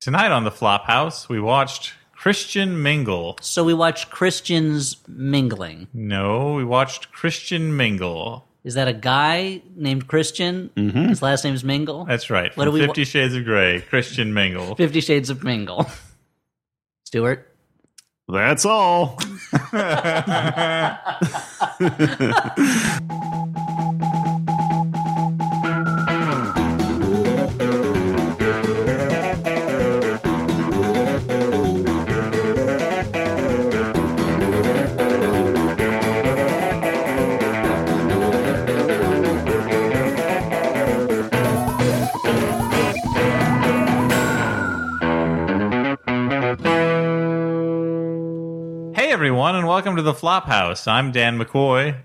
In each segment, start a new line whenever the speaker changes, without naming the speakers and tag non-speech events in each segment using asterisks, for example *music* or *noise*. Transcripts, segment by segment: Tonight on the Flophouse, we watched Christian Mingle.
So we watched Christians mingling.
No, we watched Christian Mingle.
Is that a guy named Christian?
Mm-hmm.
His last name's Mingle.
That's right. from
What do we wa-
Fifty Shades of Grey, Christian
*laughs*
Mingle.
Fifty Shades of Mingle. *laughs* Stuart.
That's all.
Hey everyone, and welcome to the Flophouse. I'm Dan McCoy.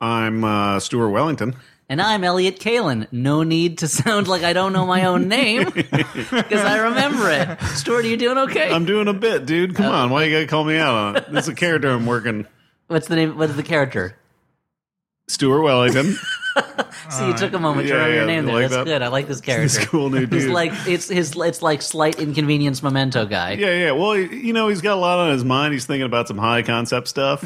I'm uh, Stuart Wellington.
And I'm Elliot Kalin. No need to sound like I don't know my own
*laughs*
name because I remember it. Stuart, are you doing okay?
I'm doing a bit, dude. Come on, why you gotta call me out on it? This is a character I'm working.
What's the name? What's the character?
Stuart Wellington,
See, you took a moment to
Uh, Yeah,
remember your
yeah,
name
you
there.
like
That's
that?
good. I like this
*laughs* this
character.
cool new
He's
dude.
like it's his. It's like slight inconvenience memento guy.
yeah, yeah. Well, he- you know, he's got a lot on his mind. He's thinking about some high concept stuff.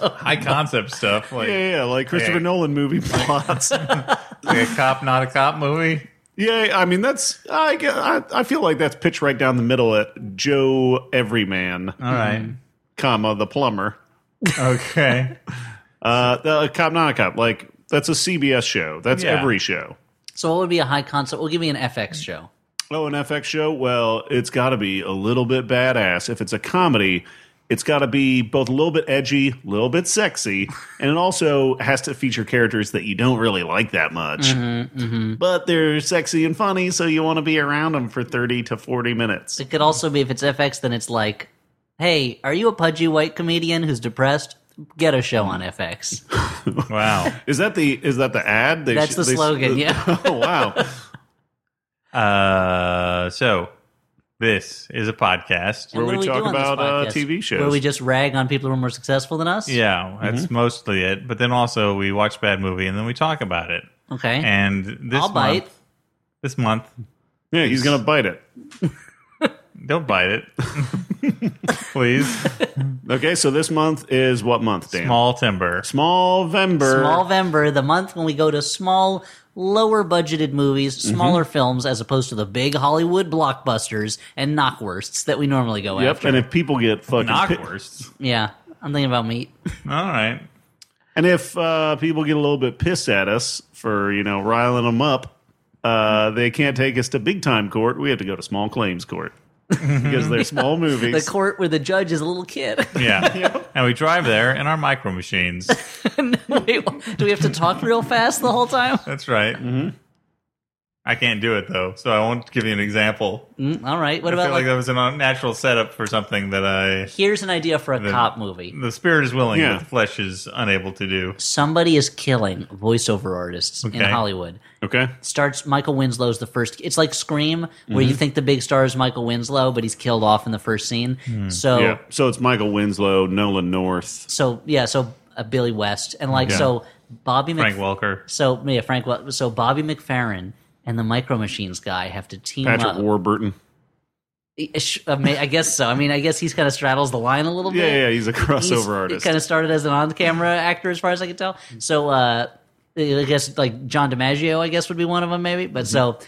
High
*laughs*
concept stuff, like,
Yeah, yeah, like Christopher
Yeah.
Nolan movie plots.
like a cop, not a cop movie.
yeah, I mean, that's I, gue- I I feel like that's pitched right down the middle at Joe Everyman,
All
Mm-hmm.
right,
comma the plumber.
okay.
Uh, the cop, not a cop. Like that's a CBS show. That's
Yeah.
every show.
So what would be a high concept? Well, give me an FX show.
Oh, an FX show? Well, it's got to be a little bit badass. If it's a comedy, it's got to be both a little bit edgy, a little bit sexy, and it also has to feature characters that you don't really like that much.
Mm-hmm,
But they're sexy and funny, so you want to be around them for 30 to 40 minutes.
It could also be if it's FX, then it's like, hey, are you a pudgy white comedian who's depressed? Get a show on FX.
Wow.
Is that the is that the ad? They
That's
sh-
the
they s- *laughs*
slogan, yeah.
oh, wow.
Uh, so this is a podcast.
And
Where
what
we
do do
talk
on this
about, uh,
podcast?
TV shows.
Where we just rag on people who are more successful than us?
Yeah, that's
Mm-hmm.
mostly it. But then also we watch a bad movie and then we talk about it.
Okay.
And this
I'll
month,
bite.
this month,
Yeah, he's going to bite it.
don't bite it, *laughs* please.
Okay, so this month is what month, Dan?
Small timber.
Small Vember.
Small Vember, the month when we go to small, lower budgeted movies,
Mm-hmm.
smaller films, as opposed to the big Hollywood blockbusters and knockwursts that we normally go
Yep,
after.
and if people get fucking pi-
Knockwurst.
Yeah. I'm thinking about meat.
All right.
And if uh, people get a little bit pissed at us for you know riling them up, uh, they can't take us to big time court. We have to go to small claims court because
*laughs*
they're small
The
movies.
court where the judge is a little kid. *laughs*
Yeah. And we drive there in our micro machines.
Wait, do we have to talk real fast the whole time?
*laughs*
That's right.
Mm-hmm.
I can't do it though, so I won't give you an example.
Mm, all right.
I
What about
feel like
like
that was an unnatural setup for something that I.
here's an idea for a cop movie.
The spirit is willing,
Yeah.
but the flesh is unable to do.
Somebody is killing voiceover artists in
Okay.
Hollywood.
okay,
Starts Michael Winslow's the first. It's like Scream, where
Mm-hmm.
you think the big star is Michael Winslow, but he's killed off in the first scene. So,
Hmm.
Oh.
yeah. So it's Michael Winslow, Nolan North.
so yeah, so uh, Billy West and like
Yeah.
so Bobby
Frank
Mc-
Welker.
so yeah Frank Wel- so Bobby McFerrin and the Micro Machines guy have to team
Patrick
up.
Warburton.
Ish- I mean, I guess so. I mean, I guess he's kind of straddles the line a little
Yeah,
bit.
yeah, he's a crossover artist.
Kind of started as an on-camera actor, as far as I can tell. So uh, I guess like John DiMaggio, I guess would be one of them, maybe. But so
Mm-hmm.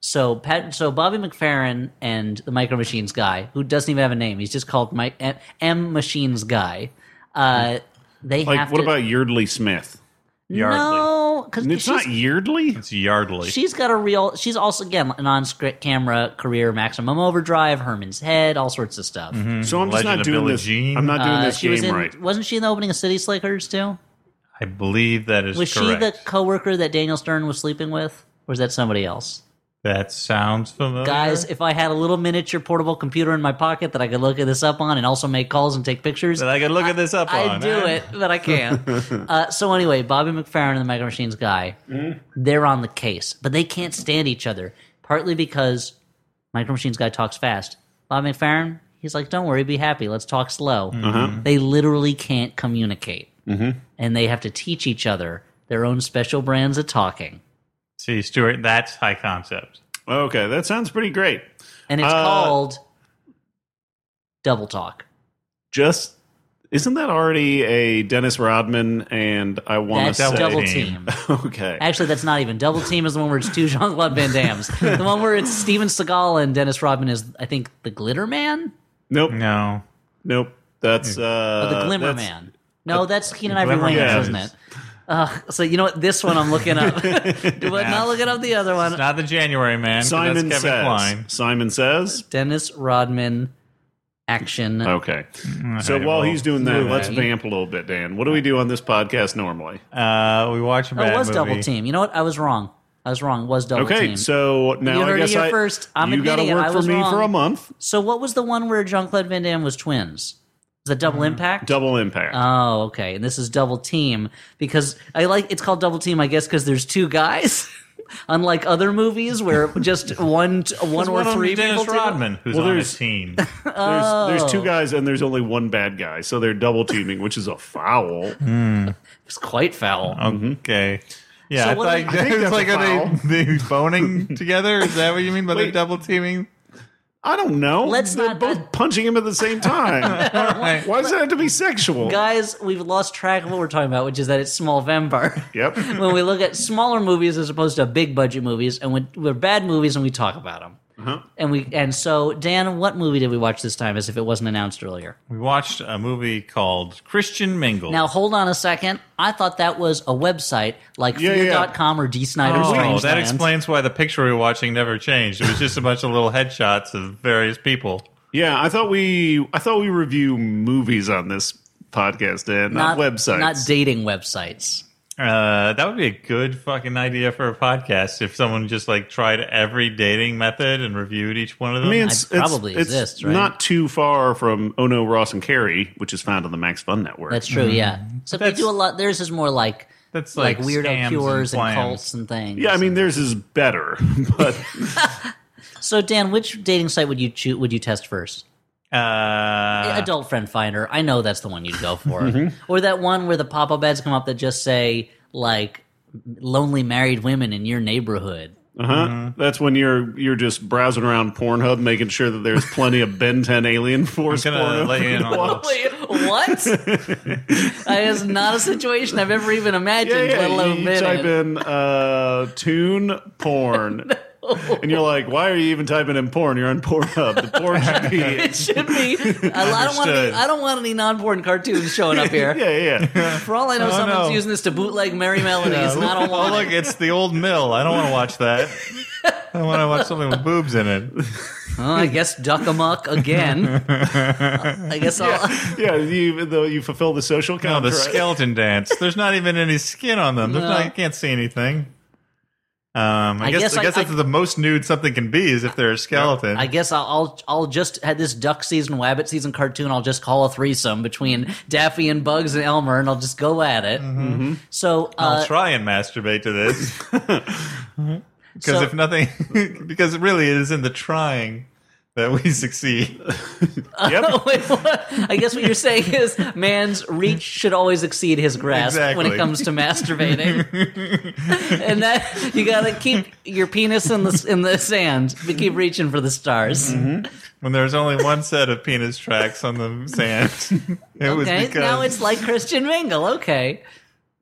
so Pat, so Bobby McFerrin and the Micro Machines guy, who doesn't even have a name, he's just called Mike M, M Machines guy. Uh, they
Mm. like,
have
what
to,
about Yeardley Smith?
no, because
And it's not Yeardley.
It's Yardley.
She's got a real. She's also again an on-script camera career, Maximum Overdrive, Herman's Head, all sorts of stuff.
So I'm just
Legend
not
of
doing
Billie
this.
Jean.
I'm not Mm-hmm. doing
Uh,
this
she was
game
in,
right.
Wasn't she in the opening of City Slickers too?
I believe that is
Was
correct.
she the coworker that Daniel Stern was sleeping with, or is that somebody else?
that sounds familiar.
Guys, if I had a little miniature portable computer in my pocket that I could look this up on and also make calls and take pictures,
that I could look at this up
I
on.
do
eh?
it, but I can't. uh, so anyway, Bobby McFerrin and the Micro Machines guy, they're on the case, but they can't stand each other. Partly because Micro Machines guy talks fast. Bobby McFerrin, he's like, "Don't worry, be happy. Let's talk slow." They literally can't communicate, and they have to teach each other their own special brands of talking.
See, Stuart, that's high concept.
Okay, that sounds pretty great.
and it's
Uh,
called Double Talk.
Just isn't that already a Dennis Rodman and I want
That's
to say
Double
Team.
Team.
*laughs* okay.
Actually, that's not even Double Team. Is the one where it's two *laughs* Jean Claude Van Dams. the one where it's Steven Seagal and Dennis Rodman is, I think, the Glitter Man,
Nope.
No.
Nope.
Mm.
That's
or
uh
Oh, the Glimmer
that's-
Man. No, that's Keenan Ivory
Glimmer
Wayans,
Man.
isn't it? Uh, so you know what? This one I'm looking up. *laughs* Do what? Not looking up the other
It's
one.
not the January man. 'cause
Simon
that's Kevin
says.
Kline.
Simon says.
Dennis Rodman action.
Okay. So
Mm, Okay,
while
well,
he's doing that,
move
let's
on.
vamp a little bit, Dan. What do we do on this podcast normally?
Uh, we watch a
Oh,
bad
it was
movie.
Double Team. You know what? I was wrong. I was wrong. It was Double
Okay,
Team.
so now
You
I
heard it
guess
here
I
first. I'm
you gotta
admitting it.
work
I
for
was
me for
wrong.
a month.
So what was the one where Jean Claude Van Damme was twins? Is that Double Impact?
Mm-hmm. Double impact.
Oh, okay. And this is Double Team because I like it's called Double Team, I guess, because there's two guys. *laughs* Unlike other movies where
*laughs*
just one, one or
One
three
on Dennis
people do it.
Rodman, who's
Well,
on
there's-
his
*laughs*
team.
There's, there's
Oh.
two guys and there's only one bad guy, so they're double teaming, which is a foul.
It's quite foul.
Okay. Yeah,
So
I
what do
thought
we-
I think
it's
that's
like
a
are they, they boning
*laughs*
together? Is that what you mean by the
Wait.
double teaming?
I don't know.
Let's
they're
not-
both punching him at the
*laughs*
same time.
All right.
Why does that have to be sexual?
Guys, we've lost track of what we're talking about, which is that it's small vampire. *laughs*
Yep.
when we look at smaller movies as opposed to big budget movies, and when we're bad movies and we talk about them.
Uh-huh.
And we and so Dan, what movie did we watch this time? As if it wasn't announced earlier.
We watched a movie called Christian Mingle.
Now hold on a second. I thought that was a website like
Yeah, yeah, yeah.
Fear.com or D. Snyder.
oh,
Strangeland.
that explains why the picture we were watching never changed. It was just a bunch of little headshots of various people.
Yeah, I thought we I thought we review movies on this podcast and not, websites.
not dating websites.
Uh, that would be a good fucking idea for a podcast if someone just like tried every dating method and reviewed each one of them.
I mean, it's,
It probably
it's,
exists,
it's
right?
Not too far from Oh No, Ross and Carrie, which is found on the Max Fun Network.
That's true. Yeah. So they
That's-
do a lot. Theirs is more like
That's
like,
like
weirdo
scams
cures and,
and clams.
cults and things.
yeah, I mean, theirs is better, *laughs* but
So Dan, which dating site would you choose, would you test first?
uh,
Adult Friend Finder. I know that's the one you'd go for.
Mm-hmm.
Or that one where the pop-up ads come up that just say like lonely married women in your neighborhood.
*laughs* uh-huh.
Mm-hmm.
that's when you're you're just browsing around Pornhub, making sure that there's plenty of Ben 10 Alien Force.
gonna
porn
let you in
over the
on
wall.
Wait, what? *laughs* that is not a situation I've ever even
*laughs* Yeah,
imagined, let
yeah.
alone
You
been
type
in.
in uh, tune
*laughs*
porn, and you're like, why are you even typing in porn? You're on Pornhub. The porn should
*laughs*
be.
It should be. I don't want any,
Understood.
I don't want any non-porn cartoons showing up
*laughs*
here.
Yeah, yeah. yeah.
For all I know,
Oh, no.
someone's using this to
*laughs*
bootleg Merry Melodies, and I don't
oh,
want
look,
it.
it's the old mill. I don't want to watch that. I want to watch something with boobs in
*laughs*
it.
Oh, I guess duck
*laughs*
amuck again. Uh, I guess I'll.
Yeah, you though you fulfill the social
No, the
contract.
skeleton dance. There's not even any skin on them. There's
No.
not, I can't see anything. Um, I,
I
guess,
guess
I,
I-
guess
I-
that's the most nude something can be is if they're a skeleton.
I guess I'll, I'll I'll just had this duck season, wabbit season cartoon. I'll just call a threesome between Daffy and Bugs and Elmer, and I'll just go at it.
Mm-hmm.
So
I'll
uh,
try and masturbate to
*laughs*
this *laughs* because
So-
if nothing, *laughs* because really it is in the trying that we *laughs* succeed.
*laughs*
Yep.
Wait, what? I guess what you're saying is man's reach should always exceed his grasp when it
Exactly.
comes to masturbating. and that you gotta keep your penis in the in the sand, but keep reaching for the stars.
Mm-hmm. When there's only one set of penis tracks on the sand, *laughs* it was
Okay,
because
now it's like Christian Mingle. Okay,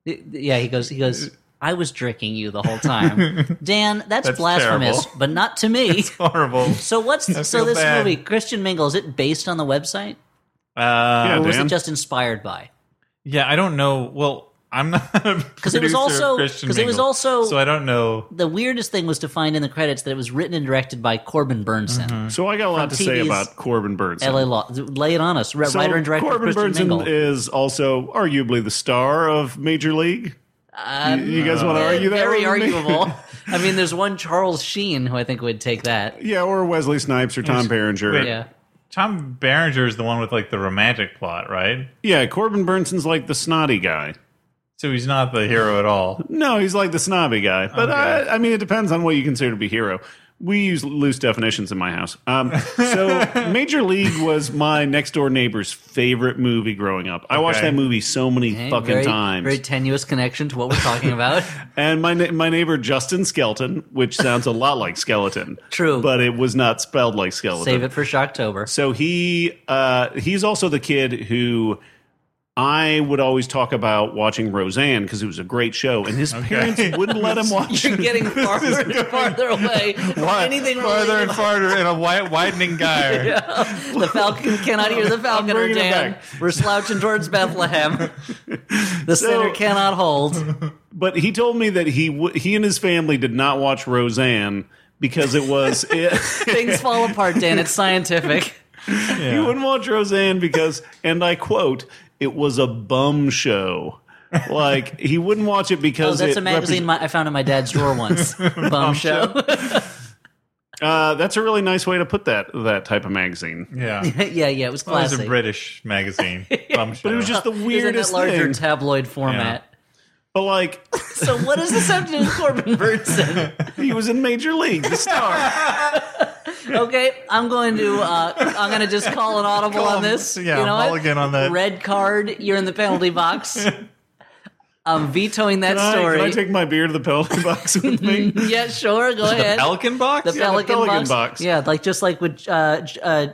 Y- yeah, he goes. He goes. I was drinking you the whole
*laughs*
time, Dan. That's,
That's
blasphemous,
terrible.
but not
*laughs*
to me.
horrible.
So what's
I
so
feel
this
bad.
movie Christian Mingle? Is it based on the website?
Uh,
Yeah,
Or was
Dan.
it just inspired by?
Yeah, I don't know. Well, I'm not *laughs* because
it was also-
Christian
'cause it was
Mingle,
also-
so I don't know.
The weirdest thing was to find in the credits that it was written and directed by Corbin Burnson.
so I got a lot to
From
say
TV's
about Corbin Burnson.
L.A. Law. Lay it on us. Re-
So
Writer and director
Corbin
Christian
Burnson
Mingle.
is also arguably the star of Major League.
Uh,
You guys want to argue that?
very
one *laughs* with me?
arguable. I mean, there's one Charles Sheen who I think would take that.
yeah, or Wesley Snipes or Tom Berenger.
wait.
Yeah.
Tom Berenger is the one with like the romantic plot, right?
Yeah, Corbin Burnson's like the snotty guy.
So he's not the hero at all.
No, he's like the snobby guy. But
Okay.
I, I mean, it depends on what you consider to be hero. we use loose definitions in my house. Um,
*laughs*
so, Major League was my next door neighbor's favorite movie growing up. I watched
Okay.
that movie so many
Okay,
fucking
very,
times.
Very tenuous connection to what we're talking
*laughs*
about.
And my na- my neighbor Justin Skelton, which sounds a lot like skeleton,
True.
but it was not spelled like skeleton.
Save it for Shocktober.
*laughs* So he uh, he's also the kid who I would always talk about watching Roseanne because it was a great show, and his parents wouldn't
*laughs*
let him watch.
You're
it.
getting farther and farther away from anything
farther
related
and farther in a wi-
*laughs*
widening gyre.
The Falcon cannot hear the Falconer,
bringing it
Dan.
back.
We're slouching towards
*laughs*
Bethlehem. The
So-
center cannot hold.
*laughs* But he told me that he w- he and his family did not watch Roseanne because it was *laughs* it,
Things fall apart, Dan. It's scientific.
he wouldn't watch Roseanne because, and I quote, it was a bum show. Like he wouldn't watch it
Oh,
because
that's
it
a magazine
represent-
my, I found in my dad's drawer once. Bum show.
Uh, that's a really nice way to put that that type of magazine.
Yeah.
*laughs* yeah, yeah, it was
Well, it was
*laughs* classic.
a British
*laughs*
magazine. but
But it was just the
It was in
weirdest
that larger
thing.
tabloid format.
but like
So what does this have to do with Corbin Burnson?
he was in Major League, the star.
*laughs* Okay, I'm going to uh, I'm going to just call an audible
Call
on
him-
this.
yeah,
you know what?
mulligan on that.
red card. You're in the penalty box. I'm vetoing that
Can I-
story.
Can I take my beer to the penalty box
*laughs*
with me?
yeah, sure. Go ahead.
Pelican box?
the
Yeah.
Pelican,
Pelican
box.
box.
Yeah, like just like with uh, J- uh,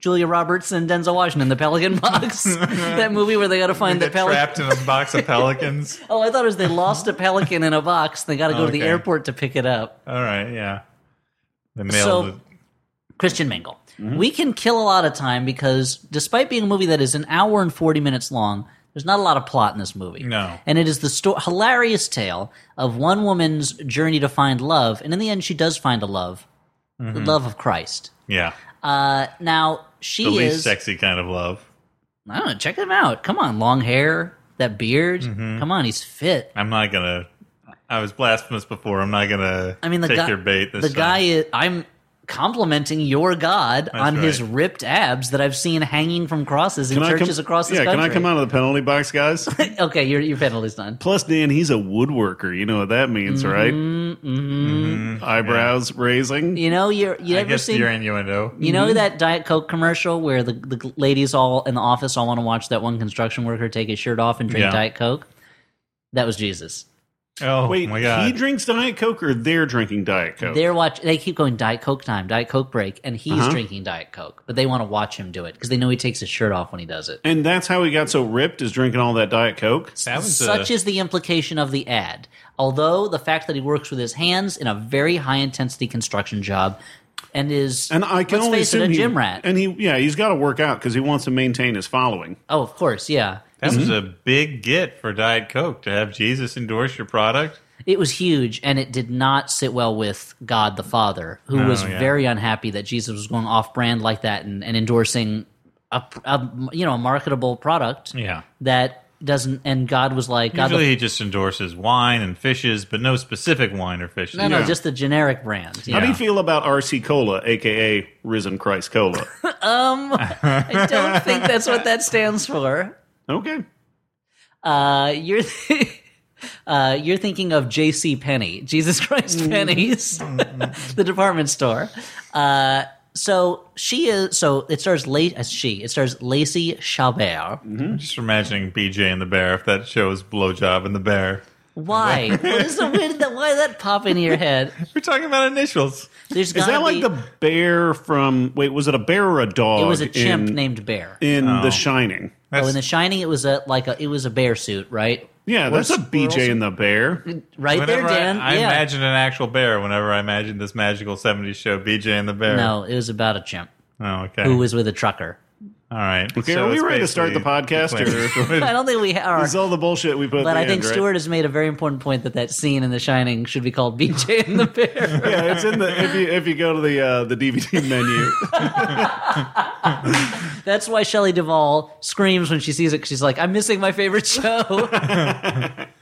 Julia Roberts and Denzel Washington, the Pelican *laughs* box. that movie where they got to find the
Get
pelican.
trapped in a box
*laughs*
of pelicans.
Oh, I thought it was they lost a pelican in a box. They got to go to the
Okay.
airport to pick it up.
All right, yeah. The mail.
So-
the-
Christian Mingle. We can kill a lot of time because despite being a movie that is an hour and 40 minutes long, there's not a lot of plot in this movie.
No.
And it is the sto- hilarious tale of one woman's journey to find love. And in the end, she does find a love
Mm-hmm.
the love of Christ.
yeah.
Uh, now, she
The least
is.
sexy kind of love.
I don't know. Check him out. Come on. Long hair, that beard.
Mm-hmm.
Come on. He's fit.
I'm not going to. I was blasphemous before. I'm not going to
I mean, the
take
guy.
your bait this
the
time.
guy is. I'm complimenting your God on his
right.
ripped abs that I've seen hanging from crosses in
Can I
churches
come-
across this
yeah,
country.
can I come out of the penalty box, guys?
*laughs* Okay, your your penalty's done.
Plus, Dan, he's a woodworker. You know what that means,
Mm-hmm,
right? Eyebrows raising.
You know, you're you
I
ever
guess
seen
your innuendo.
you
Mm-hmm.
know that Diet Coke commercial where the the ladies all in the office all want to watch that one construction worker take his shirt off and drink
Yeah.
Diet Coke? That was Jesus.
Oh,
Wait,
my God.
he drinks Diet Coke or they're drinking Diet Coke?
They're watch they keep going Diet Coke time, Diet Coke break, and he's
Uh-huh.
drinking Diet Coke, but they want to watch him do it because they know he takes his shirt off when he does it.
and that's how he got so ripped is drinking all that Diet Coke?
that was uh,
Such
a,
is the implication of the ad. Although the fact that he works with his hands in a very high intensity construction job and is
And I can
let's
only
face it,
assume
a
he-
gym rat.
And he, yeah, he's got to work out because he wants to maintain his following.
oh, of course, yeah.
that
Hmm?
was a big get for Diet Coke to have Jesus endorse your product.
It was huge, and it did not sit well with God the Father, who was
Oh, yeah.
very unhappy that Jesus was going off brand like that and, and endorsing a, a you know a marketable product
Yeah.
that doesn't. And God was like, God,
Usually
the,
he just endorses wine and fishes, but no specific wine or fishes.
no, no,
yeah.
just the generic brand. you
How do you
Yeah.
feel about RC Cola, aka Risen Christ
*laughs*
Cola?
know? I don't think that's what that stands for.
okay.
Uh, you're. *laughs* Uh, you're thinking of J.C. Penney, Jesus Christ
Mm.
Pennies, *laughs* the department store. Uh, so she is. So it stars late as she. It stars Lacey Chabert.
Mm.
I'm just imagining BJ and the bear if that show is blowjob and the bear.
Why? what is the where did that? Why did that pop into your head?
We're talking about initials.
There's
*laughs* Is
gotta
that like
be-
the bear from? Wait, was it a bear or a dog?
It was a chimp
in,
named Bear.
in The Shining.
oh, in The Shining, it was a like a it was a bear suit, right?
Yeah, that's a
squirrels.
BJ and the bear.
Right
Whenever
there, Dan.
I, I
yeah.
imagine an actual bear whenever I imagine this magical 70s show, BJ and the bear.
no, it was about a chimp
Oh, okay.
who was with a trucker.
All right.
Okay, are we
it's
ready to start the
basically-
*laughs*
podcast,
I don't think we are.
It's all the bullshit we put. at
But
the
I think
end, right?
Stewart has made a very important point that that scene in The Shining should be called BJ and the Bear.
*laughs* Yeah, it's
*laughs*
in the if you if you go to the uh, the DVD menu.
That's why Shelley Duvall screams when she sees it. 'cause She's like, "I'm missing my favorite show."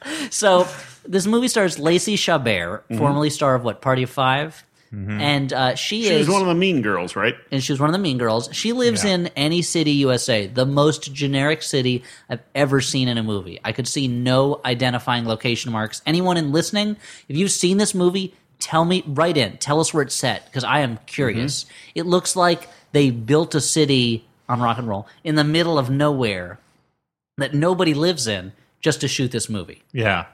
*laughs*
so this movie stars Lacey Chabert,
Mm-hmm.
formerly star of what Party of 5 and uh, she,
She
is,
was one of the mean girls, right?
and she was one of the Mean Girls. She lives
Yeah.
in any city, USA, the most generic city I've ever seen in a movie. I could see no identifying location marks. Anyone in listening, if you've seen this movie, Tell me, write in, tell us where it's set because I am curious.
Mm-hmm.
It looks like they built a city on rock and roll in the middle of nowhere that nobody lives in just to shoot this movie.
*laughs* Yeah.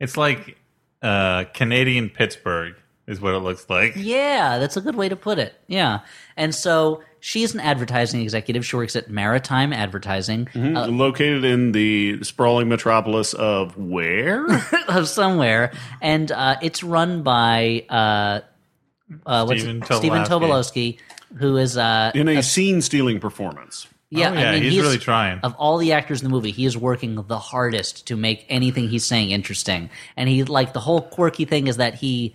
It's like uh, Canadian Pittsburgh is what it looks like. Oh,
Yeah, that's a good way to put it. Yeah. And so she's an advertising executive. She works at Maritime Advertising
Mm-hmm.
uh,
Located in the sprawling metropolis of where?
*laughs* of somewhere. And uh, it's run by uh, uh, what's
Stephen
it? Stephen
Tobolowsky.
Tobolowsky, who is, uh,
in a scene stealing performance.
yeah,
Oh,
I mean,
he's, really trying.
Of all the actors in the movie, he is working the hardest to make anything he's saying interesting. And he, like, the whole quirky thing is that he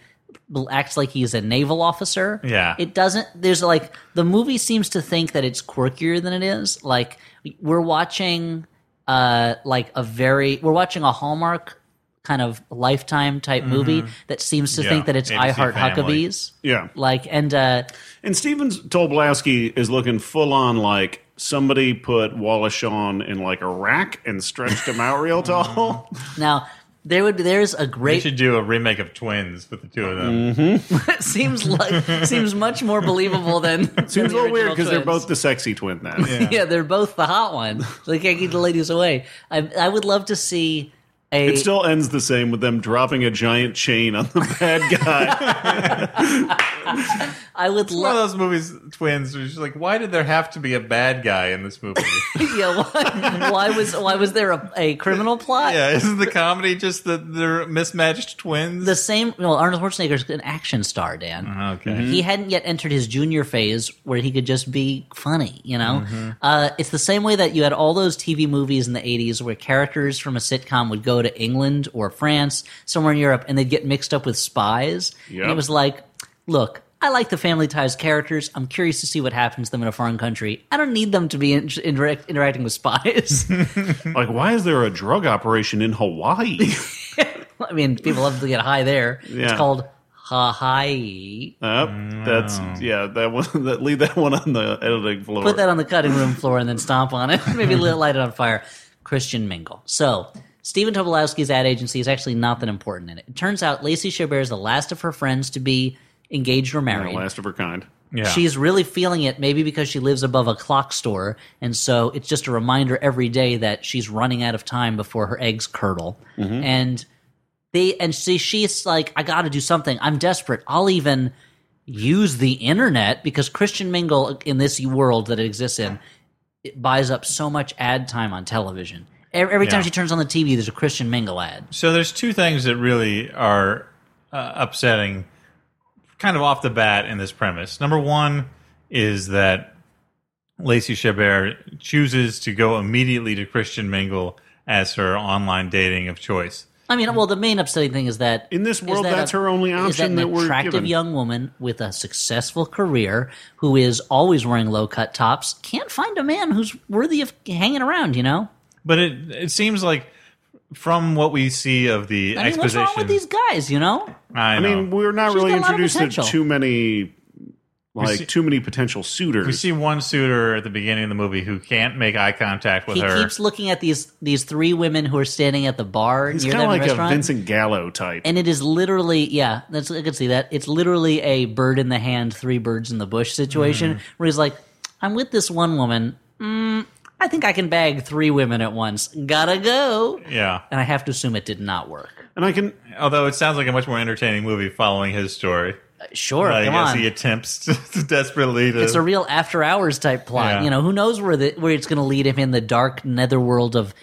acts like he's a naval officer.
Yeah.
It doesn't, there's like, the movie seems to think that it's quirkier than it is. Like, we're watching, uh, like a very, we're watching a Hallmark kind of lifetime type movie that seems to
Mm-hmm. Yeah,
think that it's I
ABC
Heart
Family.
Huckabees.
Yeah.
Like, and, uh,
And Steven Tobolowsky is looking full on like somebody put Wallace Shawn in like a rack and stretched him out
*laughs*
real tall. *laughs*
now, there would there's a
They
great
should do a remake of Twins with the two of
Mm.
them.
seems like seems much more believable than
*laughs* Seems a little weird because they're both the sexy twin then.
*laughs* yeah. they're both the hot ones so they can't keep the ladies away I, I would love to see a
It still ends the same with them dropping a giant chain on the *laughs* bad guy.
I
One
would
of
*laughs*
love
those movies, Twins, was just like, why did there have to be a bad guy in this
*laughs*
movie?
*laughs* yeah why, why was why was there a, a
*laughs*
criminal plot
yeah, isn't the comedy just that they're mismatched twins?
the same well Arnold Schwarzenegger's an action star Dan
Uh-huh.
okay.
he
Mm-hmm.
hadn't yet entered his junior phase where he could just be funny you know
Mm-hmm.
uh, it's the same way that you had all those tv movies in the 80s where characters from a sitcom would go to england or france somewhere in europe and they'd get mixed up with spies and it
Yep.
was like look I like the Family Ties characters. I'm curious to see what happens to them in a foreign country. I don't need them to be in- interact- interacting with
*laughs*
spies.
like, why is there a drug operation in *laughs* Hawaii?
I mean, people love to get high there. It's
Yeah.
called ha hi.
Yep, that's yeah. That one. *laughs* That, leave that one on the editing floor.
put that on the cutting room floor and then stomp on it. *laughs* Maybe li- light it on fire. Christian Mingle. So Stephen Tobolowsky's ad agency is actually not that important in it. It turns out Lacey Chabert is the last of her friends to be engaged or
The
married.
last of her kind.
yeah.
She's really feeling it, maybe because she lives above a clock store, and so it's just a reminder every day that she's running out of time before her eggs curdle. And they and see she's like, I got to do something. I'm desperate. I'll even use the internet because Christian Mingle in this world that it exists in it buys up so much ad time on television. Every, every time
Yeah.
she turns on the TV, there's a Christian Mingle ad.
So there's two things that really are uh, upsetting, kind of off the bat in this premise. Number one is that Lacey Chabert chooses to go immediately to Christian Mingle as her online dating of choice.
I mean, well, the main upsetting thing is that
In this
is
world,
that
that's her only
Is that
option
an
that we're
attractive
given.
young woman with a successful career who is always wearing low cut tops can't find a man who's worthy of hanging around? You know,
But it it seems like from what we see of the
I mean, what's
exposition,
wrong with these guys? You know,
I,
I
know.
mean, we're not
She's
really
got a lot of
introduced to
potential.
too many, like
see-
too many potential suitors.
we see one suitor at the beginning of the movie who can't make eye contact with
he
her.
keeps looking at these these three women who are standing at the bar
He's
near
kind of
that
like
restaurant.
a Vincent Gallo type.
and it is literally, yeah, that's I can see that. It's literally a bird in the hand, three birds in the bush
Mm.
situation where he's like, I'm with this one woman. Mm, I think I can bag three women at once. Gotta go.
yeah.
And I have to assume it did not work.
and I *laughs* can
Although it sounds like a much more entertaining movie following his story.
Uh, Sure,
I
come
guess
on.
he attempts to, to desperately to.
it's a real after hours type plot.
Yeah.
You know, who knows where the, where it's going to lead him in the dark netherworld of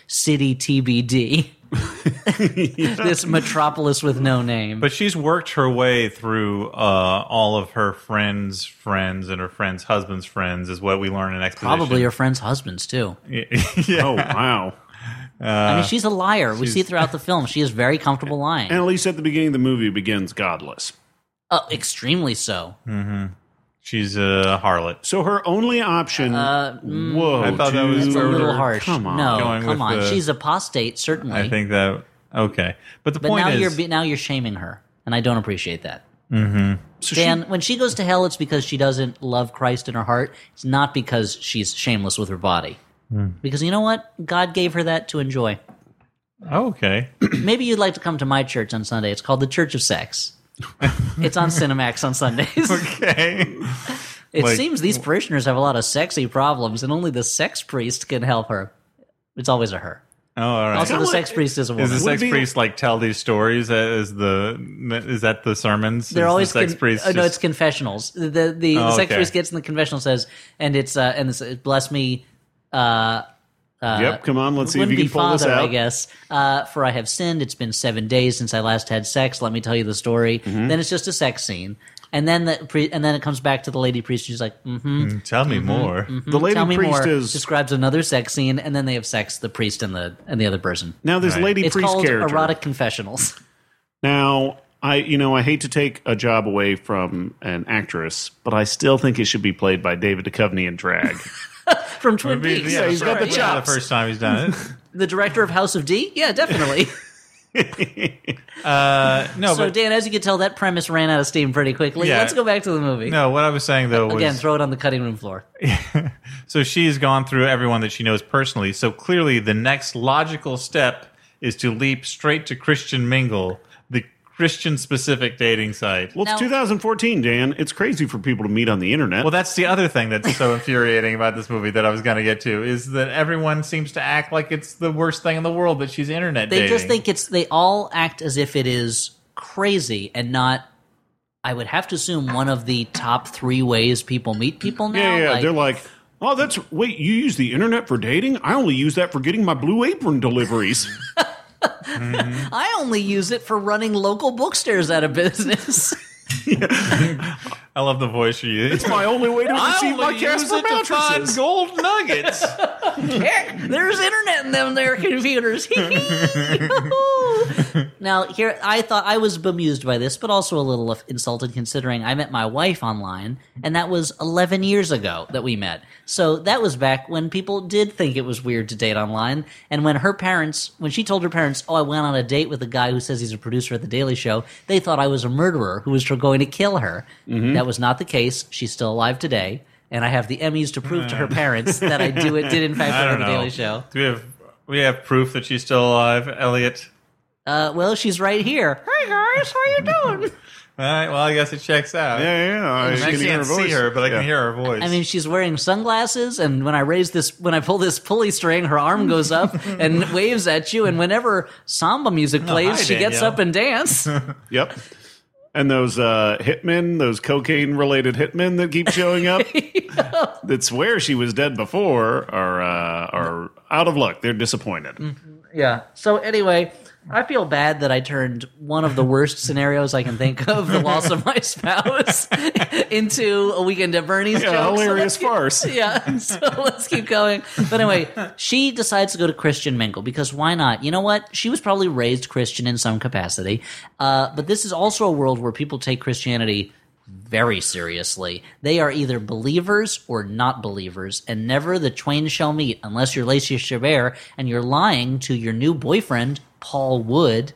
*laughs*
city TBD. *laughs* This metropolis with no name.
but she's worked her way through uh, all of her friends' friends and her friends' husbands' friends, is what we learn in exposition.
Probably her friends' husbands too.
*laughs* yeah.
oh wow.
I mean, she's a liar. we see throughout the film she is
*laughs*
very comfortable lying.
And at least at the beginning, the movie begins godless.
Uh, extremely so.
She's a harlot.
So her only option.
Uh, Mm,
whoa,
I thought that was
dude.
It's a little harsh.
Come on.
no,
Going with
come on.
the-
She's apostate, certainly.
I think that okay, but the
but
point
now
is,
you're be- now you're shaming her, and I don't appreciate that.
So she-
Dan, when she goes to hell, it's because she doesn't love Christ in her heart. It's not because she's shameless with her body.
Hmm.
Because you know what? God gave her that to enjoy. *clears throat*
okay. *laughs*
Maybe you'd like to come to my church on Sunday. It's called the Church of Sex. It's on Cinemax on
*laughs*
Sundays.
Okay.
It
Like-
seems these parishioners have a lot of sexy problems, and only the sex priest can help her. It's always a her.
Oh, all right.
Also,
That
the
would-
sex priest is a
Is
woman.
the
Would
sex
be-
priest like tell these stories? Uh, Is the is that the sermons?
They're
Is
always
the sex
con-
priests
oh, no, it's
just-
confessionals. The the, the,
Oh,
sex
okay.
priest gets in the confessional says, and it's uh, and it's uh, bless me. Uh,
yep, come on, let's see if you
wouldn't
can
be
pull this
father,
out.
I guess. Uh, for I have sinned. It's been seven days since I last had sex. Let me tell you the story.
Mm-hmm.
Then it's just a sex scene, and then the pre- and then it comes back to the lady priest. She's like, mm-hmm,
tell me more.
The lady
tell me
priest
more.
is
Describes another sex scene, and then they have sex. The priest and the and the other person.
now this
Right.
lady
It's
priest
called
character.
erotic confessionals. *laughs*
Now, I you know I hate to take a job away from an actress, but I still think it should be played by David Duchovny in drag.
From Twin
Maybe-
Peaks,
yeah, he's got the
yeah,
chops.
first time he's done it.
*laughs* the director of House of D. Yeah,
*laughs*
definitely.
Uh, no,
so,
but
Dan, as you can tell, that premise ran out of steam pretty quickly.
Yeah.
Let's go back to the movie.
no. What I was saying though was
Again, throw it on the cutting room floor.
So she's gone through everyone that she knows personally. So clearly, the next logical step is to leap straight to Christian Mingle, the Christian specific dating site.
Well, it's
Now-
2014, Dan. It's crazy for people to meet on the internet.
Well, that's the other thing that's
*laughs*
so infuriating about this movie that I was going to get to is that everyone seems to act like it's the worst thing in the world that she's internet
They
dating.
just think it's. They all act as if it is crazy and not. I would have to assume one of the top three ways people meet people now.
yeah, yeah.
like-
They're like, oh, that's wait. You use the internet for dating? I only use that for getting my Blue Apron deliveries.
I only use it for running local bookstores out of business. *laughs*
I love the voice you use.
it's my only way to receive my cash for mattresses.
gold
*laughs*
nuggets.
Heck, there's internet in them there computers. *laughs* Hee hee.
*laughs*
*laughs* Yahoo. now here I thought I was bemused by this, but also a little of- insulted considering I met my wife online, and that was 11 years ago that we met. So that was back when people did think it was weird to date online, and when her parents, when she told her parents, "Oh, I went on a date with a guy who says he's a producer at the Daily Show," they thought I was a murderer who was going to kill her.
Mm-hmm.
That was not the case. She's still alive today. And I have the Emmys to prove to her parents that I do it did
*laughs*
in fact
Uh. I
on
don't
the
know.
Daily Show.
Do we have we have proof that she's still alive, Elliot?
Uh, well, she's right here. Hey guys, how you doing?
All right. Well, I guess it checks out.
Yeah, yeah. I,
I
can
can't
hear her
see
voice.
her, but I
Yeah.
can hear her voice.
I mean, she's wearing sunglasses, and when I raise this, when I pull this pulley string, her arm goes up and waves at you. And whenever samba music plays,
hi,
she gets
Danielle.
up and dance.
Yep. And those uh, hitmen, those cocaine related hitmen that keep showing up that swear she was dead before are uh, are out of luck. They're disappointed.
yeah. So anyway, I feel bad that I turned one of the worst scenarios I can think of, the loss of my spouse, *laughs* into a weekend at Bernie's.
Yeah,
joke. So *laughs*
hilarious farce.
yeah. *laughs* So let's keep going. But anyway, she decides to go to Christian Mingle because why not? You know what? She was probably raised Christian in some capacity. Uh, but this is also a world where people take Christianity very seriously. They are either believers or not believers, and never the twain shall meet unless you're Lacey Chabert and you're lying to your new boyfriend, Paul Wood,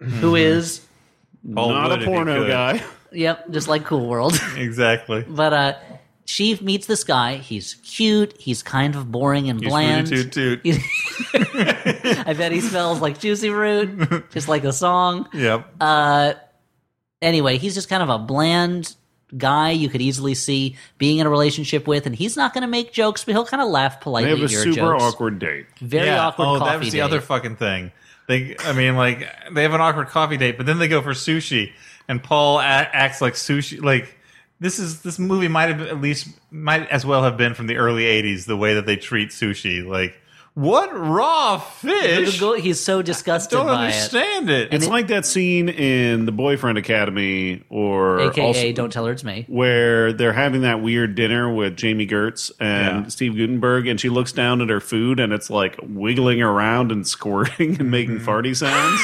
who is,
Paul
*laughs* Not
Wood, if
a
he
porno
could.
guy.
yep, just like Cool World.
Exactly.
But uh, she meets this guy. He's cute. He's kind of boring and
He's
bland.
really toot toot.
*laughs* I bet he smells like Juicy Root, just like the song.
Yep.
Anyway, he's just kind of a bland guy you could easily see being in a relationship with, and he's not going to make jokes, but he'll kind of laugh
They
politely
have a
at your
super
jokes.
awkward date.
Very
yeah.
awkward
oh,
coffee
that was the
date.
other fucking thing. They, I mean, like they have an awkward coffee date, but then they go for sushi, and Paul a- acts like sushi. Like this is this movie might have at least might as well have been from the early '80s. The way that they treat sushi, like what raw fish?
Go- He's so disgusted
Don't
by it.
understand it.
It's like that scene in The Boyfriend Academy or
AKA,
also-
don't tell her it's me.
where they're having that weird dinner with Jamie Gertz and
Yeah.
Steve Gutenberg, and she looks down at her food and it's like wiggling around and squirting *laughs* and making farty sounds.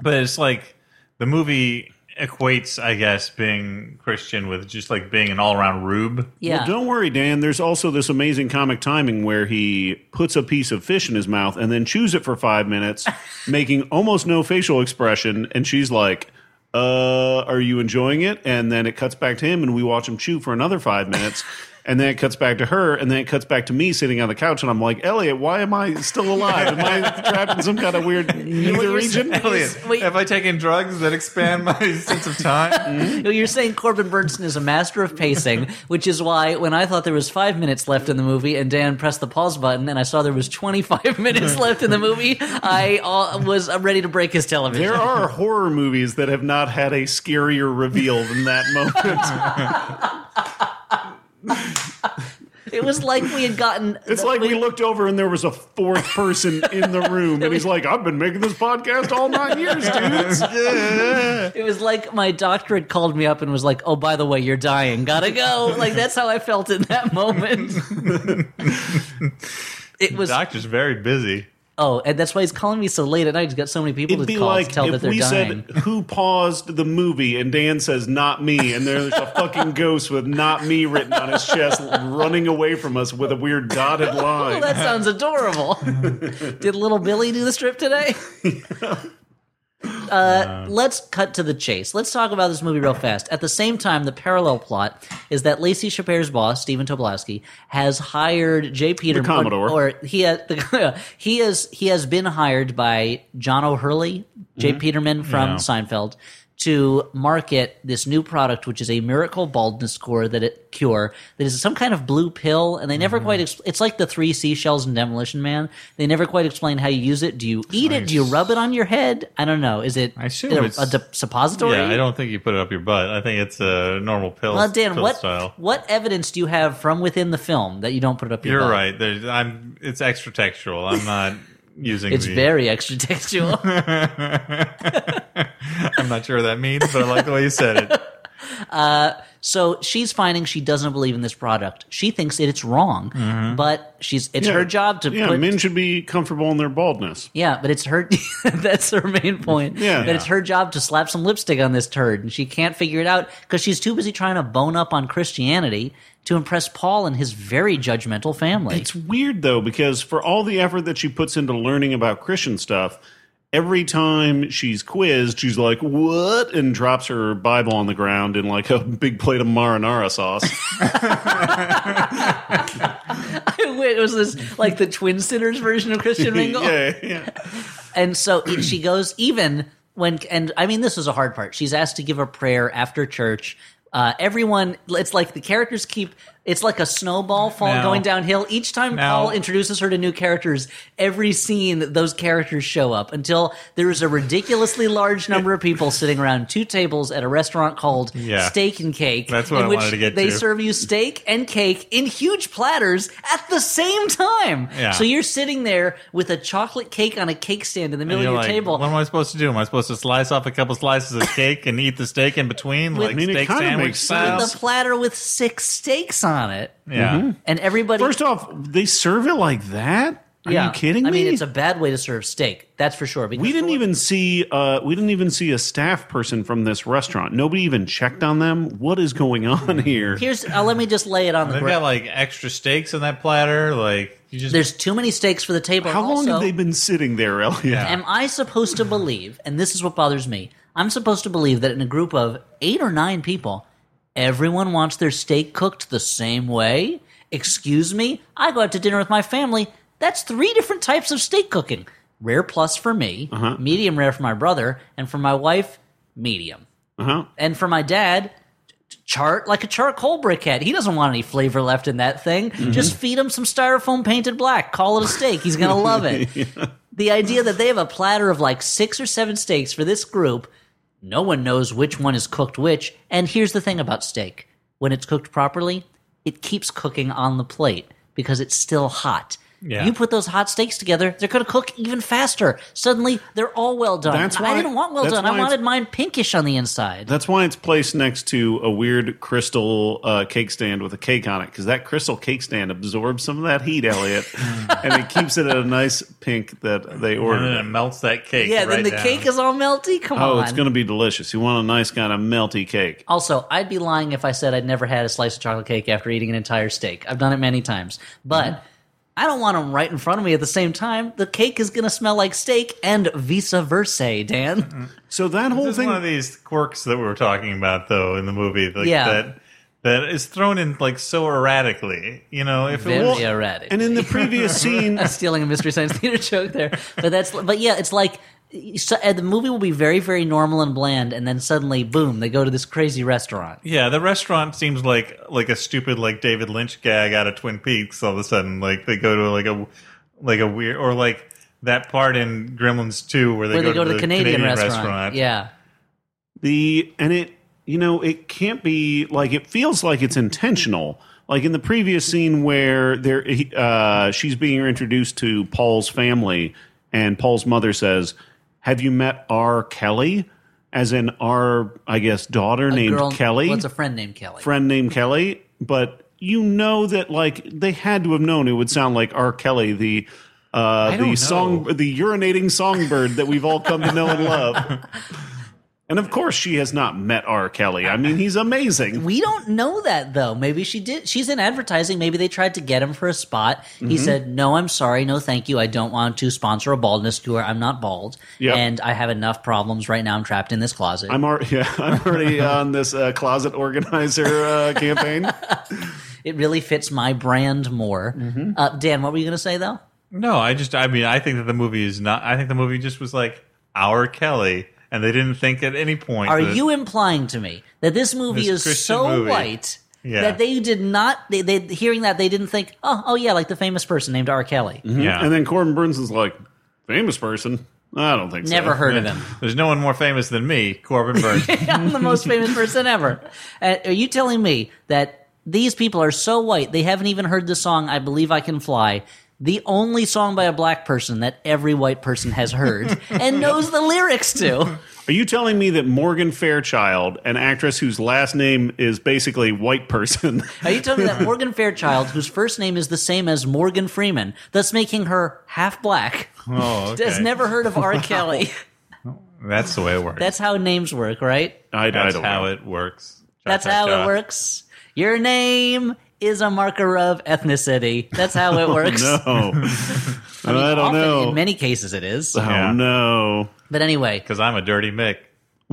but it's like the movie equates, I guess, being Christian with just like being an all-around rube.
Yeah.
Well, don't worry, Dan. There's also this amazing comic timing where he puts a piece of fish in his mouth and then chews it for five
*laughs*
minutes, making almost no facial expression. And she's like,
*laughs*
uh, are you enjoying it? And then it cuts back to him, and we watch him chew for another five minutes. And then it cuts back to her, and then it cuts back to me sitting on the couch, and I'm like, Elliot, why am I still
*laughs*
alive? Am I trapped in some kind of weird
What
neither
you're
region?
saying-
Elliot,
*laughs* Wait.
have I taken drugs that expand my *laughs* sense of
*laughs*
time?
You know, You're saying Corbin Burnson is a master of pacing, which is why when I thought there was five minutes left in the movie and Dan pressed the pause button and I saw there was 25 *laughs* minutes left in the movie, I uh, was uh, ready to break his television.
There are horror movies that have not had a scarier reveal
*laughs*
than that moment.
It was like we had gotten.
It's like we looked over and there was a fourth person in the
*laughs*
room, and he's like, I've been making this podcast all nine years, dudes.
It was like my doctorate called me up and was like, "Oh, by the way, you're dying. Gotta go." Like that's how I felt in that
*laughs*
moment. it was
Doctor's very busy.
oh, and that's why he's calling me so late at night. He's got so many people
It'd
to
be
call
like
to tell that
if
they're
we
dying.
said who paused the movie, and Dan says not me, and there's a fucking ghost with not me written on his chest, running away from us with a weird
*laughs*
dotted
Oh,
line.
that sounds adorable. Did little Billy do the strip today? Uh, let's cut to the chase. Let's talk about this movie real fast. At the same time, the parallel plot is that Lacey Chaper's boss, Stephen Tobolowsky, has hired Jay Peterman.
Commodore.
Or, or he has, *laughs* he has he has been hired by John O'Hurley, Jay Peterman from
Mm-hmm. Yeah.
Seinfeld, to market this new product, which is a miracle baldness cure that it cure that is some kind of blue pill, and they never
Mm-hmm.
quite. Ex- it's like the three seashells in Demolition Man. They never quite explain how you use it. Do you eat it? Do you rub it on your head? I don't know. Is it?
I assume
a,
it's-
a de- suppository.
Yeah, I don't think you put it up your butt. I think it's a normal pill.
Well, Dan,
pill
what
style.
what evidence do you have from within the film that you don't put it up your?
You're
butt?
right. There's, I'm. It's extra textual. I'm *laughs* not using.
It's
the,
very extra *laughs* textual.
I'm not sure what that means, but I like the way you said
*laughs*
it.
So she's finding she doesn't believe in this product. She thinks that it's wrong, but she's it's her job to
Mm-hmm. Yeah,
put.
men should be comfortable in their baldness.
yeah, but it's her. *laughs* that's her main point.
Yeah.
that it's her job to slap some lipstick on this turd, and she can't figure it out because she's too busy trying to bone up on Christianity to impress Paul and his very judgmental family.
It's weird though because for all the effort that she puts into learning about Christian stuff, every time she's quizzed, she's like "What?" and drops her Bible on the ground in like a *laughs* big plate of marinara
*laughs*
sauce.
*laughs* it was this like the Twin Sinners version of Christian Mingle.
yeah, yeah.
and so *clears throat* it- she goes even when and i mean this is a hard part she's asked to give a prayer after church uh, everyone it's like the characters keep it's like a snowball fall
Now-
going downhill each time
now-
paul introduces her to new characters every scene those characters show up until there is a ridiculously large number of people sitting around two tables at a restaurant called
Yeah.
steak and cake
That's what
in
I
which
wanted to get
they
to.
serve you steak and cake in huge platters at the same time
Yeah.
so you're sitting there with a chocolate cake on a cake stand in the middle
You're
of your
like,
table.
What am I supposed to do? Am I supposed to slice off a couple slices of cake and eat the steak in between, like
I mean, it
steak
kinda
sandwich
makes
style?
the platter with six steaks on it,
Yeah,
and everybody.
First off, they serve it like that. Are
yeah.
you kidding me?
I mean, it's a bad way to serve steak. That's for sure. Because
we didn't even see uh, we didn't even see a staff person from this restaurant. Nobody even checked on them. What is going on here?
Here's. Uh, let me just lay it on the
they've got
ground.
like extra steaks in that platter. Like you just
There's too many steaks for the table.
How long
also,
have they been sitting there, Elliot?
Am I supposed to believe? And this is what bothers me. I'm supposed to believe that in a group of eight or nine people, everyone wants their steak cooked the same way. Excuse me, I go out to dinner with my family. That's three different types of steak cooking rare plus for me, medium rare for my brother, and for my wife, medium.
Uh-huh.
And for my dad, chart like a charcoal briquette. He doesn't want any flavor left in that thing.
Mm-hmm.
Just feed him some styrofoam painted black. Call it a steak. He's
*laughs*
gonna love it. The idea that they have a platter of like six or seven steaks for this group, no one knows which one is cooked which. And here's the thing about steak: when it's cooked properly, it keeps cooking on the plate because it's still hot.
Yeah.
You put those hot steaks together, they're going to cook even faster. Suddenly, they're all well done.
That's
I
why-
didn't want well
that's
done.
why
I
it's-
wanted mine pinkish on the inside.
That's why it's placed next to a weird crystal uh, cake stand with a cake on it, because that crystal cake stand absorbs some of that
*laughs*
heat, Elliot, and it keeps it at a nice pink that they
and then
ordered.
it melts that cake.
Yeah, then
right
the
down.
cake is all melty. Come
Oh,
on.
it's going to be delicious. You want a nice kind of melty cake.
also, I'd be lying if I said I'd never had a slice of chocolate cake after eating an entire steak. I've done it many times, but
Mm-hmm.
I don't want them right in front of me at the same time. The cake is going to smell like steak, and vice versa, Dan.
So that whole
This is
thing.
one of these quirks that we were talking about, though, in the movie. Like
Yeah.
that that is thrown in like so erratically. You know, if
Very
it was,
erratic. *laughs*
And in the previous
*laughs*
scene,
I'm stealing a mystery science theater joke there, but that's but yeah, it's like so, uh, the movie will be very very normal and bland, and then suddenly boom, they go to this crazy restaurant.
yeah, the restaurant seems like like a stupid like David Lynch gag out of Twin Peaks. All of a sudden, like they go to like a like a weird or like that part in Gremlins Two where they,
Where
go,
they go to the Canadian, restaurant.
restaurant.
Yeah.
the and it you know it can't be like it feels like it's intentional like in the previous scene where there he- uh, she's being introduced to paul's family and paul's mother says have you met r kelly as in our i guess daughter named
Girl-
kelly
What's a friend named Kelly?
friend named kelly but you know that like they had to have known it would sound like r kelly the uh,
don't
the song,
know.
the urinating songbird that we've all come to know and
*laughs*
love. And of course, she has not met R. Kelly. I mean, he's amazing.
We don't know that though. Maybe she did. She's in advertising. Maybe they tried to get him for a spot.
Mm-hmm.
He said, "No, I'm sorry. No, thank you. I don't want to sponsor a baldness cure. I'm not bald,
Yep.
and I have enough problems right now. I'm trapped in this closet."
I'm already, *laughs* yeah, I'm already on this uh, closet organizer uh, campaign.
it really fits my brand more.
Mm-hmm.
Uh, Dan, what were you going to say though?
No, I just I mean I think that the movie is not. I think the movie just was like our Kelly, and they didn't think at any point.
Are
that-
you implying to me that this movie
This
is
Christian
so
movie.
white
Yeah.
that they did not? They, they hearing that they didn't think, oh, oh yeah, like the famous person named R. Kelly.
Yeah.
And then Corbin Burns is like, famous person. I don't think so.
Never heard of him.
There's no one more famous than me, Corbin
*laughs*
Burns.
I'm the most famous person ever. Uh, are you telling me that these people are so white they haven't even heard the song "I Believe I Can Fly"? The only song by a black person that every white person has *laughs* heard and knows the lyrics to.
Are you telling me that Morgan Fairchild, an actress whose last name is basically white person, *laughs*
Are you telling me that Morgan Fairchild, whose first name is the same as Morgan Freeman, thus making her half black,
oh, okay.
has never heard of *laughs* R. Kelly?
That's the way it works.
That's how names work, right?
I, I
That's
don't
how
know.
it works. Cha,
That's
cha,
how
cha.
it works. Your name is a marker of ethnicity. That's how *laughs* it works.
No, I don't
Often,
know.
In many cases, it is.
oh
Yeah.
no!
But
*laughs*
anyway,
Because I'm a dirty Mick.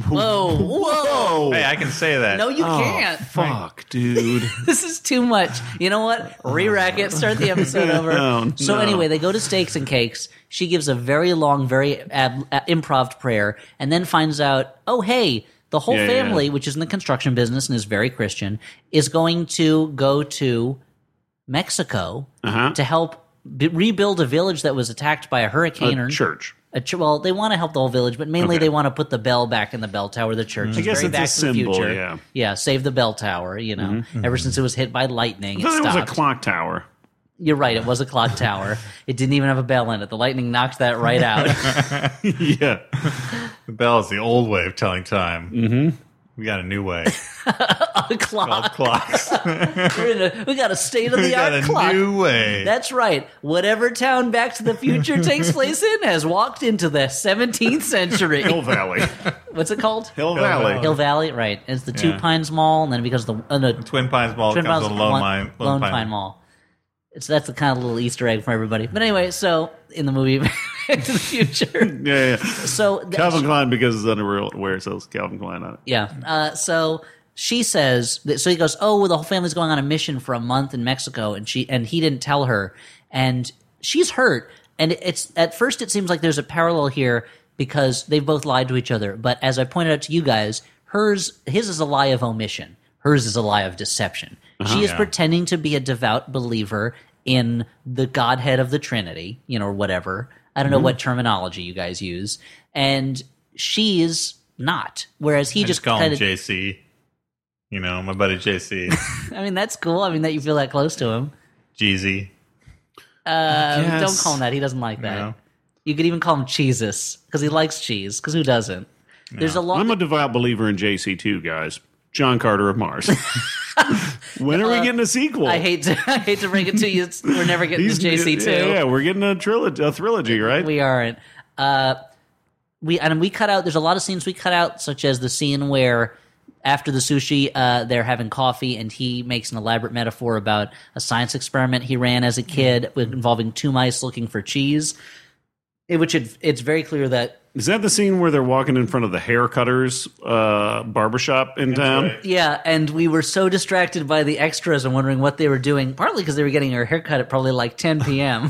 whoa, whoa!
Hey, I can say that.
No, you
Oh,
can't. *laughs*
fuck, dude.
This is too much. You know what? Re-rack it. Start the
*laughs*
episode over.
No,
so
Oh, no.
anyway, they go to Steaks and Cakes. She gives a very long, very ab- uh, improv prayer, and then finds out, oh hey, the whole
Yeah, yeah, yeah.
family, which is in the construction business and is very Christian, is going to go to Mexico
Uh-huh.
to help. b- Rebuild a village that was attacked by a hurricane or
church.
A ch- well, they want to help the whole village, but mainly
Okay. Mm-hmm.
they want to put the bell back in the bell tower of the church. I
guess it's a
back to the
symbol,
future.
yeah. Mm-hmm.
yeah. Save the bell tower. You know, ever since it was hit by lightning, it
I thought it
stopped.
was a clock tower.
You're right. It was a clock tower.
*laughs*
it didn't even have a bell in it. The lightning knocked that right out. *laughs*
yeah.
The bell is the old way of telling time. Mm-hmm. We got a new
*laughs*
way
a
called
clock.
clocks.
We're in a- we got a state
*laughs*
of
we
the
got
art
a
clock.
new way.
That's right. Whatever town Back to the
*laughs*
Future takes place in has walked into the 17th century.
Hill *laughs* Valley.
What's it called?
Hill Valley.
Valley.
Hill Valley, right? It's the Two
Yeah.
Pines Mall, and then because the uh, no,
Twin Pines Mall
Twin
comes
Pines
with Lone,
Lone-
Line, Lone,
Lone
Pine.
Pine Mall. So that's the kind of little Easter egg for everybody. But anyway, so in the movie *laughs* Back to the Future,
Yeah, yeah.
so th-
Calvin Klein because it's underwear, so it's Calvin Klein on it.
yeah, uh, so she says, that, so he goes, oh, well, the whole family's going on a mission for a month in Mexico, and she and he didn't tell her, and she's hurt, and it's at first it seems like there's a parallel here because they've both lied to each other. But as I pointed out to you guys, hers his is a lie of omission, hers is a lie of deception. She is
Yeah.
pretending to be a devout believer in the Godhead of the Trinity, you know, or whatever. I don't know what terminology you guys use. And she's not. Whereas he
I
just
just call him
kind of,
JC. You know, my buddy
*laughs*
JC.
I mean, that's cool. I mean, that you feel that close to him.
Jeezy.
Uh,
Yes.
Don't call him that. He doesn't like that.
No.
You could even call him Cheesus because he likes cheese. Because who doesn't? There's a lot.
I'm a devout believer in JC2, guys. John Carter of Mars.
*laughs*
when are we getting a sequel?
Uh, I hate to *laughs* I hate to break it to you. It's, we're never getting
These-
to JC two.
Yeah, yeah, we're getting a trilogy, a trilogy, right?
we aren't. Uh, we and we cut out. There's a lot of scenes we cut out, such as the scene where after the sushi, uh, they're having coffee, and he makes an elaborate metaphor about a science experiment he ran
Mm.
as a kid with, involving two mice looking for cheese. In which it, it's very clear that
Is that the scene where they're walking in front of the hair cutters uh, barbershop in town?
Yeah, and we were so distracted by the extras and wondering what they were doing, partly because they were getting their haircut at probably like *laughs* 10 p.m.
Yeah,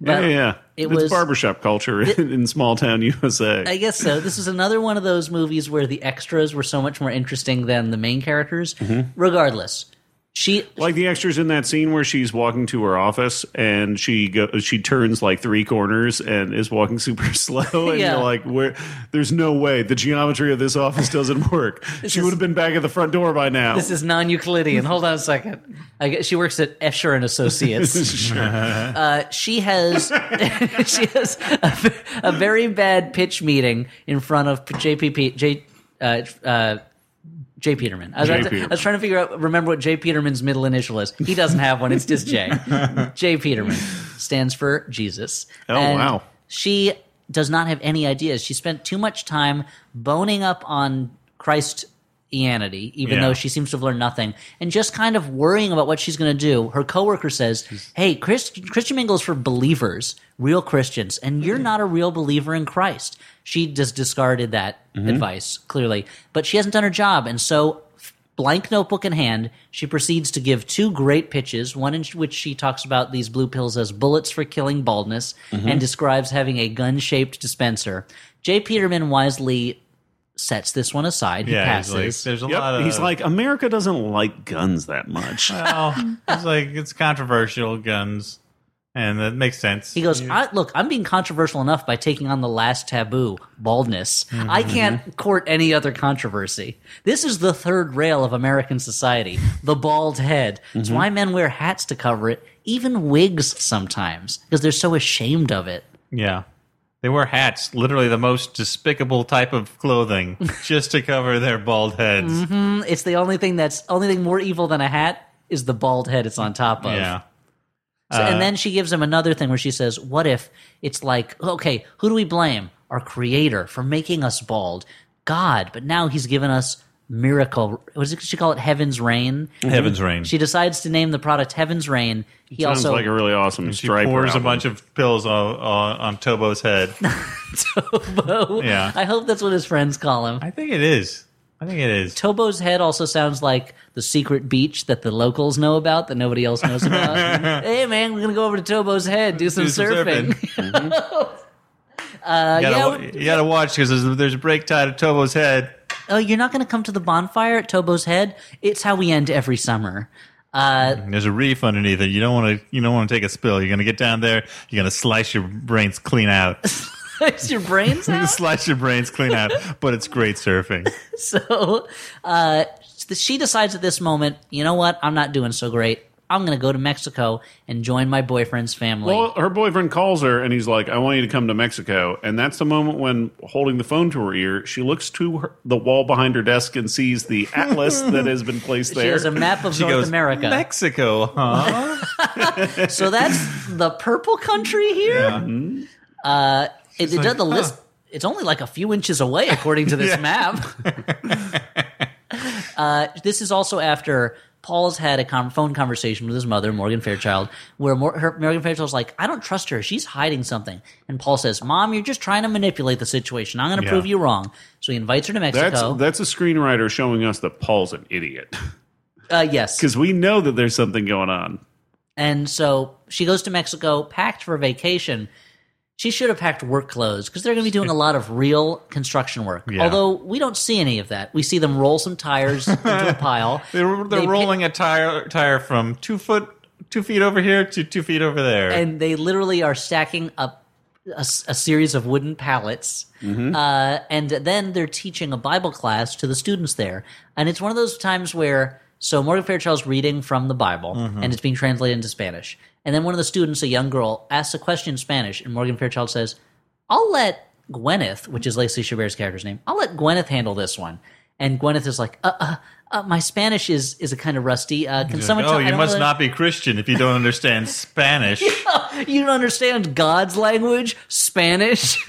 But
yeah, yeah.
it
it's
was-
barbershop culture *laughs* in, in small town USA.
I guess so. This is another one of those movies where the extras were so much more interesting than the main characters. Regardless, she
like the extras in that scene where she's walking to her office and she go, she turns like three corners and is walking super *laughs* slow and
Yeah.
you're like where there's no way the geometry of this office doesn't *laughs* work she
is-
would have been back at the front door by now *laughs*
this is non-Euclidean. Hold on a second. I guess she works at Escher and Associates. Uh, she has *laughs* she has a, ve- a very bad pitch meeting in front of JPP J uh, uh, Jay Peterman. I was,
Jay
about to- I
Peterman.
was trying to figure out remember what Jay Peterman's middle initial is. He doesn't have one. It's just Jay. Jay Peterman stands for Jesus.
Oh, wow.
She does not have any ideas. She spent too much time boning up on Christianity, even
Yeah.
though she seems to have learned nothing, and just kind of worrying about what she's going to do. Her coworker says, "Hey, Chris, Christian Mingle's for believers, real Christians, and you're not a real believer in Christ." She just discarded that
Mm-hmm.
advice clearly, but she hasn't done her job, and so. Blank notebook in hand, she proceeds to give two great pitches, one in which she talks about these blue pills as bullets for killing baldness
Mm-hmm.
and describes having a gun shaped dispenser. Jay Peterman wisely sets this one aside. He
Yeah, he's
passes.
like, there's a
Yep.
lot of.
*laughs*
he's like america doesn't like guns that much
oh, it's like it's controversial guns, and that makes sense.
He goes, I, look, I'm being controversial enough by taking on the last taboo, baldness. I can't court any other controversy. This is the third rail of American society, the bald head. It's why men wear hats to cover it, even wigs sometimes, because they're so ashamed of it.
Yeah. They wear hats, literally the most despicable type of
*laughs*
clothing, just to cover their bald heads.
Mm-hmm. It's the only thing that's only thing more evil than a hat is the bald head it's on top of.
Yeah.
So- and then she gives him another thing where she says, What if it's like, okay, who do we blame? Our creator for making us bald. God, but now he's given us miracle. What does she call it? Heaven's Rain.
Heaven's Rain.
She decides to name the product Heaven's Rain. He
sounds
also
like a really awesome
She
striper
pours a
album.
bunch of pills on, on, on Tobo's
*laughs*
head.
*laughs* Tobo.
Yeah.
I hope that's what his friends call him.
I think it is. I think it is.
Tobo's head also sounds like the secret beach that the locals know about that nobody else knows about. hey man, we're gonna go over to Tobo's head, do some,
Do some
surfing.
*laughs*
Mm-hmm.
*laughs* Uh,
You gotta,
yeah,
wa- you gotta watch because there's, there's a break tied at Tobo's head.
oh, you're not going to come to the bonfire at Tobo's Head? It's how we end every summer. Uh,
And there's a reef underneath it. You don't want to. You don't want to take a spill. You're gonna get down there. You're gonna slice your brains clean out. *laughs*
is your *laughs* brains out?
slice your brains clean out. But it's great
*laughs*
surfing.
so uh, she decides at this moment, you know what? I'm not doing so great. I'm going to go to Mexico and join my boyfriend's family.
Well, her boyfriend calls her and he's like, I want you to come to Mexico. And that's the moment when, holding the phone to her ear, she looks to her, the wall behind her desk and sees the atlas that has been placed
she
there.
has a map of
She
North
goes
America.
Mexico, huh?
so that's the purple country here. Uh, it, it
like,
does the
huh.
list. It's only like a few inches away, according to this
Yeah.
map.
*laughs*
uh, this is also after Paul's had a con- phone conversation with his mother, Morgan Fairchild, where Mor- her, Morgan Fairchild's like, "I don't trust her. She's hiding something." And Paul says, "Mom, you're just trying to manipulate the situation. I'm going to
Yeah.
prove you wrong." So he invites her to
that's,
Mexico.
that's a screenwriter showing us that Paul's an idiot *laughs*
uh, yes,
because we know that there's something going on.
And so she goes to Mexico, packed for vacation. She should have packed work clothes because they're going to be doing a lot of real construction work.
Yeah.
Although we don't see any of that. We see them roll some tires into a pile.
They're, they're
They pick-
rolling a tire tire from two foot two feet over here to two feet over there.
and they literally are stacking up a, a series of wooden pallets.
Mm-hmm.
Uh, and then they're teaching a Bible class to the students there. And it's one of those times where, so Morgan Fairchild's reading from the Bible
Mm-hmm.
and it's being translated into Spanish. And then one of the students, a young girl, asks a question in Spanish, and Morgan Fairchild says, I'll let Gwyneth, which is Lacey Chabert's character's name, I'll let Gwyneth handle this one. And Gwyneth is like, uh, uh, uh my Spanish is is a kind of rusty. Uh, can someone?
oh,
tell- I
you
don't
must
really-
not be Christian if you don't
*laughs*
understand Spanish.
you don't understand God's language,
*laughs*
Spanish.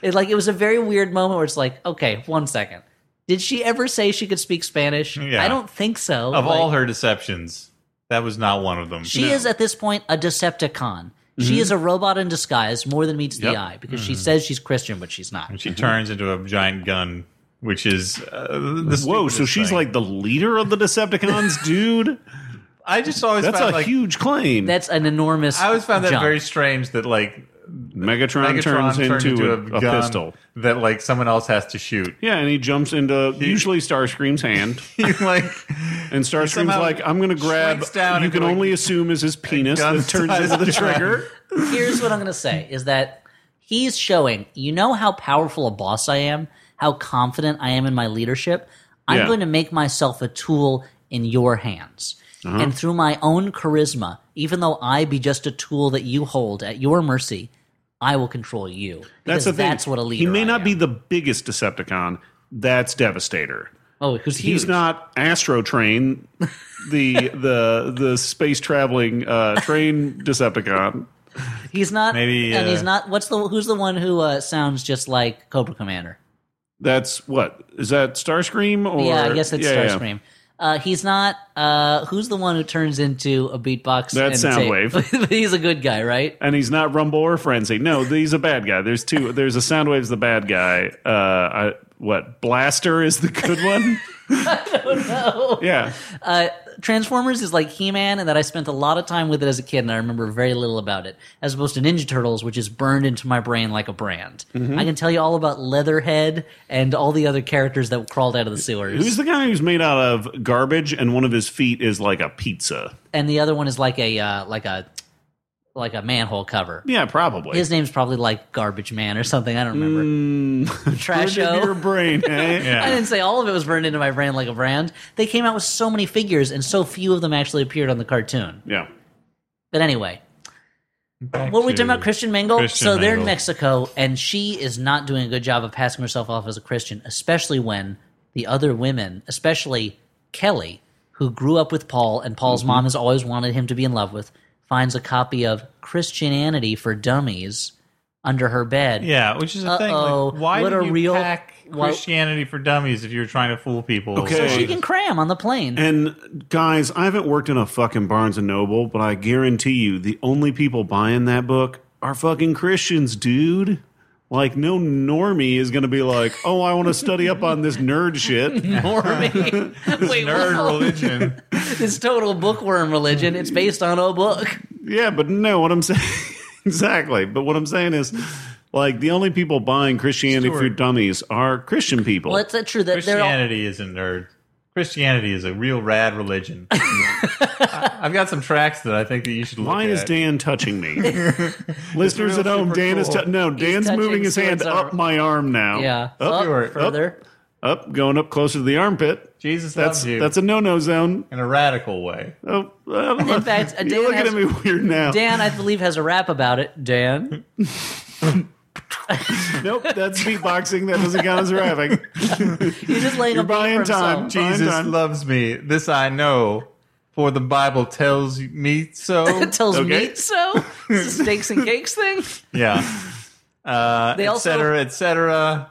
it, like it was a very weird moment where it's like, okay, one second. Did she ever say she could speak Spanish?
Yeah.
I don't think so.
Of
Like,
all her deceptions, that was not one of them.
she is at this point a Decepticon. She is a robot in disguise more than meets the
Mm-hmm. Yep. Mm-hmm.
eye because she says she's Christian, but she's not.
She turns into a giant gun, which is uh, the
Whoa, so
stupidest
she's
thing.
like the leader of the Decepticons, dude.
I just always
That's a
found like
huge claim.
That's an enormous.
I always found that
jump.
very strange that like
Megatron,
Megatron
turns
turned
into, a, a
gun
pistol.
that like someone else has to shoot. *laughs*
Yeah, and he jumps into usually Starscream's hand,
He, like
and Starscream's
somehow
like, "I'm going to grab."
shrinks down
you
into
can
a-
only assume is his penis
gun
that turns
sized
into the
gun.
*laughs*
trigger.
Here's what I'm going to say is that he's showing, you know how powerful a boss I am, how confident I am in my leadership. I'm
Yeah.
going to make myself a tool in your hands.
Uh-huh.
And through my own charisma, even though I be just a tool that you hold at your mercy, I will control you. Because
That's the thing.
That's what a leader.
He may
I
not
am.
be the biggest Decepticon. That's Devastator.
Oh, who's
He's
huge.
not Astro Train,
*laughs*
the the the space traveling uh, train Decepticon.
He's not.
Maybe,
and
uh,
he's not. What's the? Who's the one who uh, sounds just like Cobra Commander?
That's what is that Starscream or
yeah, I guess it's
Yeah, yeah.
Starscream. Uh, he's not. Uh, who's the one who turns into a beatbox?
That's
and tape? *laughs*
Soundwave.
But he's a good guy, right?
and he's not Rumble or Frenzy. No, he's a bad guy. There's two. There's a Soundwave's the bad guy. Uh, I, what Blaster is the good one? Yeah,
Uh, Transformers is like He-Man, and that I spent a lot of time with it as a kid, and I remember very little about it, as opposed to Ninja Turtles, which is burned into my brain like a brand.
Mm-hmm.
I can tell you all about Leatherhead and all the other characters that crawled out of the sewers,
who's the guy who's made out of garbage and one of his feet is like a pizza?
and the other one is like a uh, like a like a manhole cover.
Yeah, probably.
His name's probably like Garbage Man or something. I don't remember.
Hmm. *laughs* Burned into
Trasho.
your brain. eh?
Yeah.
I didn't say all of it was burned into my brain like a brand. They came out with so many figures, and so few of them actually appeared on the cartoon.
yeah.
But anyway, what were we talking about? Christian Mingle.
Christian
so they're in
Mingle.
Mexico, and she is not doing a good job of passing herself off as a Christian, especially when the other women, especially Kelly, who grew up with Paul, and Paul's
Mm-hmm.
mom has always wanted him to be in love with, finds a copy of Christianity for Dummies under her bed.
Yeah, which is a thing.
Uh-oh,
Like, why
what
did
a
you
real-
pack
why-
Christianity for dummies if you were trying to fool people?
Okay.
She can cram on the plane.
And guys, I haven't worked in a fucking Barnes and Noble, but I guarantee you, the only people buying that book are fucking Christians, dude. Like, no normie is going to be like, "Oh, I want to study up on this nerd
*laughs*
shit."
normie. *laughs*
*laughs*
Wait,
Nerd
whoa.
religion.
It's total bookworm religion. It's based on a book.
Yeah, but no, what I'm *laughs* saying exactly. But what I'm saying is, like, the only people buying Christianity for
Stuart.
dummies are Christian people.
Well, it's that true that they're all,
Christianity isn't nerd. Christianity is a real rad
*laughs*
religion. I, I've got some tracks that I think that you should look
Why
at.
is Dan
*laughs*
touching me? Listeners
real
at home,
super
Dan is
cool.
tou- no, Dan's moving
touching
his hand
Stuart's arm.
up my arm now.
yeah Oh,
up,
your-
further.
up, going up closer to the armpit.
Jesus
That's
loves you
that's a no-no zone.
in a radical way.
Oh, I don't know.
In fact,
you're
Dan
looking
has-
at me weird now.
Dan, I believe, has a rap about it. Dan,
Nope, that's beatboxing. That doesn't count
*laughs*
as rapping.
he's just laying
You're
a book
buying
for
time.
himself.
Jesus
Fine, fine.
loves me. This I know, for the Bible tells me so.
*laughs* Tells
Okay.
me so. It's a Steaks and cakes thing.
yeah.
*laughs*
Uh,
They
et
also-
cetera, et cetera.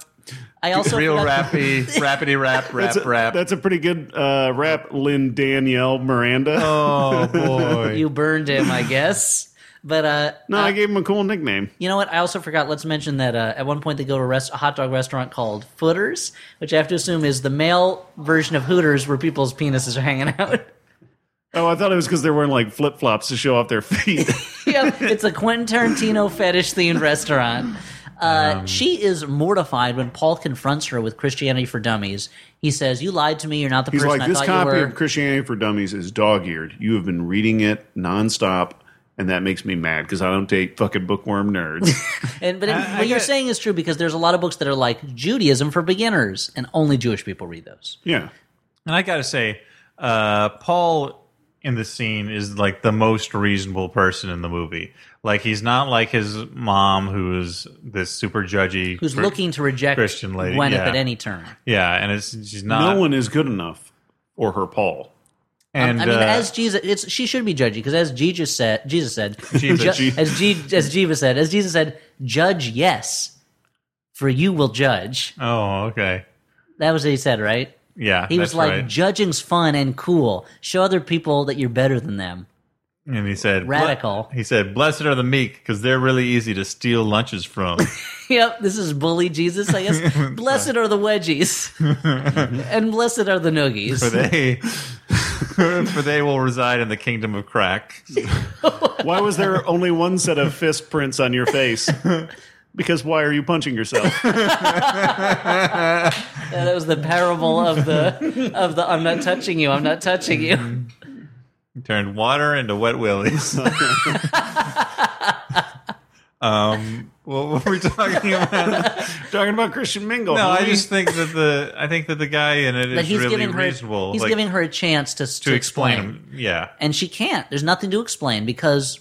I also
Real
forgot- *laughs*
rappy, rappity rap, rap,
That's a,
rap.
that's a pretty good uh, rap, Lynn Danielle Miranda.
oh boy.
You burned him, I guess. But uh,
no,
uh,
I gave him a cool nickname.
You know what? I also forgot. Let's mention that uh, at one point they go to a, rest- a hot dog restaurant called Footers, which I have to assume is the male version of Hooters, where people's penises are hanging out.
Oh, I thought it was because they're wearing like flip flops to show off
*laughs*
their feet.
yep, it's a Quentin Tarantino fetish themed restaurant. Uh,
Um,
she is mortified when Paul confronts her with Christianity for Dummies. He says, "You lied to me. You're not the
He's
person
like,
I
this
thought you
copy
were."
of Christianity for Dummies is dog eared. You have been reading it nonstop, and that makes me mad because I don't date fucking bookworm
*laughs*
nerds.
And but
I-
it,
I
what you're
get-
saying is true because there's a lot of books that are like Judaism for beginners, and only Jewish people read those.
yeah.
And I gotta say, uh, Paul in the scene is like the most reasonable person in the movie. Like he's not like his mom, who is this super judgy,
Who's
cr-
looking to reject
Christian lady,
Gwyneth
yeah.
at any turn?
Yeah, and it's she's not.
Uh,
No one is good enough for her Paul.
and
I mean,
uh,
as Jesus, it's she should be judgy because as Jesus said, Jesus said,
Jeeva,
ju-
Jeeva.
as Je- as Jeeva said, as Jesus said, judge yes, for you will judge.
oh, okay,
That was what he said, right?
yeah,
He was
that's
like,
right.
judging's fun and cool. Show other people that you're better than them.
And he said, "Ble-
Radical.
He said, "Blessed are the meek, because they're really easy to steal lunches
*laughs*
from."
*laughs* Yep, this is bully Jesus,
*laughs*
I guess. blessed are the wedgies, and blessed are the noogies. *laughs*
for they, *laughs* for they will reside in the kingdom of crack.
Why was there only one set of fist prints on your *laughs* face? Because why are you punching yourself?
Yeah, that was the parable of the of the I'm not touching you, I'm not touching
Mm-hmm.
you.
Turned water into wet willies. *laughs* um, what were we talking about?
*laughs* Talking about Christian Mingle.
No, I
homie.
just think that the I think that the guy in it is
But he's
really
giving her
reasonable.
he's
like,
giving her a chance to to,
to explain him. Yeah,
and she can't. There's nothing to explain because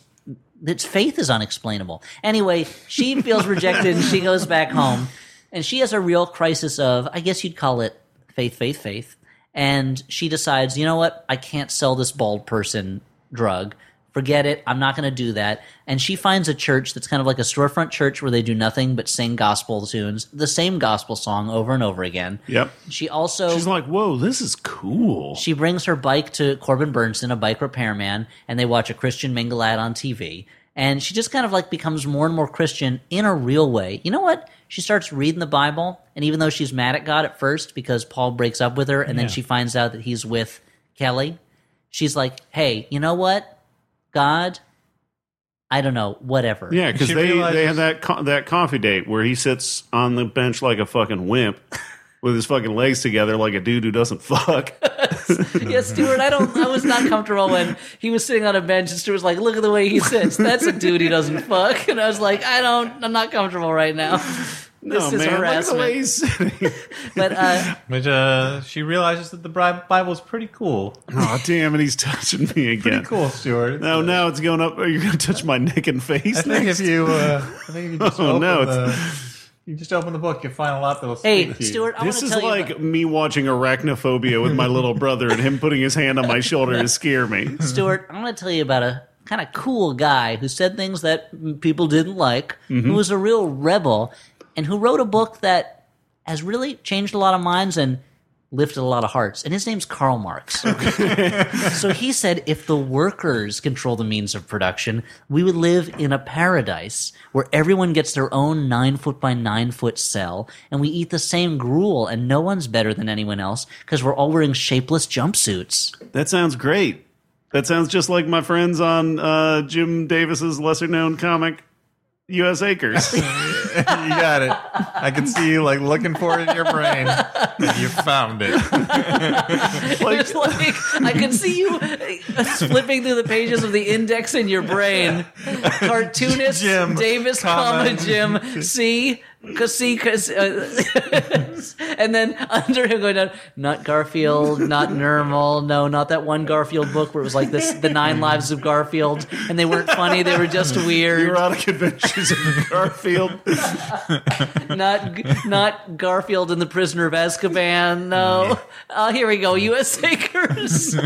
its faith is unexplainable. Anyway, she feels rejected and she goes back home, and she has a real crisis of, I guess you'd call it faith, faith, faith. And she decides, you know what? I can't sell this bald person drug. Forget it. I'm not going to do that. And she finds a church that's kind of like a storefront church where they do nothing but sing gospel tunes, the same gospel song over and over again.
Yep.
She also
She's like, whoa, this is cool.
she brings her bike to Corbin Burnson, a bike repairman, and they watch a Christian mingle ad on TV. And she just kind of like becomes more and more Christian in a real way. You know what? She starts reading the Bible, and even though she's mad at God at first because Paul breaks up with her, and then she finds out that he's with Kelly, she's like, hey, you know what? God, I don't know, whatever.
yeah, because
She
they, they
realizes-
had that co- that coffee date where he sits on the bench like a
*laughs*
fucking wimp with his fucking legs together like a dude who doesn't
*laughs*
fuck.
yeah, Stuart, I don't. I was not comfortable when he was sitting on a bench, and Stuart was like, "Look at the way he sits. That's a dude he doesn't fuck." And I was like, "I don't. I'm not comfortable right now. This
No,
is
man,
harassment."
look at the way he's sitting.
but uh,
which uh, she realizes that the Bri- Bible is pretty cool.
oh, damn it, he's touching me again.
Pretty cool, Stuart.
No, now it's going up. Are you going to touch my neck and face?
I think
next?
if you, uh, I think if you just
*laughs*
Oh,
open
no,
the, you just open the book, you find a lot that'll speak
hey,
to you.
Stuart, I want
This
to
is
tell
like
you.
me watching Arachnophobia with
*laughs*
my little brother and him putting his hand on my shoulder to scare me.
Stuart, I want to tell you about a kind of cool guy who said things that people didn't like, who was a real rebel, and who wrote a book that has really changed a lot of minds and lifted a lot of hearts. And his name's Karl Marx. *laughs* so he said if the workers control the means of production, we would live in a paradise where everyone gets their own nine foot by nine foot cell and we eat the same gruel and no one's better than anyone else because we're all wearing shapeless jumpsuits.
That sounds great. That sounds just like my friends on uh, Jim Davis's lesser known comic, U.S. Acres.
*laughs*
you got it. I can see you like looking for it in your brain. *laughs* You found it. *laughs*
It's like I can see you uh, flipping through the pages of the index in your brain. Cartoonist
Jim,
Davis, comma,
comma.
Jim C. c- C. c- c- uh, *laughs* and then under him going down, not Garfield, not Normal, no, not that one Garfield book where it was like this, the Nine Lives of Garfield, and they weren't funny, they
*laughs*
were just weird.
Erotic Adventures of Garfield.
Not G- not Garfield and the Prisoner of Azkaban, no. Oh, here we go,
*laughs*
U.S. Acres.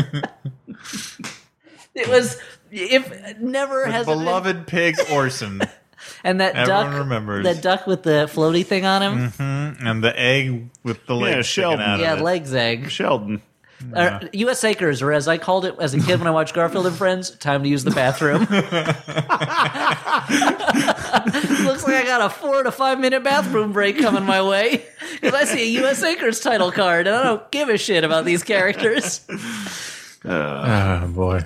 It was if never has it been-
Beloved pig Orson
and that
Everyone
duck
remembers. Mm.
that duck with the floaty thing on him.
and the egg with the legs sticking
Sheldon.
out
Yeah,
of it.
legs egg.
Sheldon.
Or, U.S. Acres, or as I called it as a kid when I watched Garfield and Friends, time to use the bathroom. *laughs* Looks like I got a four to five minute bathroom break coming my way *laughs* because I see a U.S. Acres title card and I don't give a shit about these characters. *laughs*
oh boy.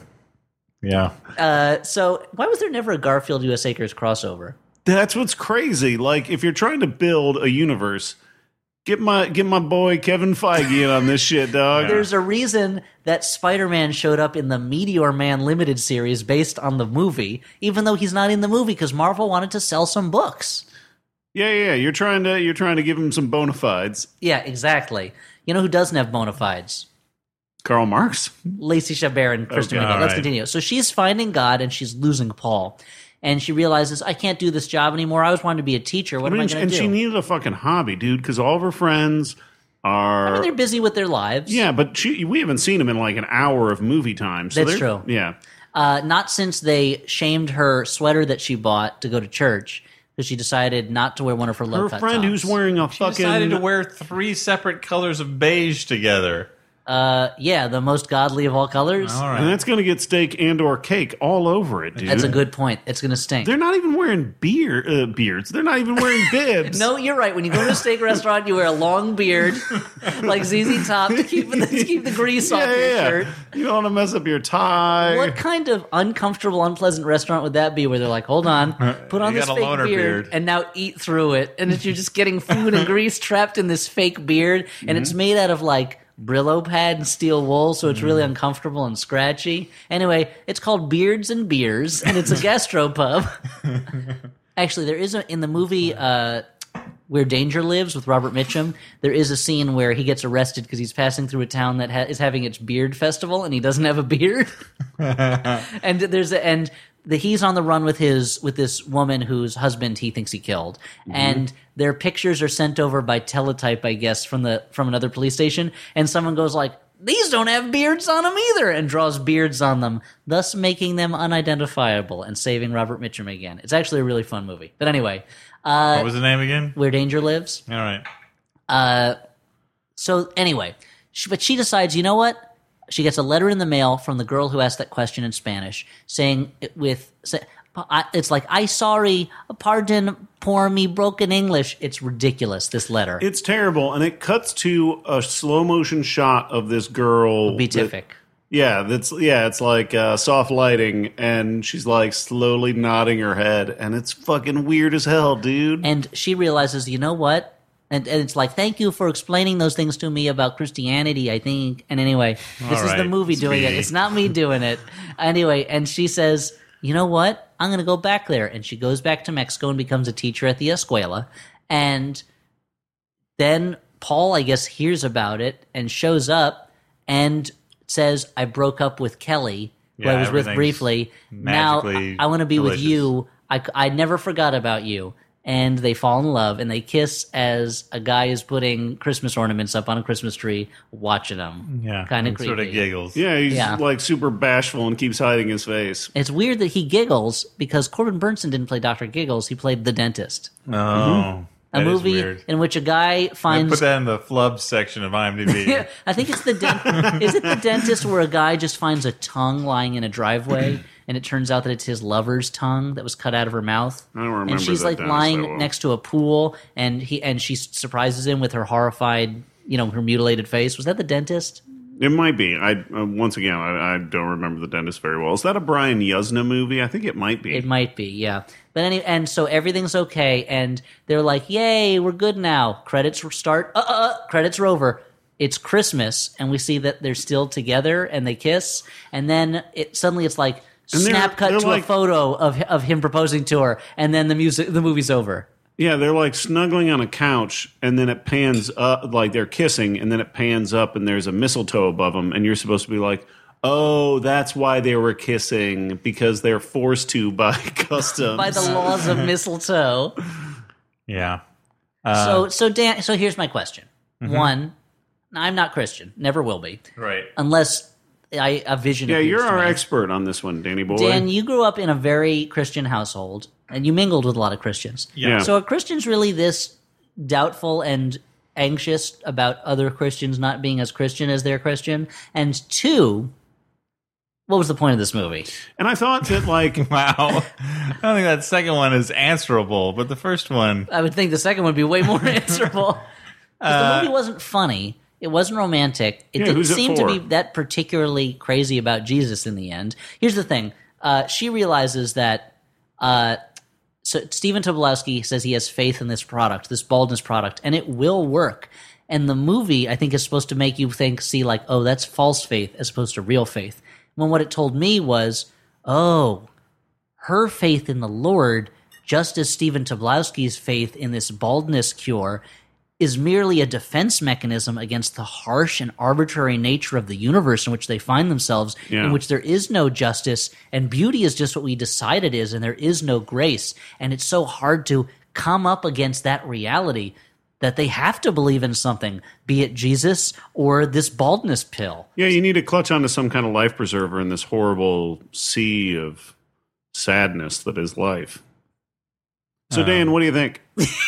Yeah.
Uh, so why was there never a Garfield U.S. Acres crossover?
That's what's crazy. Like, if you're trying to build a universe, get my get my boy Kevin Feige in on this shit, dog.
There's a reason that Spider-Man showed up in the Meteor Man limited series based on the movie, even though he's not in the movie because Marvel wanted to sell some books.
Yeah, yeah. You're trying to you're trying to give him some bona fides.
Yeah, exactly. You know who doesn't have bona fides?
Karl Marx.
Lacey Chabert and Kristen
Okay,
Wiig.
all
Let's
right.
continue. So she's finding God and she's losing Paul. And she realizes, I can't do this job anymore. I always wanted to be a teacher. What
I mean,
am I going
and
to do?
she needed a fucking hobby, dude, because all of her friends are.
I mean, they're busy with their lives.
yeah, but she, we haven't seen him in like an hour of movie time. So
That's
they're-
true.
Yeah.
Uh, not since they shamed her sweater that she bought to go to church because she decided not to wear one of her
Her
low-cut
friend who's
tops.
wearing a
She decided
fucking.
to wear three separate colors of beige together.
uh, yeah, the most godly of all colors.
All
And
right.
that's going to get steak and or cake all over it, dude.
That's a good point. It's going to stink.
They're not even wearing beer uh, beards. They're not
*laughs*
even wearing bibs.
no, you're right. When you go to a steak restaurant, you wear a long
*laughs*
beard, like ZZ Top, to keep the, to keep the grease off
yeah,
your
yeah.
shirt.
You don't want to mess up your tie.
What kind of uncomfortable, unpleasant restaurant would that be? Where they're like, "Hold on, put on
Uh, You
this
got a
fake
loner
beard,
beard."
and now eat through it," and it's, you're just getting food and grease trapped in this fake beard,
Mm-hmm.
and it's made out of like Brillo pad and steel wool, so it's
Mm-hmm.
really uncomfortable and scratchy. Anyway, it's called Beards and Beers,
*laughs*
and it's a gastropub. Actually, there is a in the movie. Uh, where Danger Lives with Robert Mitchum, there is a scene where he gets arrested because he's passing through a town that ha- is having its beard festival and he doesn't have a beard. and there's a, and the, he's on the run with his with this woman whose husband he thinks he killed, and their pictures are sent over by teletype, I guess, from the from another police station, and someone goes like. These don't have beards on them either, and draws beards on them, thus making them unidentifiable and saving Robert Mitchum again. It's actually a really fun movie. But anyway, uh,
What was the name again?
where danger lives.
All right.
So anyway, sh but she decides, you know what? She gets a letter in the mail from the girl who asked that question in Spanish, saying it with say, I- it's like I sorry, pardon, poor me, broken English. It's ridiculous. This letter,
It's terrible, and it cuts to a slow motion shot of this girl.
beatific.
that- yeah, that's yeah. It's like uh, soft lighting, and she's like slowly nodding her head, and it's fucking weird as hell, dude.
Mm-hmm.
and she realizes, you know what? And, and it's like, thank you for explaining those things to me about Christianity, I think. And anyway, this
All
is the
right,
movie doing it.
Speedy.
It's not
*laughs*
me doing it. Anyway, and she says, you know what? I'm going to go back there. And she goes back to Mexico and becomes a teacher at the escuela. And then Paul, I guess, hears about it and shows up and says, I broke up with Kelly, who I
Yeah,
was with
everything's
briefly. Now I,
magically
want to be with
delicious.
you. I, c- I never forgot about you. And they fall in love and they kiss as a guy is putting Christmas ornaments up on a Christmas tree, watching them.
Yeah.
Kind of
and
creepy.
Sort of giggles.
yeah, he's
yeah.
like super bashful and keeps hiding his face.
It's weird that he giggles because Corbin Burnson didn't play Dr. Giggles. He played The Dentist,
Oh.
a
that is
movie
weird.
in which a guy
I
finds
put that in the flub section of *laughs* IMDb.
Yeah, *laughs* I think it's the dent- is it the dentist where a guy just finds a tongue lying in a
*clears throat*
driveway, and it turns out that it's his lover's tongue that was cut out of her mouth.
I don't remember
And she's
that
like
dentist
lying
that well.
next to a pool, and he and she s- surprises him with her horrified, you know, her mutilated face. Was that the dentist?
It might be. I uh, once again, I, I don't remember the dentist very well. Is that a Brian Yuzna movie? I think it might be.
It might be, yeah. But any and so everything's okay, and they're like, "Yay, we're good now." Credits start. Uh, uh, uh credits are over. It's Christmas, and we see that they're still together, and they kiss, and then it suddenly it's like
And they're-
snap cut
they're
to
like-
a photo of of him proposing to her, and then the music, the movie's over.
Yeah, they're like snuggling on a couch, and then it pans up, like they're kissing, and then it pans up, and there's a mistletoe above them, and you're supposed to be like, oh, that's why they were kissing, because they're forced to by *laughs* customs.
By the laws
*laughs*
of mistletoe.
yeah.
Uh,
so so Dan, so here's my question.
mm-hmm.
One, I'm not Christian, never will be,
Right.
unless I a vision.
yeah,
appears
you're
to
our
me.
expert on this one, Danny boy.
Dan, you grew up in a very Christian household, and you mingled with a lot of Christians.
Yeah.
So are Christians really this doubtful and anxious about other Christians not being as Christian as they're Christian? And two, what was the point of this movie?
and I thought that, like,
*laughs* Wow. I don't think that second one is answerable, but the first one.
I would think the second would be way
*laughs*
more answerable. 'Cause the movie wasn't funny. It wasn't romantic. It
Yeah,
didn't
who's it
seem to
for?
be that particularly crazy about Jesus in the end. Here's the thing: uh, she realizes that. Uh, so Stephen Tobolowsky says he has faith in this product, this baldness product, and it will work. And the movie, I think, is supposed to make you think, see, like, oh, that's false faith as opposed to real faith. When what it told me was, oh, her faith in the Lord, just as Stephen Tobolowsky's faith in this baldness cure, is merely a defense mechanism against the harsh and arbitrary nature of the universe in which they find themselves,
Yeah.
in which there is no justice, and beauty is just what we decide it is, and there is no grace. And it's so hard to come up against that reality that they have to believe in something, be it Jesus or this baldness pill. *laughs*
yeah, you need to clutch onto some kind of life preserver in this horrible sea of sadness that is life. So,
Um,
Dan, what do you think?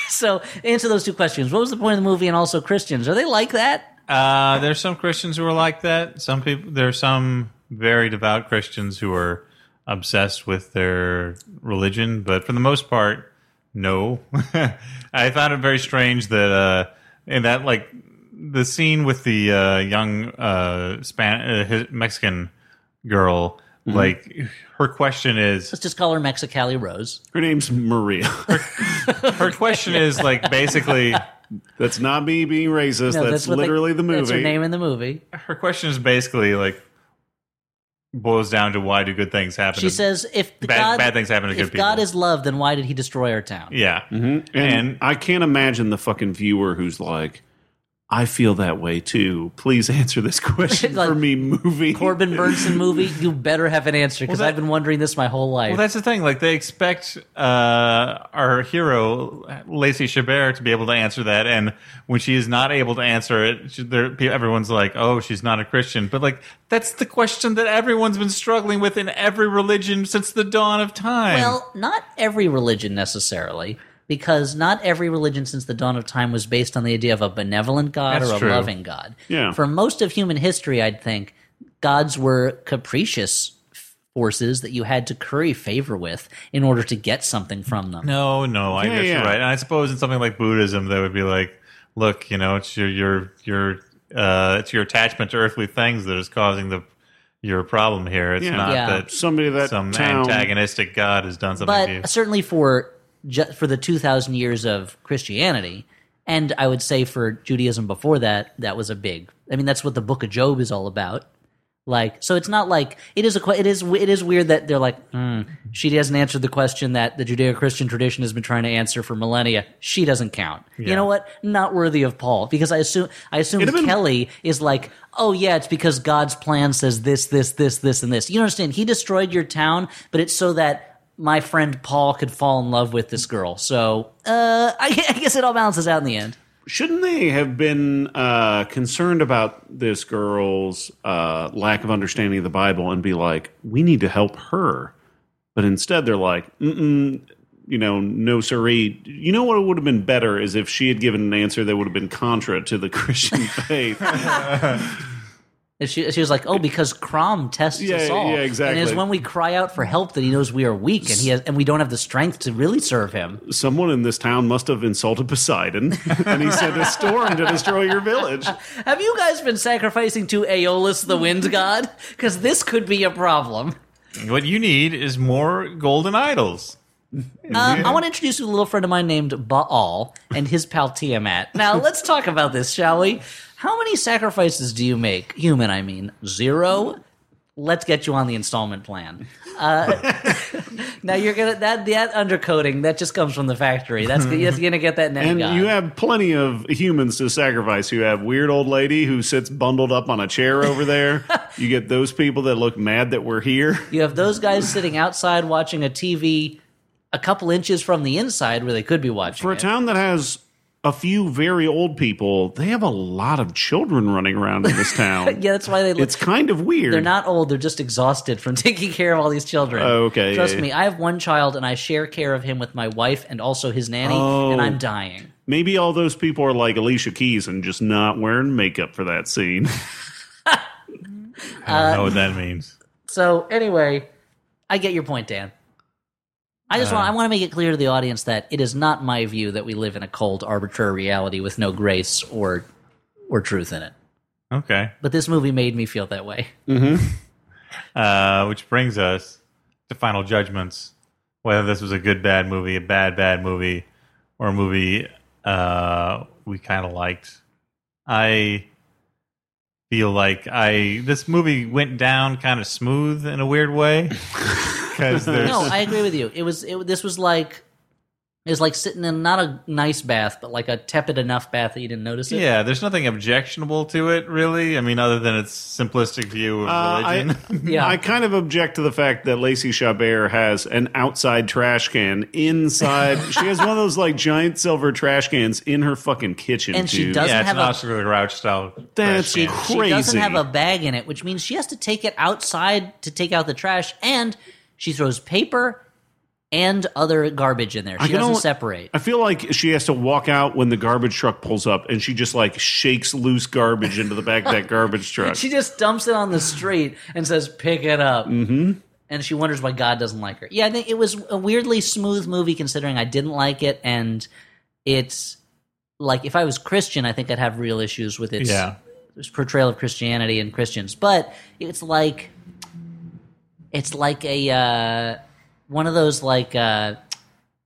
So, answer those two questions. What was the point of the movie? And also, Christians, are they like that?
Uh, there's some Christians who are like that. Some people. There are some very devout Christians who are obsessed with their religion, but for the most part, no. *laughs* I found it very strange that uh, in that like the scene with the uh, young uh, Span- uh, his- Mexican girl, like her question is
Let's just call her Mexicali Rose.
Her name's Maria.
*laughs*
her question is like basically
That's not me being racist.
No,
that's,
what they-
literally the movie.
That's her name in the movie.
her question is basically like boils down to why do good things happen
She
to-
says, "If the
Bad-
God,
bad things happen to
if
good
God
people.
is love, then why did He destroy our town?"
yeah
And,
And-
I can't imagine the fucking viewer who's like, I feel that way too. Please *laughs* answer
*laughs*
this question
Like,
for me, movie.
Corbin Burnson movie. You better have an answer because
Well, that-
I've been wondering this my whole life.
Well, that's the thing. Like they expect uh, our hero Lacey Chabert to be able to answer that, and when she is not able to answer it, she, there, pe- everyone's like, "Oh, she's not a Christian." But like that's the question that everyone's been struggling with in every religion since the dawn of time.
Well, not every religion necessarily, because not every religion since the dawn of time was based on the idea of a benevolent God
That's
or a
true.
loving God.
Yeah.
For most of human history, I'd think gods were capricious f- forces that you had to curry favor with in order to get something from them.
no, no, I
Yeah,
guess
yeah.
you're right. And I suppose in something like Buddhism, that would be like, "Look, you know, it's your your your uh, it's your attachment to earthly things that is causing the your problem here. It's
Yeah.
not
Yeah.
that."
Somebody that
some
town,
antagonistic god has done something to you.
But certainly for ju- for the 2000 years of Christianity and I would say for Judaism before that that was a big I mean that's what the book of Job is all about. Like so it's not like it is a que- it is it is weird that they're like "Hmm, she hasn't answered the question that the Judeo-Christian tradition has been trying to answer for millennia. She doesn't count. You know what? Not worthy of Paul because I assume I assume
It'd have been-
Kelly is like, oh yeah, it's because God's plan says this, this, this, this, and this. You don't understand? He destroyed your town, but it's so that my friend Paul could fall in love with this girl. So uh, *laughs* I, gu- I guess it all balances out in the end.
Shouldn't they have been uh, concerned about this girl's uh, lack of understanding of the Bible and be like, we need to help her? But instead, they're like, mm-mm, you know, no siree. You know what would have been better is if she had given an answer that would have been contra to the *laughs* Christian faith.
And she, she was like, "Oh, because Crom tests
Yeah,
us all.
yeah, exactly.
And it's when we cry out for help that he knows we are weak, and he has, and we don't have the strength to really serve him."
someone in this town must have insulted Poseidon, and he sent a storm to destroy your village.
Have you guys been sacrificing to Aeolus, the wind god? Because this could be a problem.
What you need is more golden idols.
Uh, I want to introduce you to a little friend of mine named Baal and his pal Tiamat.
*laughs*
Now, let's talk about this, shall we? How many sacrifices do you make? Human, I mean. Zero? Let's get you on the installment plan. Uh, *laughs* now you're gonna that that undercoating that just comes from the factory. That's you're gonna get that net
And
guy.
you have plenty of humans to sacrifice. You have weird old lady who sits bundled up on a chair over
*laughs*
there. you get those people that look mad that we're here.
You have those guys sitting outside watching a TV a couple inches from the inside where they could be watching
For a
it.
town that has a few very old people, they have a lot of children running around
*laughs*
in this town.
Yeah, that's why they look
It's kind of weird.
They're not old. They're just exhausted from *laughs* taking care of all these children.
Oh, okay,
Trust
yeah, yeah.
me, I have one child, and I share care of him with my wife and also his nanny,
Oh.
and I'm dying.
Maybe all those people are like Alicia Keys and just not wearing makeup for
*laughs*
that scene.
I don't know what that means.
So anyway, I get your point, Dan. I
Uh.
just want I want to make it clear to the audience that it is not my view that we live in a cold, arbitrary reality with no grace or or truth in it.
Okay.
But this movie made me feel that
*laughs*
way.
Uh, which brings us to final judgments whether this was a good, bad movie, a bad, bad movie, or a movie uh, we kind of liked. I feel like I this movie went down kind of smooth in a weird
*laughs*
way because there's
No, I agree with you. It was it, this was like it was like sitting in not a nice bath, but like a tepid enough bath that you didn't notice it.
yeah, there's nothing objectionable to it really. I mean, other than its simplistic view of
Uh, I- *laughs*
religion.
Yeah.
I kind of object to the fact that Lacey Chabert has an outside trash can
*laughs*
inside. she has one of those like giant silver trash cans in her fucking kitchen.
And she
dude.
does- doesn't
yeah, it's
have
an
a-
Oscar the Grouch style.
That's
trash can.
crazy.
She doesn't have a bag in it, which means she has to take it outside to take out the trash, and she throws paper and other garbage in there. She
can
doesn't
only-
separate.
I feel like she has to walk out when the garbage truck pulls up, and she just like shakes loose garbage into the back of
*laughs*
that garbage truck.
She just dumps it on the street and says, "Pick it up." Mm-hmm. And she wonders why God doesn't like her. Yeah, I think it was a weirdly smooth movie considering I didn't like it, and it's like if I was Christian, I think I'd have real issues with its
Yeah.
its portrayal of Christianity and Christians. But it's like it's like a uh, one of those like uh,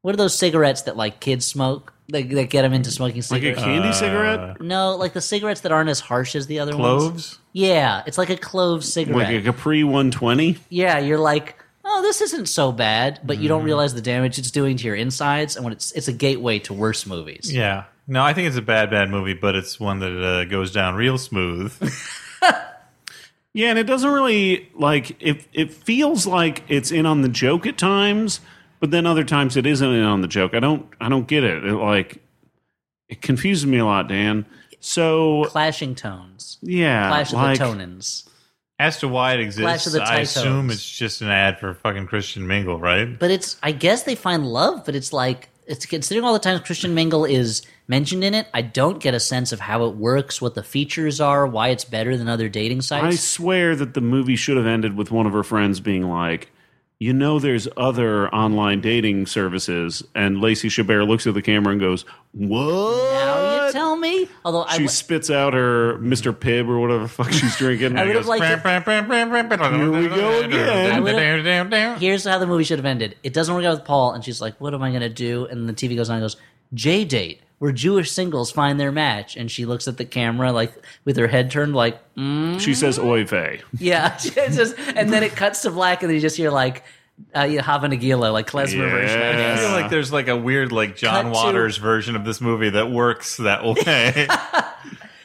what are those cigarettes that like kids smoke that, that get them into smoking
like a
cigarettes?
candy cigarette,
no, like the cigarettes that aren't as harsh as the other ones.
Cloves?
Yeah, it's like a clove cigarette.
like a Capri 120.
yeah, you're like, oh, this isn't so bad, but you don't
Mm-hmm.
realize the damage it's doing to your insides, and when it's it's a gateway to worse movies.
Yeah. No, I think it's a bad, bad movie, but it's one that uh, goes down real smooth. *laughs*
Yeah, and it doesn't really like it. It feels like it's in on the joke at times, but then other times it isn't in on the joke. I don't. I don't get it. It like it confuses me a lot, Dan. So
Clashing tones,
yeah,
clash of
like,
the tonins,
As to why it
Clash
exists,
of the
I assume
Titans.
it's just an ad for fucking Christian Mingle, right?
but it's I guess they find love, but it's like it's considering all the times Christian Mingle is mentioned in it. I don't get a sense of how it works, what the features are, why it's better than other dating
I
sites.
swear that the movie should have ended with one of her friends being like, "You know, there's other online dating services," and Lacey Chabert looks at the camera and goes,
now you
"What?"
tell me. Although I
she
w-
spits out her Mr. Pibb or whatever the fuck she's
*laughs*
drinking.
I
and
would have
goes,
liked it
Here
we go again.
I here's how the movie should have ended. It doesn't work out with Paul, and she's like, "What am I gonna do?" And the TV goes on and goes, "J date, where Jewish singles find their match." And she looks at the camera like with her head turned, like, mm,
she says, "Oy vey."
*laughs* "Yeah." She just, and then it cuts to black, and then you just hear like, uh, you know, Hava Nagila, like klezmer version. of it.
I feel like there's like a weird like John
Cut to-
Waters version of this movie that works that
*laughs*
way.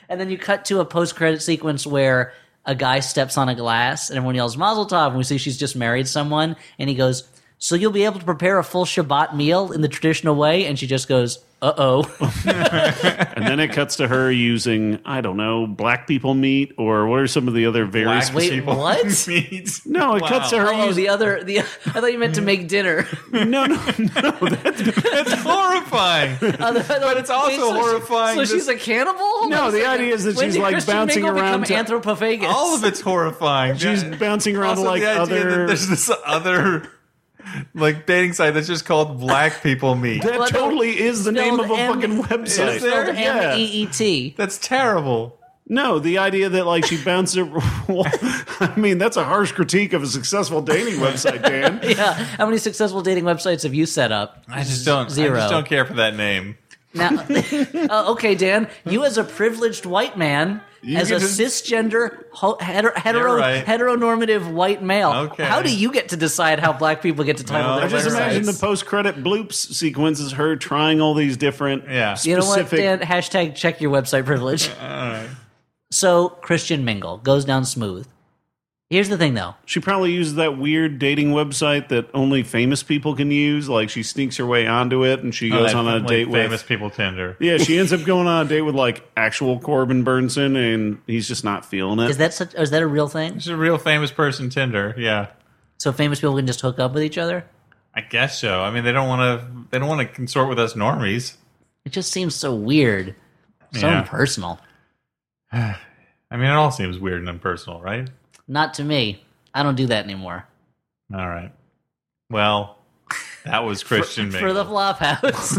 And then you cut to a post credit sequence where. A guy steps on a glass and everyone yells Mazel Tov, and we see she's just married someone. And he goes, "So you'll be able to prepare a full Shabbat meal in the traditional way?" And she just goes, "Uh
*laughs*
oh."
And then it cuts to her using, I don't know, black people meat or what are some of the other very
Black
sp-
Wait,
people *laughs*
what?
meet.
No, it cuts to her
Oh,
using
the other the I thought you meant to make
*laughs*
dinner.
No, no, no.
That's horrifying.
but
it's also horrifying
So
this-
she's a cannibal?
No,
Wait a
the
second.
idea is that
When
she's,
did
like,
Christian
bouncing
Mingle
around to-
Become anthropophagus.
All of it's horrifying.
She's
Yeah.
bouncing around
Also,
to like
the idea that
other
there's this other like dating site that's just called Black People Meet.
That
Well, no,
totally is the name of a
spelled M-
fucking website.
Is there?
Yeah.
M E E T.
That's terrible.
No, the idea that like she bounced it. *laughs* I mean, that's a harsh critique of a successful dating website, Dan.
Yeah. How many successful dating websites have you set up?
I just don't.
Zero.
I just don't care for that name.
Now, Uh, okay, Dan, you as a privileged white man, as
can
a
just-
cisgender, ho- hetero, hetero,
right.
heteronormative white male,
Okay.
how do you get to decide how black people get to title
No,
their
I
Just
websites?
imagine the post-credit bloops sequence is her trying all these different
Yeah.
You know what,
specific.
Dan? Hashtag check your website privilege.
*laughs*
So Christian Mingle goes down smooth. Here's the thing, though.
She probably uses that weird dating website that only famous people can use. Like she sneaks her way onto it and she goes
Oh, That,
on a
like,
date with.
famous people Tinder.
Yeah, she ends up going on a date with like actual Corbin Burnson, and he's just not feeling it.
Is that such? Is that a real thing?
It's a real famous person Tinder. Yeah,
So famous people can just hook up with each other?
I guess so. I mean, they don't want to. They don't want to consort with us normies.
It just seems so weird, so
Yeah.
impersonal.
I mean, it all seems weird and impersonal, right?
Not to me. I don't do that anymore.
All right. Well, that was Christian
For the
Mingle.
flop house.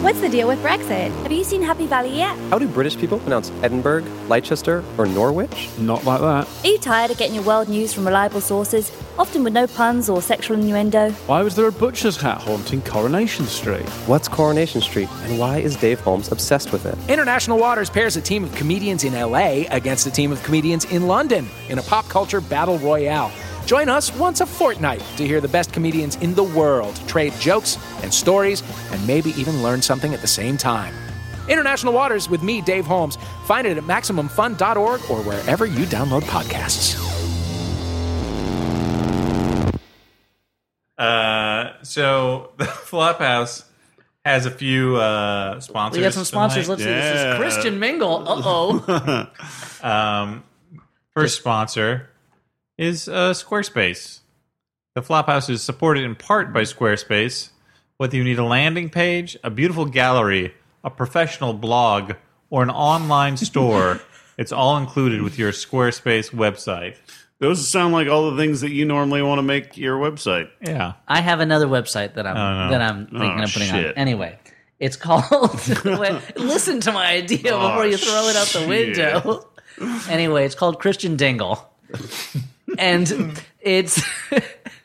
What's the deal with Brexit? Have you seen Happy Valley yet?
How do British people pronounce Edinburgh, Leicester, or Norwich?
Not like that.
Are you tired of getting your world news from reliable sources, often with no puns or sexual innuendo?
Why was there a butcher's hat haunting Coronation Street?
What's Coronation Street, and why is Dave Holmes obsessed with it?
International Waters pairs a team of comedians in LA against a team of comedians in London in a pop culture battle royale. Join us once a fortnight to hear the best comedians in the world trade jokes and stories and maybe even learn something at the same time. International Waters with me, Dave Holmes. Find it at MaximumFun.org or wherever you download podcasts.
*laughs* Uh, so the Flophouse has a few uh, sponsors.
We got some sponsors.
tonight.
Let's see. This
Yeah.
is Christian Mingle. Uh
*laughs*
oh.
Um, first sponsor is uh, Squarespace. The Flophouse is supported in part by Squarespace. Whether you need a landing page, a beautiful gallery, a professional blog, or an online store, it's all included with your Squarespace website.
Those sound like all the things that you normally want to make your website.
Yeah.
I have another website that I'm that I'm thinking
Oh,
of putting on.
shit.
Anyway, it's called. *laughs* listen to my idea before you throw it out the
Oh, shit.
window. Anyway, it's called Christian Dingle, and it's. *laughs*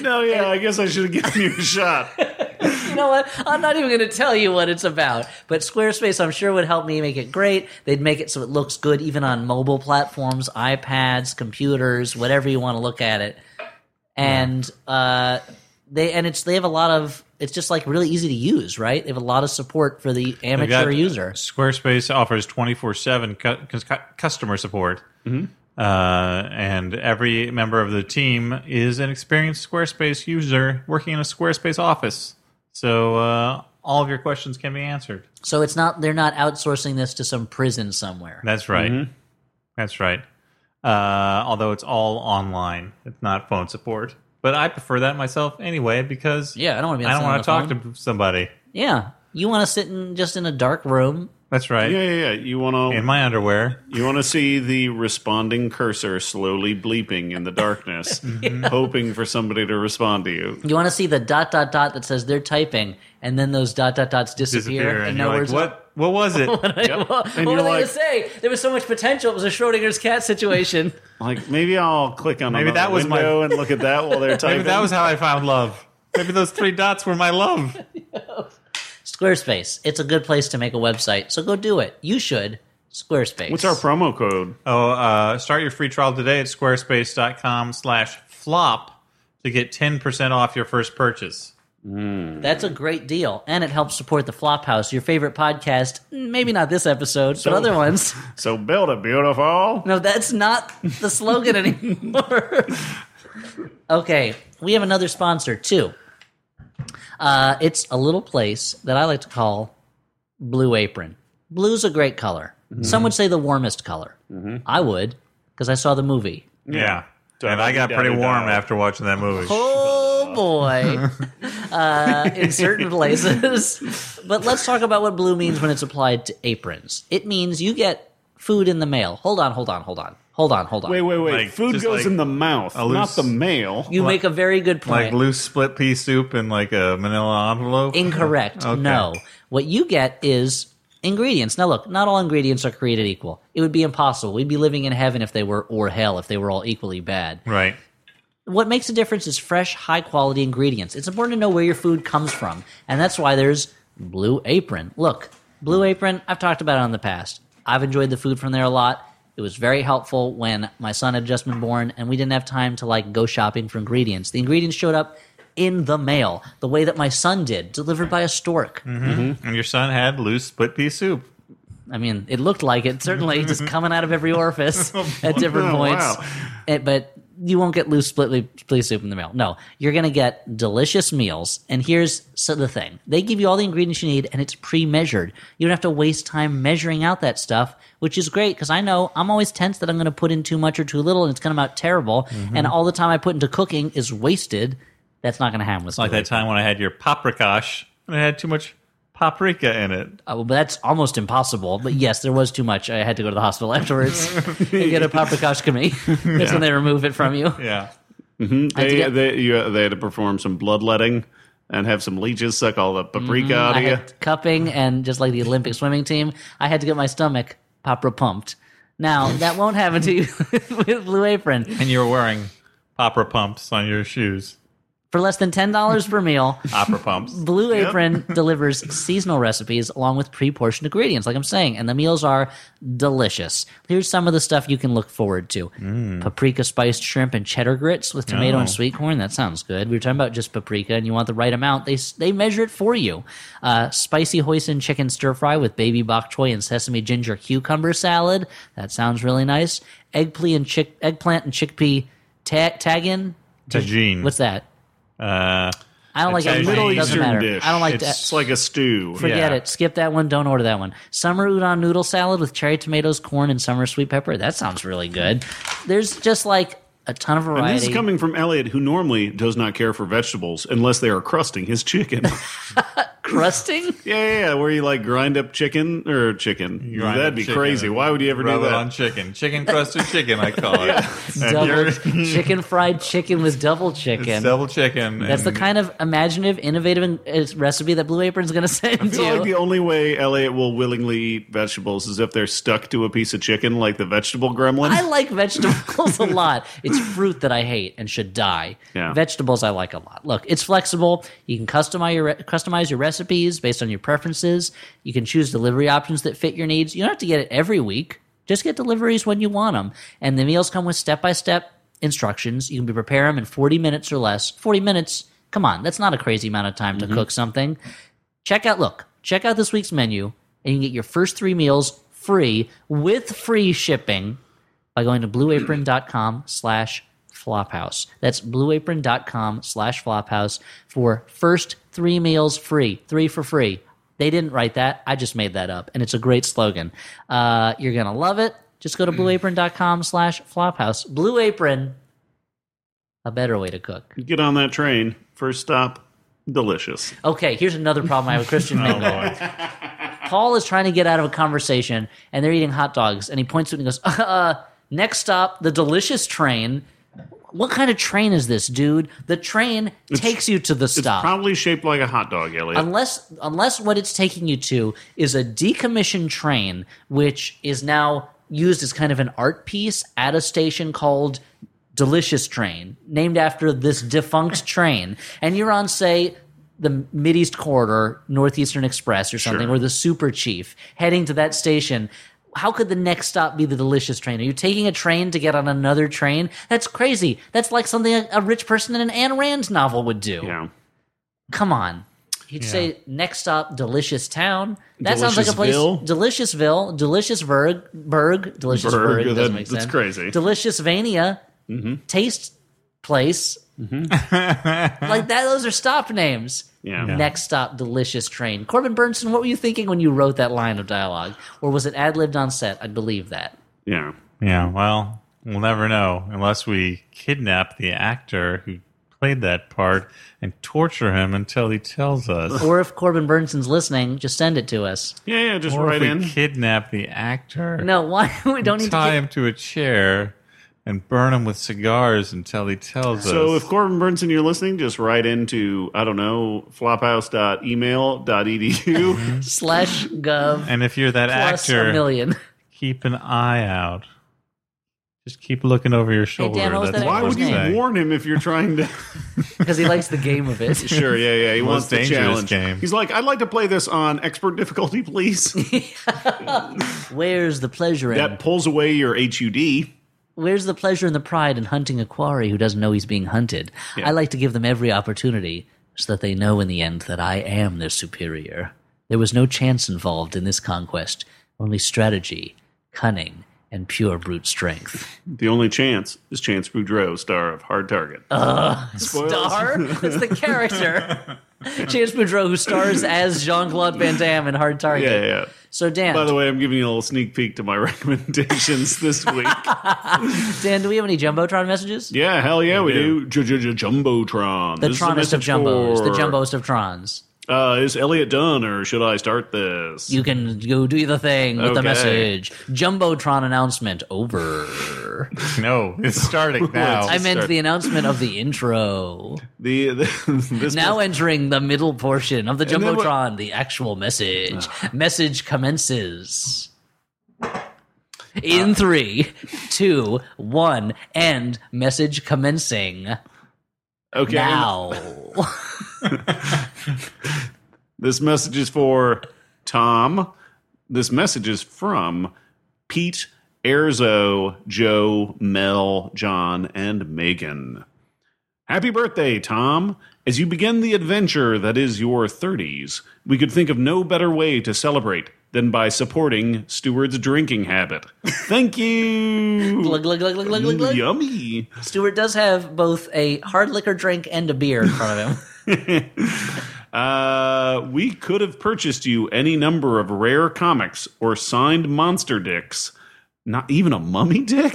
No, yeah, I guess I should have given you a
*laughs*
shot.
You know what? I'm not even going to tell you what it's about. But Squarespace, I'm sure, would help me make it great. They'd make it so it looks good even on mobile platforms, iPads, computers, whatever you want to look at it. And uh, they and it's they have a lot of it's just like really easy to use, right? They have a lot of support for the
They've
amateur
got-
user.
Squarespace offers 24 7 customer support.
Mm-hmm.
Uh, and every member of the team is an experienced Squarespace user working in a Squarespace office. So uh, all of your questions can be answered.
So it's not they're not outsourcing this to some prison somewhere.
That's right.
Mm-hmm.
That's right. Uh, although it's all online, it's not phone support. But I prefer that myself anyway because
Yeah, I don't wanna be on
I don't want to
someone
talk
on
to somebody.
Yeah, you want to sit in just in a dark room.
That's right.
Yeah, yeah, yeah. You want to
In my underwear.
you want to see the responding cursor slowly bleeping in
*laughs*
the darkness,
Mm-hmm.
hoping for somebody to respond to you.
You want to see the dot dot dot that says they're typing, and then those dot dot dots disappear,
Disappear and,
and
you're
no
like,
words.
what? What was it?
Yep.
*laughs*
And
what
you're
were they
like,
to say? There was so much potential. It was a Schrodinger's cat
*laughs*
situation.
like maybe I'll click on
Maybe
another
that was my-
window and look at that while they're
*laughs*
typing.
Maybe that was how I found love. Maybe those three dots were my love.
Squarespace. It's a good place to make a website, so go do it. You should. Squarespace.
What's our promo code?
Oh, uh, start your free trial today at squarespace.com slash flop to get 10% off your first purchase.
That's a great deal, and it helps support the Flophouse, your favorite podcast. Maybe not this episode, but
*laughs*
other ones.
So build it beautiful.
No, that's not the *laughs* slogan anymore. okay, we have another sponsor too. Uh, it's a little place that I like to call Blue Apron. Blue's a great color. Some would say the warmest color. I would, because I saw the movie.
Yeah. And I got pretty warm after watching that movie.
Oh boy! *laughs* uh, in certain places, but let's talk about what blue means when it's applied to aprons. It means you get food in the mail. Hold on, hold on, hold on, hold on, hold on.
Wait, wait, wait.
Like,
Food
just
goes
like
in the mouth,
a loose-
not the mail.
You make a very good point.
Like loose split pea soup and like a manila envelope.
Incorrect.
Okay.
No. What you get is ingredients. Now, look, not all ingredients are created equal. It would be impossible. We'd be living in heaven if they were, or hell if they were all equally bad.
Right.
What makes a difference is fresh, high quality ingredients. It's important to know where your food comes from. And that's why there's Blue Apron. Look, Blue Apron, I've talked about it in the past. I've enjoyed the food from there a lot. It was very helpful when my son had just been born and we didn't have time to like go shopping for ingredients. The ingredients showed up in the mail, the way that my son did, delivered by a stork.
And your son had loose split pea soup.
I mean, it looked like it. Certainly, just coming out of every orifice *laughs* at different
Oh,
points.
wow.
It- but you won't get loose split split soup in the mail. No, you're going to get delicious meals. And here's so the thing: they give you all the ingredients you need, and it's pre-measured. You don't have to waste time measuring out that stuff, which is great because I know I'm always tense that I'm going to put in too much or too little, and it's going to come out terrible. And all the time I put into cooking is wasted. That's not going to happen with
Like
Blue
that time when I had your paprikash and it had too much paprika in it.
Uh, well, that's almost impossible. But yes, there was too much. I had to go to the hospital *laughs* afterwards and get a paprikashkami. That's when they remove it from you.
Yeah.
They,
get-
they, you, they had to perform some bloodletting and have some leeches suck all the paprika
Mm-hmm.
out
I
of you.
had cupping and just like the Olympic swimming team, I had to get my stomach papra pumped. Now that won't happen to you *laughs* with Blue Apron
And you were wearing opera pumps on your shoes.
for less than ten dollars per meal.
Opera pumps.
Blue Apron delivers seasonal recipes along with pre-portioned ingredients, like I'm saying, and the meals are delicious. Here's some of the stuff you can look forward to: paprika spiced shrimp and cheddar grits with tomato and sweet corn. That sounds good. We were talking about just paprika, and you want the right amount. They they measure it for you. Uh, spicy hoisin chicken stir fry with baby bok choy and sesame ginger cucumber salad. That sounds really nice. Eggplant and chick eggplant and chickpea ta- tagin.
Tajine.
What's that?
uh,
I don't
It's
like
a
it.
Middle
It doesn't
Eastern
matter.
dish.
I don't like
It's
that.
It's like a stew.
Forget
Yeah.
it. Skip that one. Don't order that one. Summer udon noodle salad with cherry tomatoes, corn, and summer sweet pepper. That sounds really good. There's just like a ton of
And
variety.
this is coming from Elliot, who normally does not care for vegetables unless they are crusting
*laughs*
his chicken. yeah,
Crusting?
*laughs* yeah, yeah, where you like grind up chicken or chicken.
grind
That'd
up
be
chicken
crazy.
and
Why would you ever do
Rub it
that?
on chicken, chicken crusted chicken. I call it
double chicken fried chicken with double
It's
chicken.
double chicken.
That's the
and-
kind of imaginative, innovative and- uh, recipe that Blue Apron's going to *laughs* send
It's like
you.
the only way Elliot will willingly eat vegetables is if they're stuck to a piece of chicken, like the vegetable gremlin.
I like vegetables a lot. It's fruit that I hate and should die.
Yeah.
Vegetables I like a lot. Look, it's flexible. You can customize your re- customize your recipes based on your preferences. You can choose delivery options that fit your needs. You don't have to get it every week. Just get deliveries when you want them. And the meals come with step by step instructions. You can prepare them in 40 minutes or less. 40 minutes, come on, that's not a crazy amount of time to cook something. Check out, look, check out this week's menu, and you can get your first three meals free with free shipping by going to blueapron.com slash flophouse. That's blueapron.com slash flophouse for first three meals free, three for free. They didn't write that. I just made that up. And it's a great slogan. Uh, you're going to love it. Just go to blueapron.com slash flophouse. Blue Apron, a better way to cook.
Get on that train. First stop, delicious.
Okay, here's another problem I have with Christian
Oh,
Mingle.
Lord.
Paul is trying to get out of a conversation, and they're eating hot dogs, and he points to it and goes, uh, "Next stop, the delicious train." What kind of train is this, dude? The train takes you to the
It's
stop.
probably shaped like a hot dog, Elliot.
unless unless what it's taking you to is a decommissioned train, which is now used as kind of an art piece at a station called Delicious Train, named after this defunct train, and you're on say the Mideast Corridor, Northeastern Express, or something, or the Super Chief, heading to that station. How could the next stop be the delicious train? Are you taking a train to get on another train? That's crazy. That's like something a, a rich person in an Ayn Rand novel would do
yeah.
come on. He'd say next stop, delicious town. That sounds like a place,
Deliciousville?
Deliciousville, delicious Berg, Berg, delicious Berg.
Berg,
doesn't
that-
make
that's
sense.
crazy. Mm-hmm.
Delicious Vania, taste place. like that, those are stop names.
Yeah.
Next stop, delicious train. Corbin Burnson, what were you thinking when you wrote that line of dialogue, or was it ad libbed on set? I believe that.
Yeah.
yeah. Well, we'll never know unless we kidnap the actor who played that part and torture him until he tells us.
Or if Corbin Burnson's listening, just send it to us.
Yeah, yeah, just
Or
right
if we
in.
kidnap the actor.
No, *laughs* why we don't need to
tie
get-
him to a chair and burn him with cigars until he tells
So
us.
if Corbin Burnson, you're listening, just write into, I don't know, *laughs* flophouse.email.edu.
slash gov
and if you're that
plus a
actor,
million.
keep an eye out. Just keep looking over your shoulder.
Dan, what was
That's
that
what
Why
I'm
would you
saying.
warn him if you're trying to?
because he likes the game of it.
*laughs* sure, yeah, yeah. He wants the
dangerous
challenge.
game.
He's like, I'd like to play this on expert difficulty, *laughs* please.
Where's the pleasure in?
that pulls away your HUD.
Where's the pleasure and the pride in hunting a quarry who doesn't know he's being hunted? I like to give them every opportunity so that they know in the end that I am their superior. There was no chance involved in this conquest, only strategy, cunning, and pure brute strength.
The only chance is Chance Boudreau, star of Hard Target. Spoilers.
Uh, Star? That's the character.
*laughs*
James Boudreau, who stars as Jean Claude Van Damme in Hard Target.
yeah, yeah, yeah.
So, Dan,
By the way, I'm giving you a little sneak peek to my *laughs* recommendations this week.
Dan, do we have any Jumbotron messages?
yeah, hell yeah, we do. Jumbotron.
The
This is a
Tronist of
message
Jumbos, the
for-
Jumbost of Trons.
Uh, is Elliot done, or should I start this?
You can go do the thing with the
Okay.
message. Jumbotron announcement
*laughs*
over.
No, it's *laughs* starting now.
I meant
start.
the announcement of the intro.
the, *laughs* the this
Now
must-
entering the middle portion of the
then what- Ah.
Jumbotron, the actual message. message commences.
Ah.
In three, two, one, and message commencing
okay, *laughs*
now.
This message is for Tom. This message is from Pete, Erzo, Joe, Mel, John, and Megan. Happy birthday, Tom. As you begin the adventure that is your 30s, we could think of no better way to celebrate than by supporting Stewart's drinking habit. Thank
*laughs*
you.
Glug, glug, glug, glug, glug, glug, glug.
Yummy.
Stewart does have both a hard liquor drink and a beer in front of him.
Uh, we could have purchased you any number of rare comics or signed monster dicks. Not even a
*laughs*
mummy dick?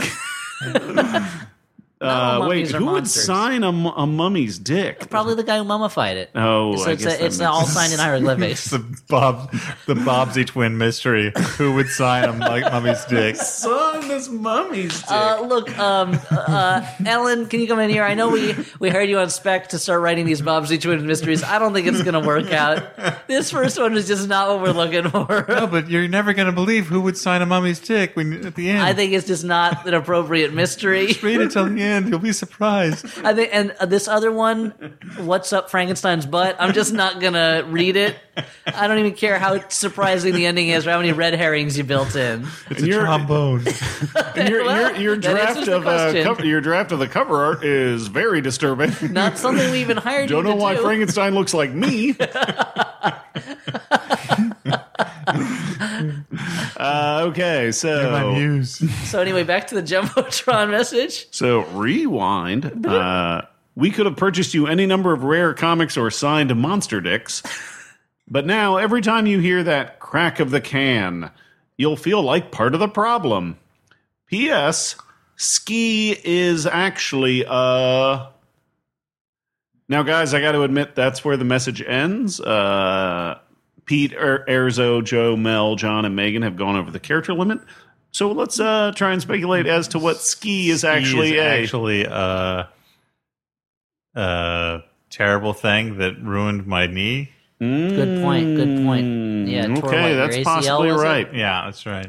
all
*laughs* uh, wait,
mummies are
who would
monsters.
sign a, mu- a mummy's dick?
Probably the guy who mummified it.
Oh,
so
I
it's,
guess
a,
that
it's
makes
all signed in
*laughs*
It's
hieroglyphics.
the Bob, the Bobsy twin mystery. Who would sign a mu- mummy's dick?
Sign this mummy's dick.
Uh, look, um, uh, Ellen, can you come in here? I know we, we hired you on spec to start writing these Bobsy Twin mysteries. I don't think it's going to work out. This first one is just not what we're looking for.
*laughs* No, but you're never going to believe who would sign a mummy's dick when at the end.
I think it's just not an appropriate mystery.
read it till the end. You'll be *laughs* surprised.
I think, and uh, this other one, "What's Up Frankenstein's Butt." I'm just not gonna read it. I don't even care how surprising the ending is or how many red herrings you built in.
It's
And
a *laughs*
you're-
trombone.
And your,
Well,
your, your
that answers
draft
the
of uh,
question.
cover, your draft of the cover art is
*laughs*
very disturbing.
Not something we even hired
Don't
you
know
to
why
do.
Frankenstein looks
*laughs*
like me. *laughs* uh, okay,
My
so
muse.
so anyway, back to the jumbotron *laughs* message.
so rewind. Uh, we could have purchased you any number of rare comics or signed monster dicks, but now every time you hear that crack of the can, you'll feel like part of the problem. P.S. Ski is actually uh Now, guys, I got to admit that's where the message ends. Uh, Pete, er, Erzo, Joe, Mel, John, and Megan have gone over the character limit. So let's uh, try and speculate as to what ski is actually
He is
a.
actually a, uh, a terrible thing that ruined my knee.
Good point. Good point. Yeah.
Mm,
tore, what,
okay,
your
that's
ACL,
possibly
was it?
right.
Yeah, that's right.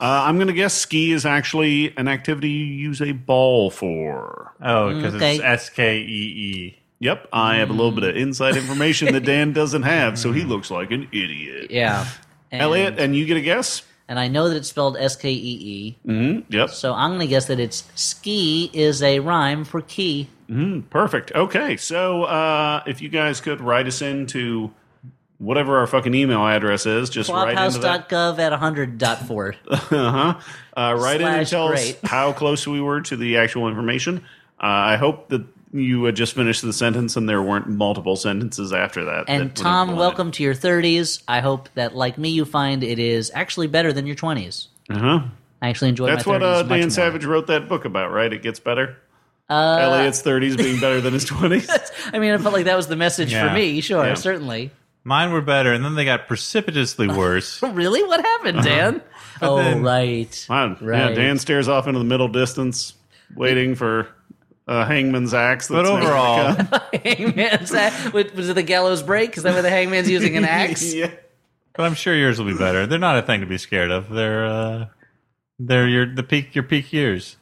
Uh, I'm going to guess ski is actually an activity you use a ball for.
Oh, because
Mm, Okay.
it's S K E E.
Yep, I have a little bit of inside information that Dan doesn't have, so he looks like an idiot.
Yeah. And,
Elliot, and you get a guess?
and I know that it's spelled S K E E.
Yep.
So I'm gonna guess that it's ski is a rhyme for key.
Perfect. Okay. So uh, if you guys could write us into whatever our fucking email address is, just write into that. Uh,
Flophouse.gov at 100.4.
*laughs* Uh-huh. Uh, write in and
Slash
tell
great.
us how close we were to the actual information. Uh, I hope that you had just finished the sentence and there weren't multiple sentences after that. that
And
would
Tom,
imply it.
welcome to your 30s. I hope that, like me, you find it is actually better than your 20s.
Uh-huh.
I actually enjoy
That's
my 30s
what uh,
much
Dan
more.
Savage wrote that book about, right? It gets better. Uh, Elliot's 30s being better *laughs* than his 20s.
*laughs* I mean, I felt like that was the message for
Yeah.
me. Sure,
Yeah.
certainly.
Mine were better, and then they got precipitously *laughs* worse.
Really, what happened,
Uh-huh.
Dan? oh,
then-
right.
Wow. Yeah,
Right.
Dan stares off into the middle distance, waiting for uh, Hangman's axe.
But
that's never
overall,
Hangman's axe. What- Was it the gallows break? Is that where the hangman's using an axe?
*laughs* yeah.
but I'm sure yours will be better. They're not a thing to be scared of. They're uh, they're your the peak your peak years.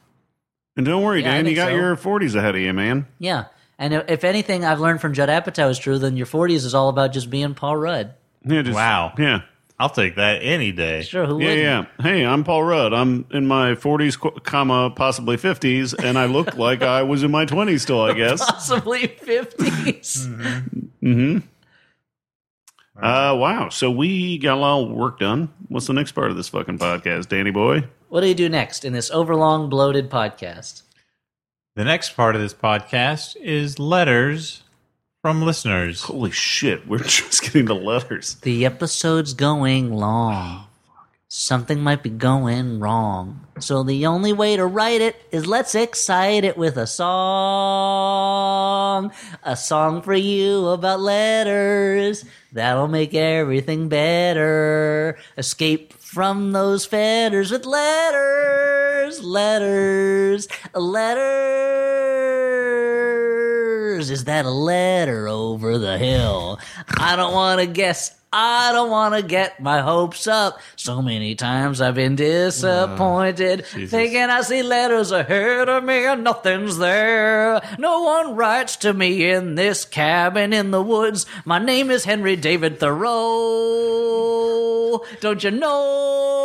And don't worry,
Yeah, I
Dan, you
think
got
so.
your 40s ahead of you, man.
Yeah. And if anything I've learned from Judd Apatow is true, then your 40s is all about just being Paul Rudd.
Yeah, just-
Wow.
Yeah.
I'll take that any day.
Sure, who
Yeah,
wouldn't?
yeah. Hey, I'm Paul Rudd. I'm in my 40s, qu- comma, possibly 50s, and I *laughs* look like I was in my 20s still, I guess.
Possibly 50s.
Uh, wow. So we got a lot of work done. What's the next part of this fucking podcast, Danny boy?
what do you do next in this overlong, bloated podcast?
The next part of this podcast is letters from listeners.
Holy shit, we're *laughs* just getting the letters.
The episode's going long. Something might be going wrong. So the only way to write it is let's excite it with a song. A song for you about letters. That'll make everything better. Escape from those fetters with letters. Letters. Letters. Is that a letter over the hill? I don't want to guess. I don't want to get my hopes up. So many times I've been disappointed, thinking I see letters ahead of me and nothing's there. No one writes to me in this cabin in the woods. My name is Henry David Thoreau. Don't you know?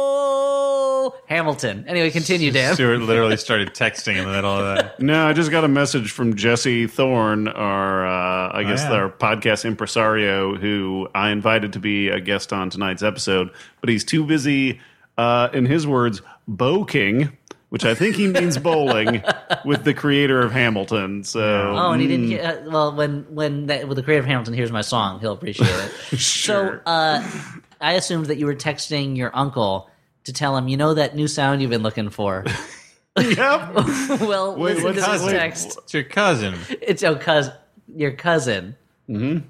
Bill Hamilton. Anyway, continue, Dan.
Stewart literally started texting in the middle of that.
*laughs* No, I just got a message from Jesse Thorne, our uh, I guess
Oh, yeah.
our podcast impresario, who I invited to be a guest on tonight's episode, but he's too busy, uh, in his words, boking, which I think he
*laughs*
means bowling, with the creator of Hamilton. So
Oh, and he
Hmm.
didn't. hear- Uh, well, when when that, well, the creator of Hamilton hears my song, he'll appreciate
*laughs*
it.
Oh,
So uh, I assumed that you were texting your uncle to tell him, you know, that new sound you've been looking
*laughs*
for.
Yep.
well,
Wait,
listen to
what's-
this
wait,
text.
It's your cousin,
It's your cousin. Your cousin.
But wait,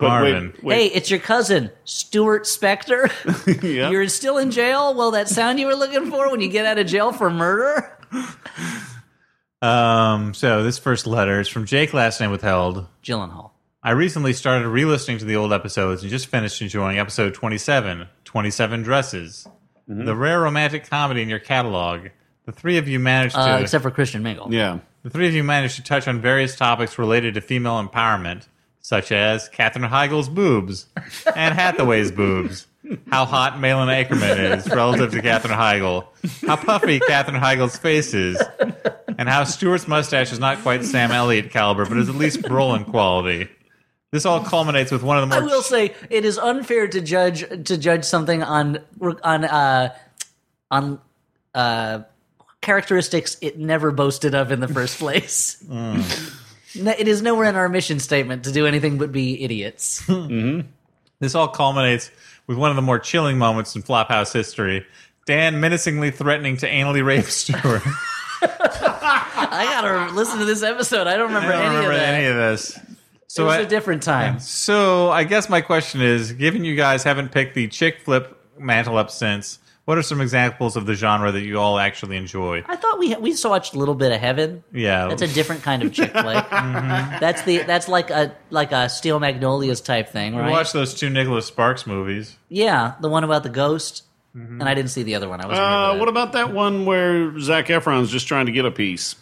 Marvin.
Hey,
wait,
it's your cousin, Stuart
*laughs*
Spector. *laughs*
yeah.
You're still in jail. Well, that sound you were looking for when you get out of jail for murder.
Um, so this first letter is from Jake, last name withheld.
Gyllenhaal.
I recently started re listening to the old episodes and just finished enjoying episode 27 27 Dresses. The rare romantic comedy in your catalog. The three of you managed to.
Uh, except for Christian Mingle.
yeah.
The three of you managed to touch on various topics related to female empowerment, such as Katherine Heigl's boobs, Anne Hathaway's boobs, how hot Malin Ackerman is relative to Katherine Heigl, how puffy Katherine Heigl's face is, and how Stewart's mustache is not quite Sam Elliott caliber, but is at least Brolin quality. This all culminates with one of the
I
more
will say it is unfair to judge to judge something on on uh, on uh, characteristics it never boasted of in the first place.
Mm.
No, It is nowhere in our mission statement to do anything but be idiots.
This all culminates with one of the more chilling moments in Flophouse history. Dan menacingly threatening to anally rape Stewart.
I gotta listen to this episode. I don't remember,
I don't
any,
remember
of that.
any of this.
it
So
was
I-
a different time.
So I guess my question is, given you guys haven't picked the chick flip mantle up since, what are some examples of the genre that you all actually enjoy?
I thought we we just watched a little bit of Heaven.
Yeah,
That's a different kind of chick flick.
Mm-hmm.
That's the that's like a like a Steel Magnolias type thing,
we
right?
watched those two Nicholas Sparks movies.
Yeah, the one about the ghost. And I didn't see the other one. I was.
Uh, what about that one where Zach Efron's just trying to get a piece?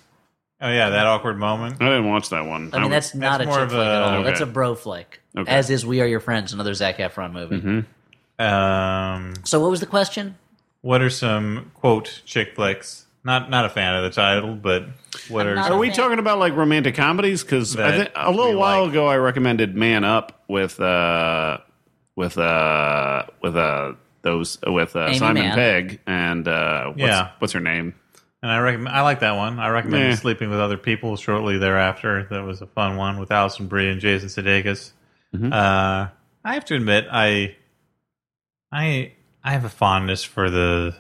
Oh yeah, that awkward moment.
I didn't watch that one.
I mean, that's not
that's
a
more
chick
of
flick at
a-
all.
okay.
That's a bro flick.
Okay.
As is We Are Your Friends, another Zac Efron movie.
Um,
So what was the question?
what are some quote chick flicks? Not not a fan of the title, but what are
not
some-
Are we
Okay.
talking about like romantic comedies? Because
That
a
we
little while
like.
ago I recommended Man Up with uh with uh with uh those with uh,
Amy
Simon
Mann.
Pegg and uh what's,
Yeah.
what's her name?
And I recommend I like that one. I recommend
Yeah.
sleeping with other people shortly thereafter. That was a fun one with Allison Brie and Jason Sudeikis.
Mm-hmm.
Uh, I have to admit, I I I have a fondness for the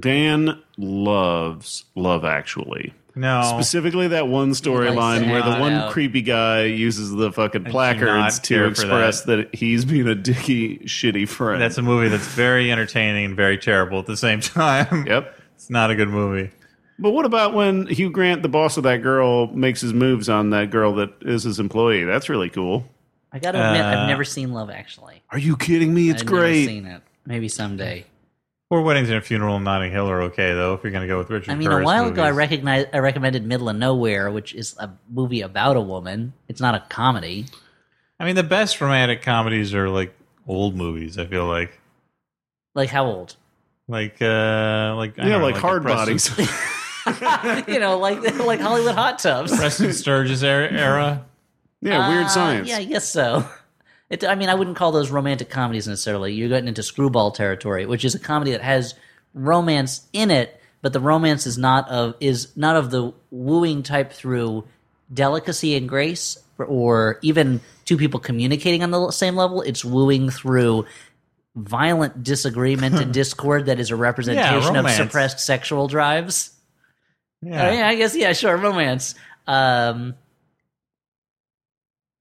Dan loves Love Actually.
no
Specifically, that one
likes
storyline
to
where the
hang
one
out.
creepy guy uses the fucking
do
placards
not
to
care for
express that. he's being a dicky, shitty friend.
That's a movie that's very entertaining and very terrible at the same *laughs* time.
yep.
It's not a good movie.
But what about when Hugh Grant, the boss of that girl, makes his moves on that girl that is his employee? That's really cool.
I got to admit,
Uh,
I've never seen Love Actually.
Are you kidding me? It's
I've Never
great.
seen it. Maybe someday.
Four Weddings and a Funeral in Notting Hill are okay though. If you're going to go with Richard,
I mean, a
Curtis
while ago, I
movies.
recognized I recommended Middle of Nowhere, which is a movie about a woman. It's not a comedy.
I mean, the best romantic comedies are like old movies. I feel like
Like how old? *laughs*
like uh like I
Yeah,
don't know,
like, hard
Preston-
bodies.
you know, like *laughs* like Hollywood hot tubs.
Preston Sturges era. era.
*laughs* yeah, weird science.
Uh, Yeah, I guess so. *laughs* It, I mean, I wouldn't call those romantic comedies necessarily. You're getting into screwball territory, which is a comedy that has romance in it, but the romance is not of is not of the wooing type through delicacy and grace, or, or even two people communicating on the same level. It's wooing through violent disagreement and discord that is a representation of
romance.
suppressed sexual drives.
Yeah.
Yeah. Oh, yeah, I guess yeah, sure, romance. Um,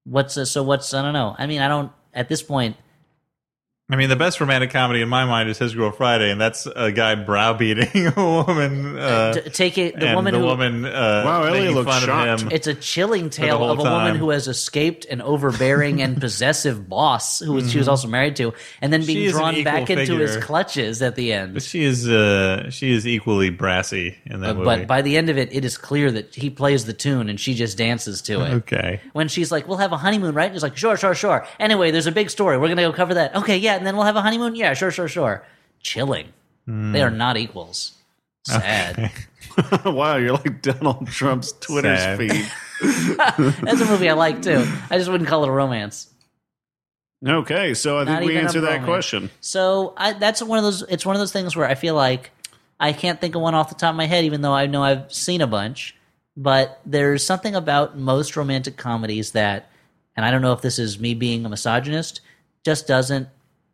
what's uh, so? What's I don't know. I mean, I don't at this point.
I mean, the best romantic comedy in my mind is His Girl Friday, and that's a guy browbeating *laughs* a woman. Uh,
t- take it. The
and
woman
the
who
woman. Uh,
Wow, Ellie
making
looks
fun
shocked.
Of him.
it's a chilling tale
whole
of a woman
time.
who has escaped an
*laughs*
overbearing and possessive boss who was she was also married to, and then
Mm-hmm. She
being
is an
drawn
equal
back into his
figure.
clutches at the end. Uh,
But she is uh, she is equally brassy in that movie.
But by the end of it, it is clear that he plays the tune and she just
*laughs*
dances to it.
okay,
when she's like, "We'll have a honeymoon, right?" And he's like, "Sure, sure, sure." Anyway, there's a big story. We're gonna go cover that. Okay, yeah, and then we'll have a honeymoon. Yeah, sure, sure, sure. Chilling. They are not equals. Sad.
*laughs* wow, you're like Donald Trump's Twitter
Sad.
feed.
That's a movie I like too. I just wouldn't call it a romance.
Okay, so I
Not
think we
even a
answered that
bromance.
question.
So I, that's one of those. It's one of those things where I feel like I can't think of one off the top of my head, even though I know I've seen a bunch. But there's something about most romantic comedies that, and I don't know if this is me being a misogynist, just doesn't.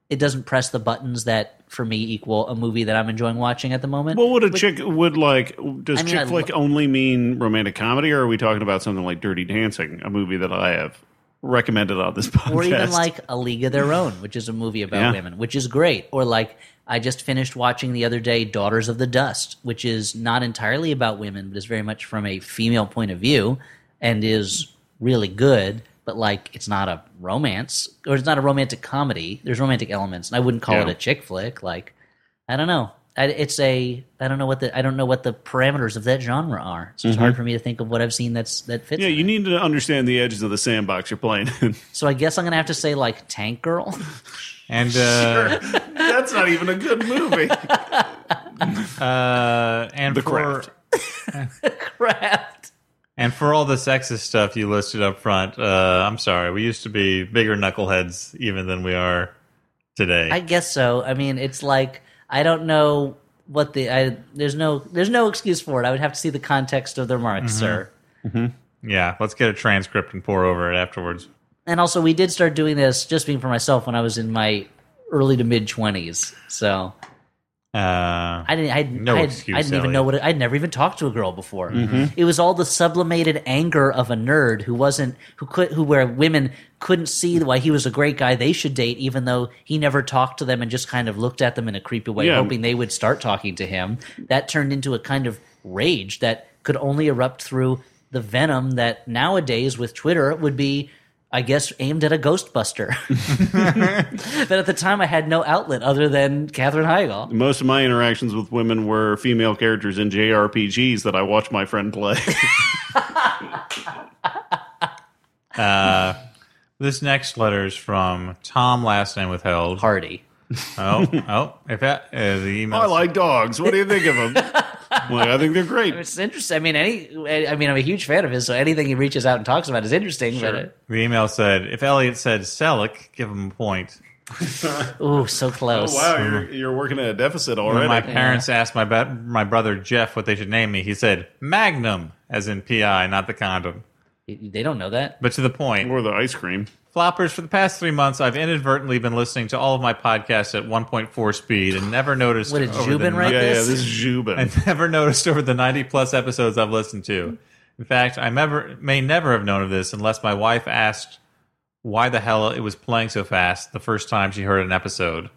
It doesn't press the buttons that for me equal a movie that I'm enjoying watching at the moment.
Well, would a chick would like? Does
I mean, I
chick flick only mean romantic comedy, or are we talking about something like Dirty Dancing, a movie that I have recommended on this podcast?
or even like a league of their own which is a movie about
Yeah.
women which is great or like i just finished watching the other day daughters of the dust which is not entirely about women but is very much from a female point of view and is really good but like it's not a romance or it's not a romantic comedy there's romantic elements and i wouldn't call it
Yeah.
a chick flick like i don't know I, it's a i don't know what the i don't know what the parameters of that genre are so it's hard for me to think of what i've seen that's that fits
Mm-hmm. yeah,
in
you
it.
need to understand the edges of the sandbox you're playing in. *laughs*
so i guess i'm gonna have to say like tank girl *laughs*
And uh,
That's not even a good movie.
uh, and
The
for
Craft.
craft
and for all the sexist stuff you listed up front, uh, I'm sorry, we used to be bigger knuckleheads even than we are today.
I guess so. I mean, it's like I don't know what the I, there's no there's no excuse for it. I would have to see the context of their remarks, sir.
yeah, let's get a transcript and pour over it afterwards.
And also, we did start doing this just being for myself when I was in my early to mid twenties. So
Uh,
I didn't I,
No
I,
excuse,
I didn't even
Elliot. Mm-hmm.
know what it, I'd never even talked to a girl before. It was all the sublimated anger of a nerd who wasn't who could who where women couldn't see why he was a great guy they should date even though he never talked to them and just kind of looked at them in a creepy way
Yeah.
hoping they would start talking to him. That turned into a kind of rage that could only erupt through the venom that nowadays with Twitter would be I guess aimed at a Ghostbuster. *laughs*
*laughs*
but at the time, I had no outlet other than Katherine Heigl.
Most of my interactions with women were female characters in JRPGs that I watched my friend play. *laughs*
this next letter is from Tom, last name withheld.
Hardy.
Oh, oh, if that, uh, the email.
Oh, I like dogs. What do you think of them? *laughs* like, I think they're great.
It's interesting. I mean, any. I mean, I'm a huge fan of his, so anything he reaches out and talks about is interesting.
The email said, if Elliot said Selick, give him a point.
But ooh, so close.
Oh wow, you're you're working at a deficit
When my
already.
parents asked my ba- my brother Jeff what they should name me, he said Magnum, as in PI, not the condom.
They don't know that.
But to the point,
Or the ice cream.
floppers. For the past three months, I've inadvertently been listening to all of my podcasts at 1.4 speed and never noticed.
What, did
over the
Jubin write
Yeah,
ni-
yeah,
This-
this is Juba.
I *laughs* never noticed over the 90 plus episodes I've listened
Mm-hmm.
to. In fact, I never may never have known of this unless my wife asked why the hell it was playing so fast the first time she heard an episode.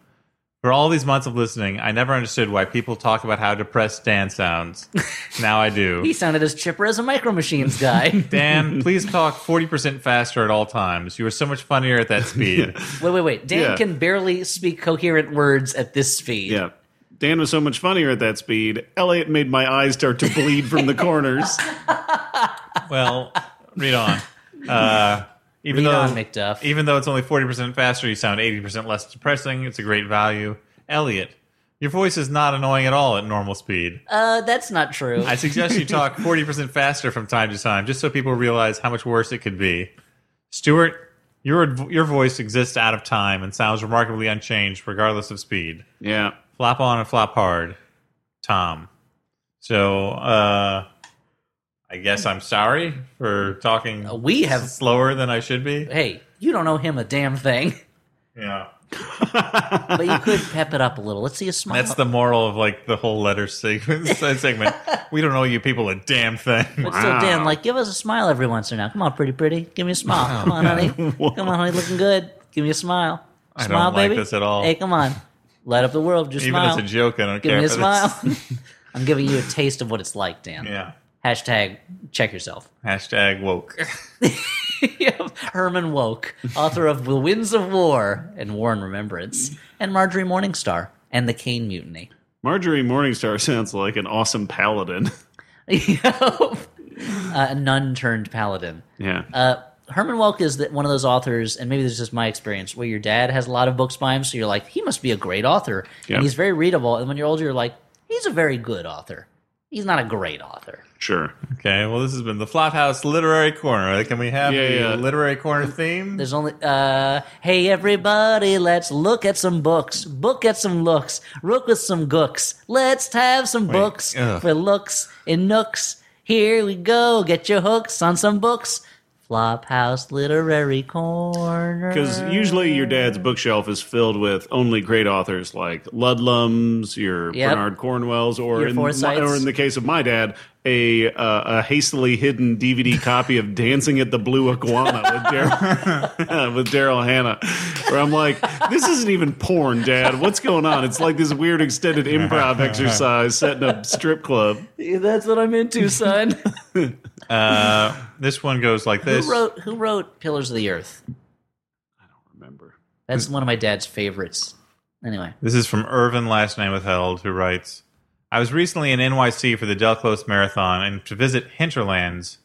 For all these months of listening, I never understood why people talk about how depressed Dan
*laughs*
sounds. now I do.
He sounded as chipper as a Micro
*laughs*
Machines guy. wait,
Dan, please talk 40% faster at all times. You are so much funnier at that
*laughs*
speed.
wait, wait. Dan
Yeah.
can barely speak coherent words at this speed.
Yeah. Dan was so much funnier at that speed. Elliot made my eyes start to bleed from the corners.
well, read on. Uh, even
Read
though
on, McDuff.
even though it's only 40% faster, you sound 80% less depressing. It's a great value. Elliot, your voice is not annoying at all at normal speed.
Uh, that's not true.
I suggest you talk 40% faster from time to time just so people realize how much worse it could be. Stuart, your your voice exists out of time and sounds remarkably unchanged regardless of speed.
yeah.
flop on and flop hard, Tom. So uh, I guess I'm sorry for talking.
we have-
slower than I should be.
hey, you don't owe him a
*laughs*
damn thing,
Yeah,
but you could pep it up a little. Let's see a smile.
that's the moral of like the whole letter segment. *laughs* segment. We don't owe you people a damn thing.
But still, Dan, like, give us a smile every once in a while. Come on, pretty pretty. Give me a smile. Come
*laughs*
on, honey. Come on, honey. Looking good. Give me a smile.
I don't
Smile,
like
baby.
this at all.
Hey, come on. Light up the world. Just
Even
smile.
as a joke, I don't
Give
care.
me a
for
smile.
*laughs*
*laughs* I'm giving you a taste of what it's like, Dan.
This. Yeah.
Hashtag check yourself. *laughs*
Hashtag woke.
Herman Woke, author of The Winds of War and War and Remembrance, and Marjorie Morningstar and the Kane Mutiny. *laughs*
Marjorie Morningstar sounds like an awesome paladin. *laughs*
You know? uh, nun turned paladin.
Yeah.
Uh, Herman Welk is that one of those authors, and maybe this is just my experience, where your dad has a lot of books by him, so you're like, he must be a great author,
Yeah.
and he's very readable. And when you're older, you're like, he's he's a very good author. He's not a great author.
Sure.
Okay, well, this has been the Flophouse Literary Corner. Can we have
Yeah,
the
yeah.
Literary Corner theme?
There's only uh hey everybody, let's look at some books. Book at some looks. Rook with some gooks. Let's have some books
ugh.
for looks and nooks. Here we go. Get your hooks on some books. Flophouse Literary
*laughs*
Corner.
Because usually your dad's bookshelf is filled with only great authors like Ludlums, your
Yep.
Bernard Cornwells, or
Your
in,
Forsyths.
or in the case of my dad, a uh, a hastily hidden DVD copy of Dancing at the Blue Iguana with Daryl with Daryl *laughs* Hannah, where I'm like, this isn't even porn, Dad. What's going on? It's like this weird extended improv exercise set in a strip club.
That's what I'm into, son.
Uh, this one goes like this.
who wrote who wrote Pillars of the Earth?
Remember.
That's one of my dad's favorites. Anyway.
This is from Irvin, last name withheld, who writes I was recently in NYC for the Del Close Marathon and to visit Hinterlands.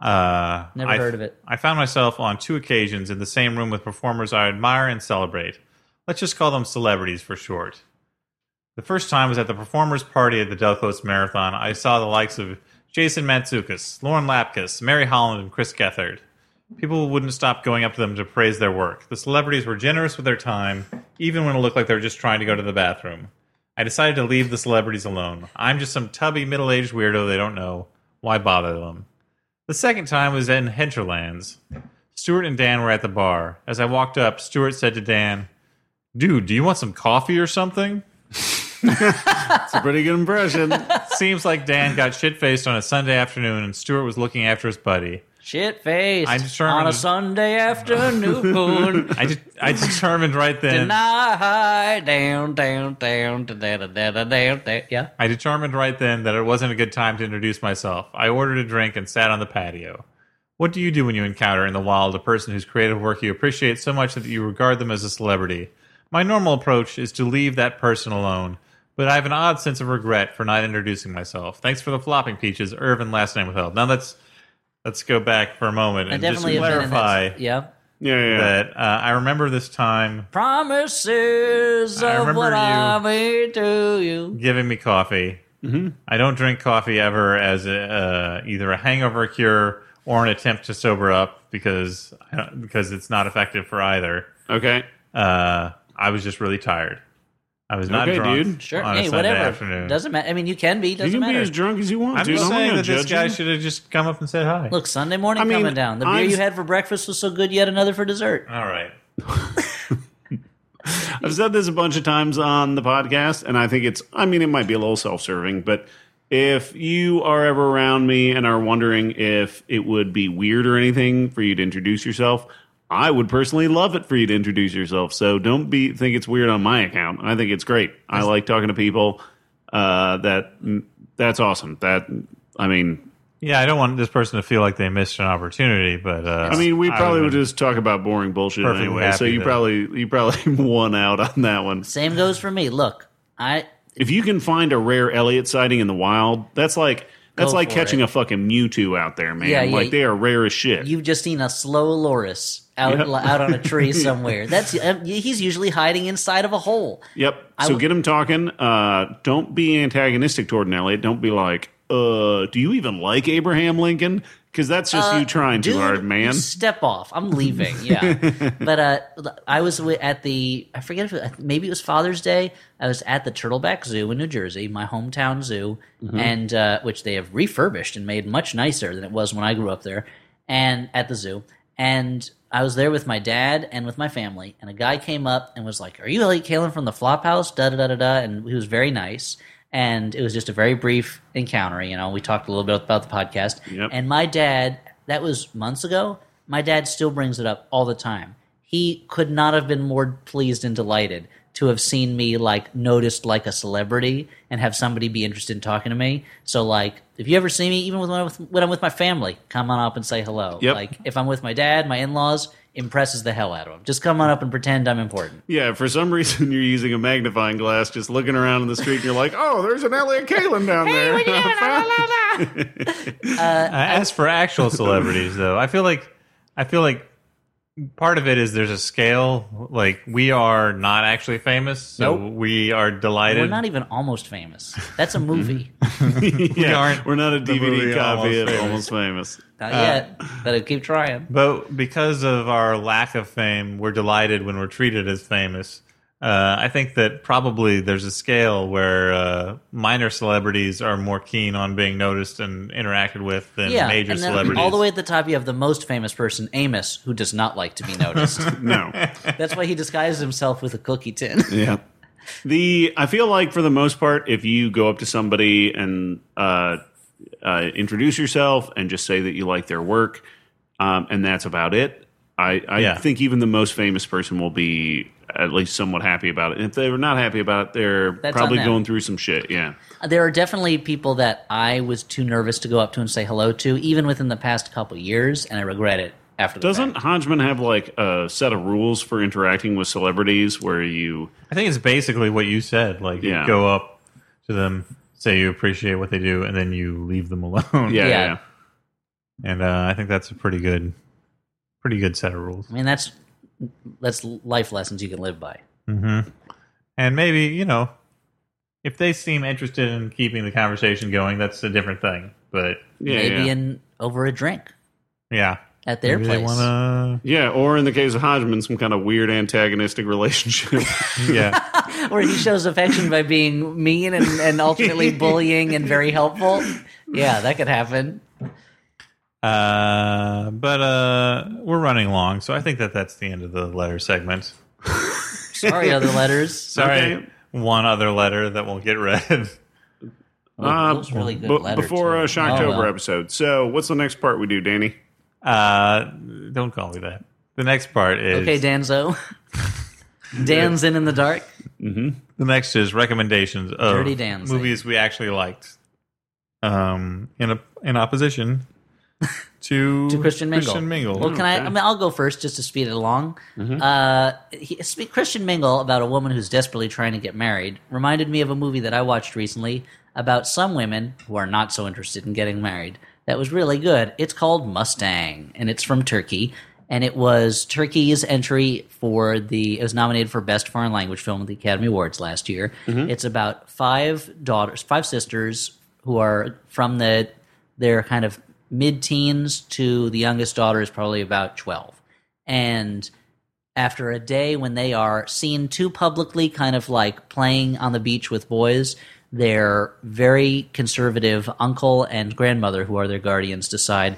Uh,
Never
I,
heard of it.
I found myself on two occasions in the same room with performers I admire and celebrate. Let's just call them celebrities for short. The first time was at the performers' party at the Del Close Marathon. I saw the likes of Jason Matsukas, Lauren Lapkus, Mary Holland, and Chris Gethard. People wouldn't stop going up to them to praise their work. The celebrities were generous with their time, even when it looked like they were just trying to go to the bathroom. I decided to leave the celebrities alone. I'm just some tubby middle aged weirdo they don't know. Why bother them? The second time was in Hinterlands. Stuart and Dan were at the bar. As I walked up, Stuart said to Dan, Dude, do you want some coffee or something?
It's a pretty good impression.
Seems like Dan got shit faced on a Sunday afternoon and Stuart was looking after his buddy.
Shit face
I'm determined-
on a Sunday afternoon.
I, de- I *laughs* determined right then.
Tonight, down, down, down, da, da, da, da, da, down, da. Yeah.
I determined right then that it wasn't a good time to introduce myself. I ordered a drink and sat on the patio. What do you do when you encounter in the wild a person whose creative work you appreciate so much that you regard them as a celebrity? My normal approach is to leave that person alone, but I have an odd sense of regret for not introducing myself. Thanks for the flopping peaches, Irvin, last name withheld. Now let's let's go back for a moment
I
and just
definitely have been in
clarify
that- Yeah.
Yeah, yeah. yeah.
that uh, I remember this time
Promises
I
of
remember
what
you-
I made to you.
giving me coffee.
Mm-hmm.
I don't drink coffee ever as a, uh, either a hangover cure or an attempt to sober up because I don't- because it's not effective for either.
Okay.
Uh, I was just really tired. I was not
Okay,
drunk
dude.
Sure.
on a
hey,
Sunday
whatever.
afternoon.
Doesn't matter. I mean, you can be. Doesn't
You can be
matter.
as drunk as you want,
I'm
dude.
just
I'm not
saying
gonna
that this
judge
guy
you.
should have just come up and said hi.
Look, Sunday morning
I mean,
coming down. The beer
I'm-
you had for breakfast was so good, you had another for dessert.
All right.
I've said this a bunch of times on the podcast, and I think it's, I mean, it might be a little self serving, but if you are ever around me and are wondering if it would be weird or anything for you to introduce yourself, I would personally love it for you to introduce yourself. So don't be think it's weird on my account. I think it's great. I like talking to people. Uh, that that's awesome. That I mean,
Yeah, I don't want this person to feel like they missed an opportunity, but uh,
I mean, we probably
would've
would just talk about boring bullshit
perfectly
anyway. So
happy
you
that-
probably you probably *laughs* won out on that one.
Same goes for me. Look, I
If you can find a rare Elliot sighting in the wild, that's like that's
Go
like
for
catching
it.
a fucking Mewtwo out there, man.
Yeah, yeah.
like they are rare as shit.
you've just seen a slow loris out
Yep.
out on a
*laughs*
tree somewhere. That's uh, he's usually hiding inside of a hole.
yep.
I
So
w-
get them talking. Uh, don't be antagonistic toward an Elliot. Don't be like, uh, do you even like Abraham Lincoln? Because that's just you trying too
Uh, Dude,
hard, man.
you Step off. I'm leaving.
*laughs*
Yeah. but uh, I was wi- at the, I forget if it, maybe it was Father's Day. I was at the Turtleback Zoo in New Jersey, my hometown zoo, and uh, which they have refurbished and made much nicer than it was when I grew up there and at the zoo. And I was there with my dad and with my family, and a guy came up and was like, Are you Elliot Kalen from the Flophouse? Da da da da da. And he was very nice. And it was just a very brief encounter. You know, we talked a little bit about the podcast.
Yep.
And my dad, that was months ago. My dad still brings it up all the time. He could not have been more pleased and delighted to have seen me like noticed like a celebrity and have somebody be interested in talking to me. So like, if you ever see me, even with when I'm with, when I'm with my family, come on up and say hello.
Yep.
Like if I'm with my dad, my in-laws, impresses the hell out of him. Just come on up and pretend I'm important.
yeah, for some *laughs* reason you're using a magnifying glass, just looking around in the street, and you're like, oh, there's an Elliot Kalen down there.
*laughs*
Uh, as for actual celebrities, though, I feel like I feel like part of it is there's a scale. Like we are not actually famous, so
Nope.
we are delighted.
We're not even almost famous. That's a movie.
*laughs*
we
aren't
*laughs* We're not a
the
DVD
movie
copy
Almost
of
Famous.
*laughs*
Almost Famous.
Not yet. Better keep trying.
But because of our lack of fame, we're delighted when we're treated as famous. Uh, I think that probably there's a scale where uh, minor celebrities are more keen on being noticed and interacted with than
Yeah.
major
and then
celebrities.
all the way at the top, you have the most famous person, Amos, who does not like to be noticed.
No.
That's why he disguises himself with a cookie tin. *laughs*
yeah. The I feel like for the most part, if you go up to somebody and uh, uh, introduce yourself and just say that you like their work, um, and that's about it. I, I
Yeah.
think even the most famous person will be at least somewhat happy about it. And if they're not happy about it, they're
That's
probably
on them.
going through some shit. Yeah.
there are definitely people that I was too nervous to go up to and say hello to, even within the past couple years, and I regret it after. the
Doesn't
fact.
Hodgman have like a set of rules for interacting with celebrities where you
I think it's basically what you said. Like
Yeah.
you go up to them, say you appreciate what they do, and then you leave them *laughs* alone.
yeah,
Yeah.
yeah.
And uh, I think that's a pretty good, pretty good set of rules.
I mean that's that's life lessons you can live by.
And maybe you know, if they seem interested in keeping the conversation going, that's a different thing. But
yeah,
Maybe
yeah.
in over a drink
yeah,
at their
maybe
place.
they
*laughs*
want
Yeah, or in the case of Hodgman, some kind of weird antagonistic *laughs* relationship.
to. Yeah.
where he shows affection by being mean and, and
*laughs*
ultimately bullying and very helpful. Yeah, that could happen.
Uh, but uh, we're running long, so I think that that's the end of the letter segment.
Sorry, other letters.
Sorry,
Okay.
one other letter that won't get read. *laughs*
Uh,
Those really good
b-
letter,
before
too.
a Shocktober
Oh, well.
episode. So, what's the next part we do, Danny?
Uh, don't call me that. The next part is
Okay, Danzo. *laughs* Dan's in in the dark.
the next is recommendations of
Dirty Dancing.
movies we actually liked. Um, in a, in
*laughs*
opposition to,
to Christian Mingle.
Mingle.
Well, can I? I mean, I'll go first just to speed it along. Uh, he, spe- Christian Mingle about a woman who's desperately trying to get married reminded me of a movie that I watched recently about some women who are not so interested in getting married. That was really good. It's called Mustang, and it's from Turkey. And it was Turkey's entry for the. It was nominated for Best Foreign Language Film at the Academy Awards last year. It's about five daughters, five sisters who are from the they're kind of mid-teens to the youngest daughter is probably about 12 and after a day when they are seen too publicly kind of like playing on the beach with boys their very conservative uncle and grandmother who are their guardians decide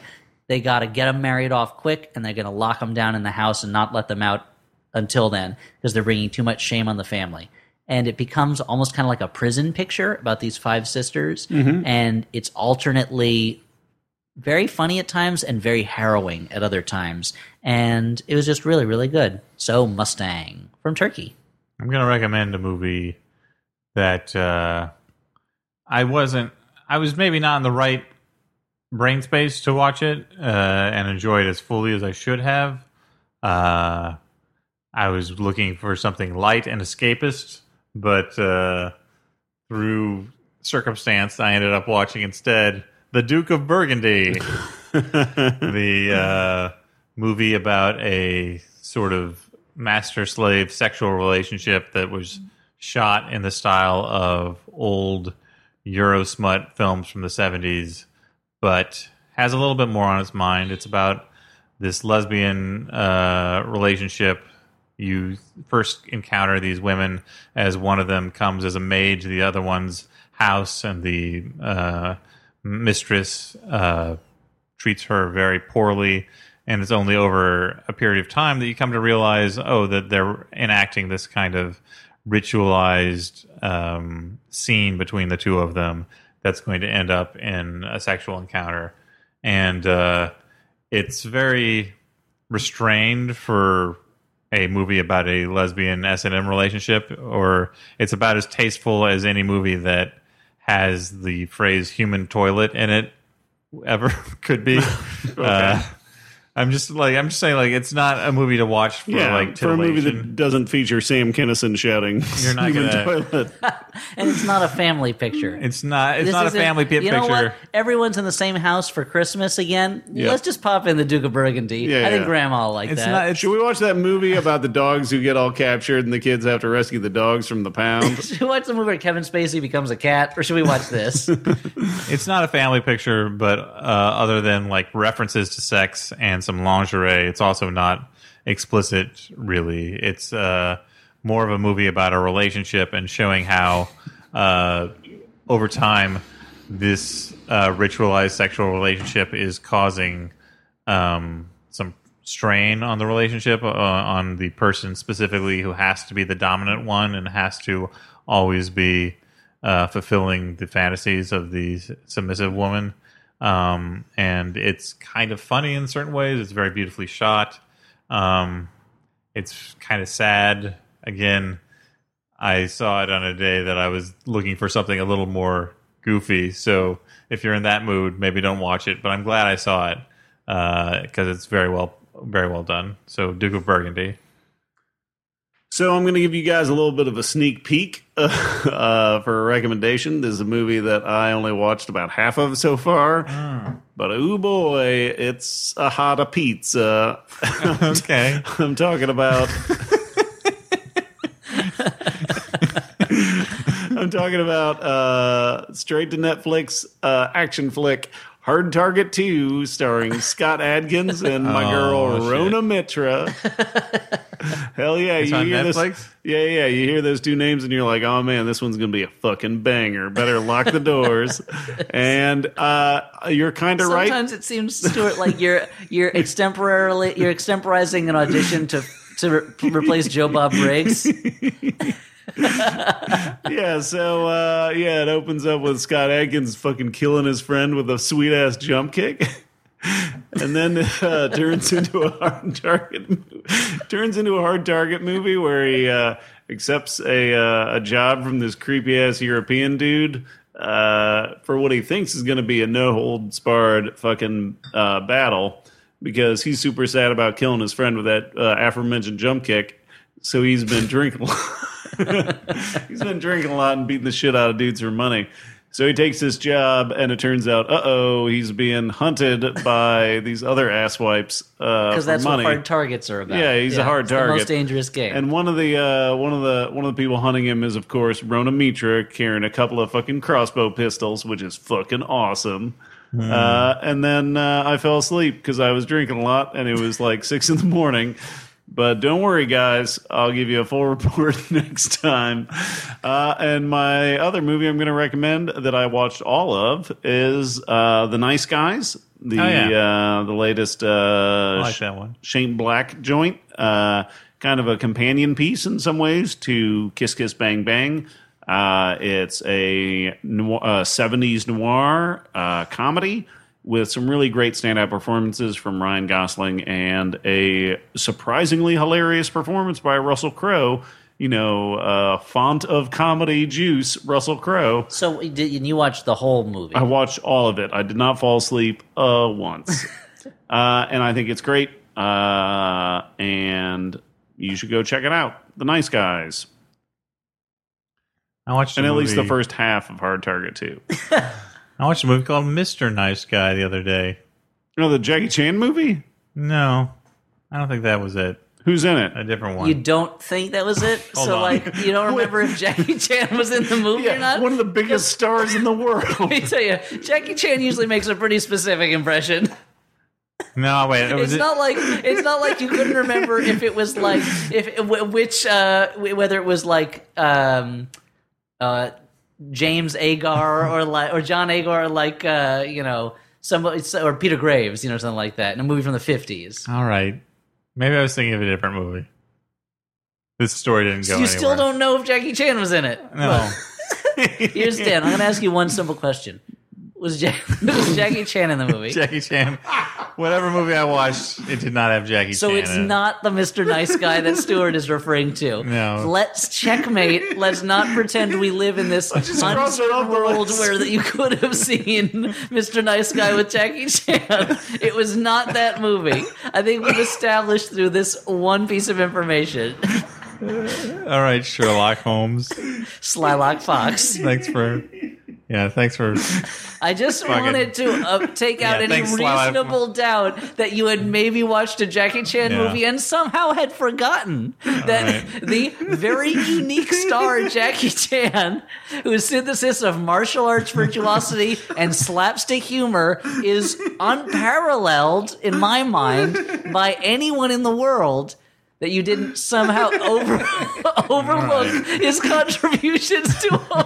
they got to get them married off quick and they're going to lock them down in the house and not let them out until then because they're bringing too much shame on the family and it becomes almost kind of like a prison picture about these five sisters and it's alternately very funny at times and very harrowing at other times. And it was just really, really good. So Mustang from Turkey.
I'm going to recommend a movie that uh, I wasn't. I was maybe not in the right brain space to watch it uh, and enjoy it as fully as I should have. Uh, I was looking for something light and escapist, but uh, through circumstance, I ended up watching instead The Duke of Burgundy, the uh, movie about a sort of master slave sexual relationship that was shot in the style of old Euro smut films from the 70s, but has a little bit more on its mind. It's about this lesbian uh, relationship. You first encounter these women as one of them comes as a maid to the other one's house, and the uh, mistress uh, treats her very poorly. And it's only over a period of time that you come to realize, oh, that they're enacting this kind of ritualized um, scene between the two of them that's going to end up in a sexual encounter. And uh, it's very restrained for a movie about a lesbian S and M relationship, or it's about as tasteful as any movie that has the phrase "human toilet" in it ever *laughs* could
*laughs*
be. uh, I'm just like I'm just saying like it's not a movie to watch for
Yeah,
like
for a movie
titillation.
that doesn't feature Sam Kinison shouting,
*laughs* You're not
"Human
gonna-
toilet."
and it's not a family picture.
It's not. It's
This
not a
isn't-
family pit
you
picture.
know What? Everyone's in the same house for Christmas again.
Yeah.
Let's just pop in the Duke of Burgundy.
Yeah,
I think
yeah.
Grandma will like
It's
that.
not. It's,
*laughs* Should we watch that movie about the dogs who get all captured and the kids have to rescue the dogs from the pound?
Should we *laughs* watch the movie where Kevin Spacey becomes a cat, or should we
*laughs*
watch this?
it's not a family picture, but uh, other than like references to sex and some lingerie, it's also not explicit. Really, it's uh, more of a movie about a relationship and showing how uh, over time this uh, ritualized sexual relationship is causing um, some strain on the relationship uh, on the person specifically who has to be the dominant one and has to always be uh, fulfilling the fantasies of the submissive woman um, and it's kind of funny in certain ways it's very beautifully shot um, it's kind of sad again i saw it on a day that i was looking for something a little more goofy so if you're in that mood maybe don't watch it but i'm glad i saw it because it's very well very well done so duke of burgundy
*laughs* so I'm going to give you guys a little bit of a sneak peek *laughs* uh, uh, for a recommendation. This is a movie that I only watched about half of so far,
Ah.
but oh boy, it's a hot
*laughs*
a pizza.
okay
I'm talking about. I'm talking about uh, straight to Netflix uh, action flick Hard Target 2, starring Scott Adkins and my girl
Oh, shit.
Rona Mitra. Hell yeah.
It's
you
on
hear
Netflix?
This, yeah, yeah. You hear those two names and you're like, oh man, this one's going to be a fucking banger. Better lock
*laughs*
the doors. and uh, you're kind of right.
Sometimes it seems, Stuart, like you're you're extemporarily you're extemporizing an audition to to re- replace Joe Bob Briggs.
Yeah, so uh, yeah, it opens up with Scott Adkins fucking killing his friend with a sweet ass jump kick, *laughs* and then uh, turns into a hard target. mo- Turns into a hard target movie where he uh, accepts a uh, a job from this creepy ass European dude uh, for what he thinks is going to be a no hold sparred fucking uh, battle because he's super sad about killing his friend with that uh, aforementioned jump kick. So he's been drinking. a lot. He's been drinking a lot and beating the shit out of dudes for money. So he takes this job, and it turns out, uh oh, he's being hunted by these other asswipes
*laughs*
uh, for
Because that's
money.
what hard targets are about.
Yeah, he's a hard
it's the
target.
most dangerous game.
and one of the uh, one of the one of the people hunting him is, of course, Rona Mitra carrying a couple of fucking crossbow pistols, which is fucking awesome. Uh, and then uh, I fell asleep because I was drinking a lot, and it was like six in the morning. But don't worry, guys. I'll give you a full *laughs* report next time. Uh, and my other movie I'm going to recommend that I watched all of is uh, The Nice Guys, the
Oh,
uh, the latest uh,
*laughs* I like that one.
Shane Black joint, uh, kind of a companion piece in some ways to Kiss Kiss Bang Bang. Uh, it's a noir, uh, 70s noir uh, comedy with some really great standout performances from Ryan Gosling and a surprisingly hilarious performance by Russell Crowe. You know, uh, font of comedy juice, Russell Crowe.
so you did- and you watched the whole movie.
I watched all of it. I did not fall asleep uh, once, uh, and I think it's great. Uh, and you should go check it out. The Nice Guys,
i watched
and
a
at least the
movie-
first half of Hard Target Two.
i watched a movie called mr nice guy the other day
You know the Jackie Chan movie?
no i don't think that was it
Who's in it?
a different one
you don't think that was
*laughs*
it?
Hold
so
on.
like you don't remember if Jackie Chan was in the movie or not?
one of the biggest stars in the
Let me
world.
tell you, Jackie Chan usually makes a pretty specific impression.
no wait it
Oh,
was
It's
it-
not like it's not like you couldn't remember if it was like if wh- which uh, wh- whether it was like um, uh, James Agar or like or John Agar or like uh, you know somebody or Peter Graves you know something like that in a movie from the fifties.
all right maybe i was thinking of a different movie this story didn't go
You still
anywhere.
don't know if Jackie Chan was in it.
*laughs* no
Here's Dan. I'm going to ask you one simple question: Was, Jack, *laughs* was Jackie Chan in the
*laughs*
movie?
Jackie Chan. Whatever movie I watched, it did not have Jackie
So
Chan.
it's
in it.
not the Mr. Nice Guy that Stewart is referring to.
No.
Let's checkmate. Let's not pretend we live in this
cross it off
uncertain
the
world
list.
where that you could have seen Mr. Nice Guy with Jackie Chan. It was not that movie. I think we've established through this one piece of information.
All right, Sherlock Holmes.
Slylock Fox.
Thanks for. Yeah, thanks for.
I just
Fucking-
wanted to uh, take out
Yeah,
any
thanks, Slylock.
reasonable doubt that you had maybe watched a Jackie Chan
Yeah.
movie and somehow had forgotten that
right.
the very
*laughs*
unique star Jackie Chan, whose synthesis of martial arts virtuosity and slapstick humor is unparalleled in my mind by anyone in the world. That you didn't somehow over, overlook his contributions to a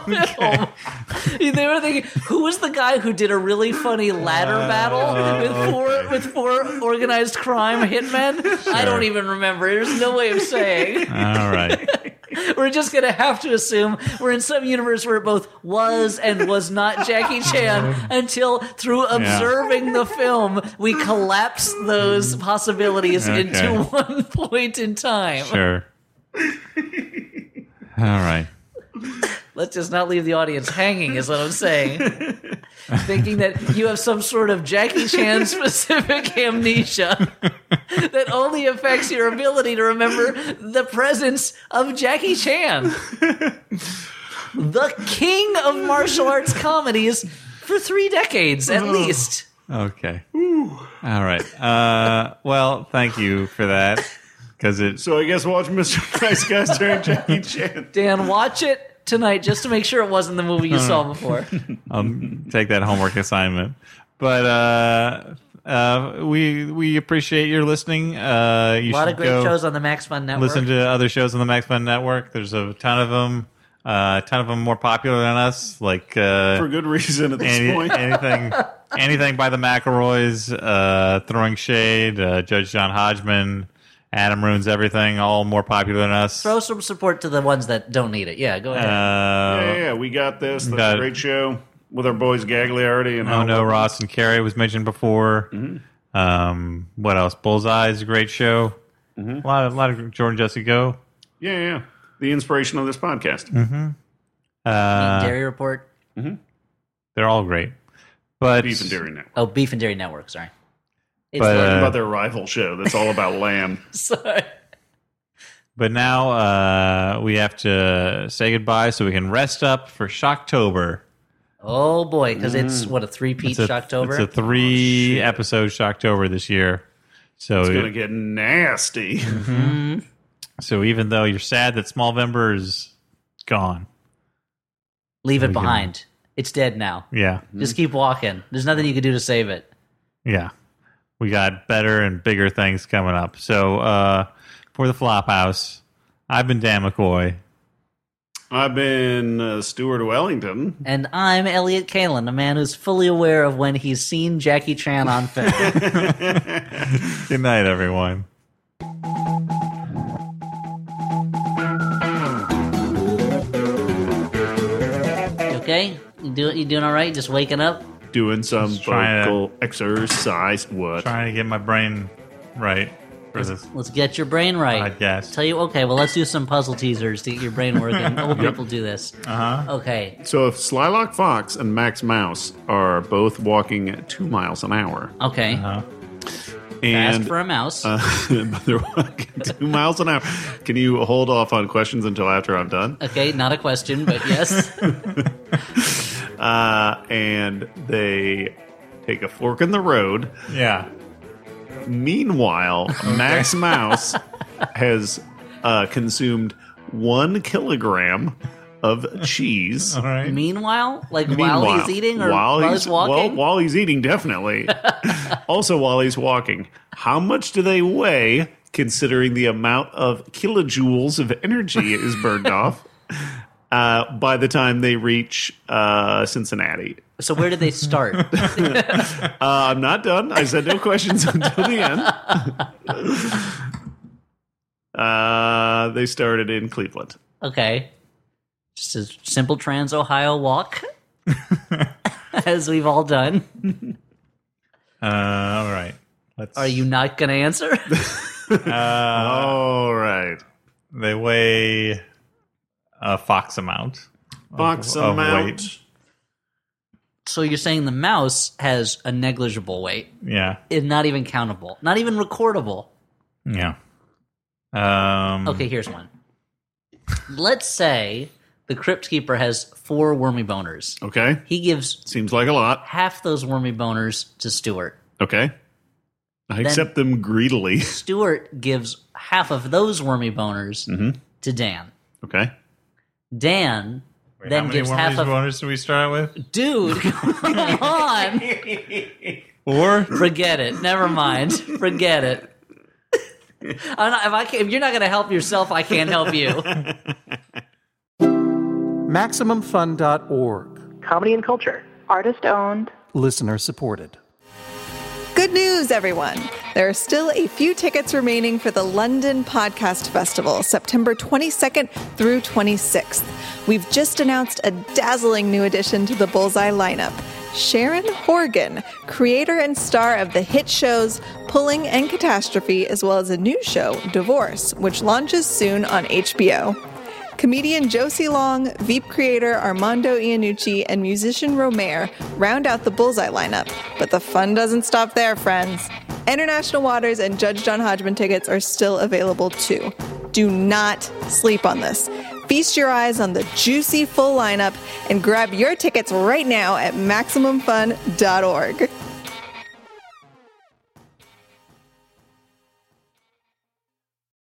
film. They were thinking, who was the guy who did a really funny ladder battle with four with four organized crime hitmen? I don't even remember. There's no way
*laughs*
of saying.
All right.
We're just gonna have to assume we're in some universe where it both was and was not Jackie Chan until through observing the film we collapse those possibilities
Okay.
into one *laughs* point in time.
Sure. All right.
Let's just not leave the audience hanging, is what
*laughs*
I'm saying. Thinking that you have some sort of
*laughs*
Jackie Chan specific amnesia that only affects your ability to remember the presence of Jackie Chan, the king of martial arts comedies for three decades at least.
Okay. All right. Uh, well, thank you for that because it
*laughs* So I guess watch Mr. Nice Guys during *laughs* Jackie Chan.
Dan, watch it tonight just to make sure it wasn't the movie you
*laughs*
saw before.
take that homework assignment. But uh, uh, we we appreciate your listening. Uh, you
A lot
should
of great
go
shows on the Max Fun Network.
Listen to other shows on the Max Fun Network. There's a ton of them. Uh, a ton of them more popular than us, like uh,
For good reason at this
any,
*laughs* point.
anything anything by the McElroys, uh, throwing shade, uh, Judge John Hodgman, Adam ruins everything. All more popular than us. Uh,
Throw some support to the ones that don't need it. Yeah, go ahead.
yeah, yeah, we Oh. got this. That's
Got it.
a great show with our boys Gagliardi and
Oh no, Ross and Carrie was mentioned before. Um, what else? Bullseye is a great show. A lot, of, a lot of Jordan Jesse Go.
Yeah, yeah. The inspiration of this podcast.
Uh,
Dairy Report.
They're all great. But
Beef and Dairy Network.
Oh, Beef and Dairy Network. Sorry. It's
But,
like-
uh,
about their rival show that's all
*laughs*
about lamb.
*laughs* sorry.
But now uh, we have to say goodbye so we can rest up for Shocktober.
Oh boy, because it's what a three peat
Mm. It's a,
Shocktober.
It's a three episode Shocktober this year. So,
It's going to get nasty.
*laughs* so even though you're sad that Smallvember is gone,
Leave it behind. It's dead now.
yeah,
Just keep walking. There's nothing you can do to save it.
yeah, we got better and bigger things coming up. So uh, for the Flophouse, I've been Dan McCoy.
I've been uh, Stuart Wellington.
And I'm Elliot Kalin, a man who's fully aware of when he's seen Jackie Chan on
*laughs*
film.
Good night, everyone.
You okay, you do You doing all right? Just waking up.
Doing some
trying to-
vocal exercise. What?
Trying to get my brain right for this
Let's get your brain right.
podcast.
Tell you, okay, well, let's do some puzzle teasers to get your
*laughs*
brain working. Old people do this. Uh-huh. Okay,
So if Slylock Fox and Max Mouse are both walking at two miles an hour,
okay.
Uh-huh.
Ask
and
for a mouse.
uh,
*laughs* but they're walking two miles an hour, can you hold off on questions until after I'm done?
okay, not a question, but yes.
*laughs*
Uh, and they take a fork in the road.
Yeah.
*laughs*
Meanwhile, Max Mouse has uh, consumed one kilogram of
*laughs*
cheese.
All right.
Meanwhile, like while
Meanwhile,
he's eating or
while
while, he's,
well,
walking,
while he's
*laughs*
eating, definitely. also, while he's walking, how much do they weigh? Considering the amount of kilojoules of energy is
*laughs*
burned off uh, by the time they reach uh, Cincinnati.
so where did they start?
*laughs* Uh, I'm not done. I said no questions *laughs* until the end. Uh, they started in Cleveland.
okay, just a simple trans Ohio walk, *laughs* as we've all done.
Uh, all right. Let's.
Are you not going to answer? *laughs*
All right.
They weigh a fox amount.
Box
Of- of
amount.
weight.
so you're saying the mouse has a negligible weight,
Yeah.
it's not even countable, not even recordable.
Yeah. Um,
Hmm.
Okay, here's one. let's say the Crypt Keeper has four wormy boners.
Okay.
He gives
Seems like a lot.
half those wormy boners to Stuart.
Okay. I accept them greedily. *laughs*
Stuart gives half of those wormy boners to Dan.
Okay.
Dan
How
then
many
gives
one
half
of
of
these bonus do we start with? *laughs*
dude. Come on,
Four?
forget it. Never mind. Forget it. *laughs* I'm not, if I can, if you're not going to help yourself, I can't help you.
MaximumFun.org.
comedy and culture. Artist owned.
Listener supported.
Good news, everyone! There are still a few tickets remaining for the London Podcast Festival, September 22nd through 26th. We've just announced a dazzling new addition to the Bullseye lineup Sharon Horgan, creator and star of the hit shows Pulling and Catastrophe, as well as a new show, Divorce, which launches soon on HBO. Comedian Josie Long, Veep creator Armando Iannucci, and musician Romare round out the Bullseye lineup. But the fun doesn't stop there, friends. International Waters and Judge John Hodgman tickets are still available too. Do not sleep on this. Feast your eyes on the juicy full lineup and grab your tickets right now at MaximumFun.org.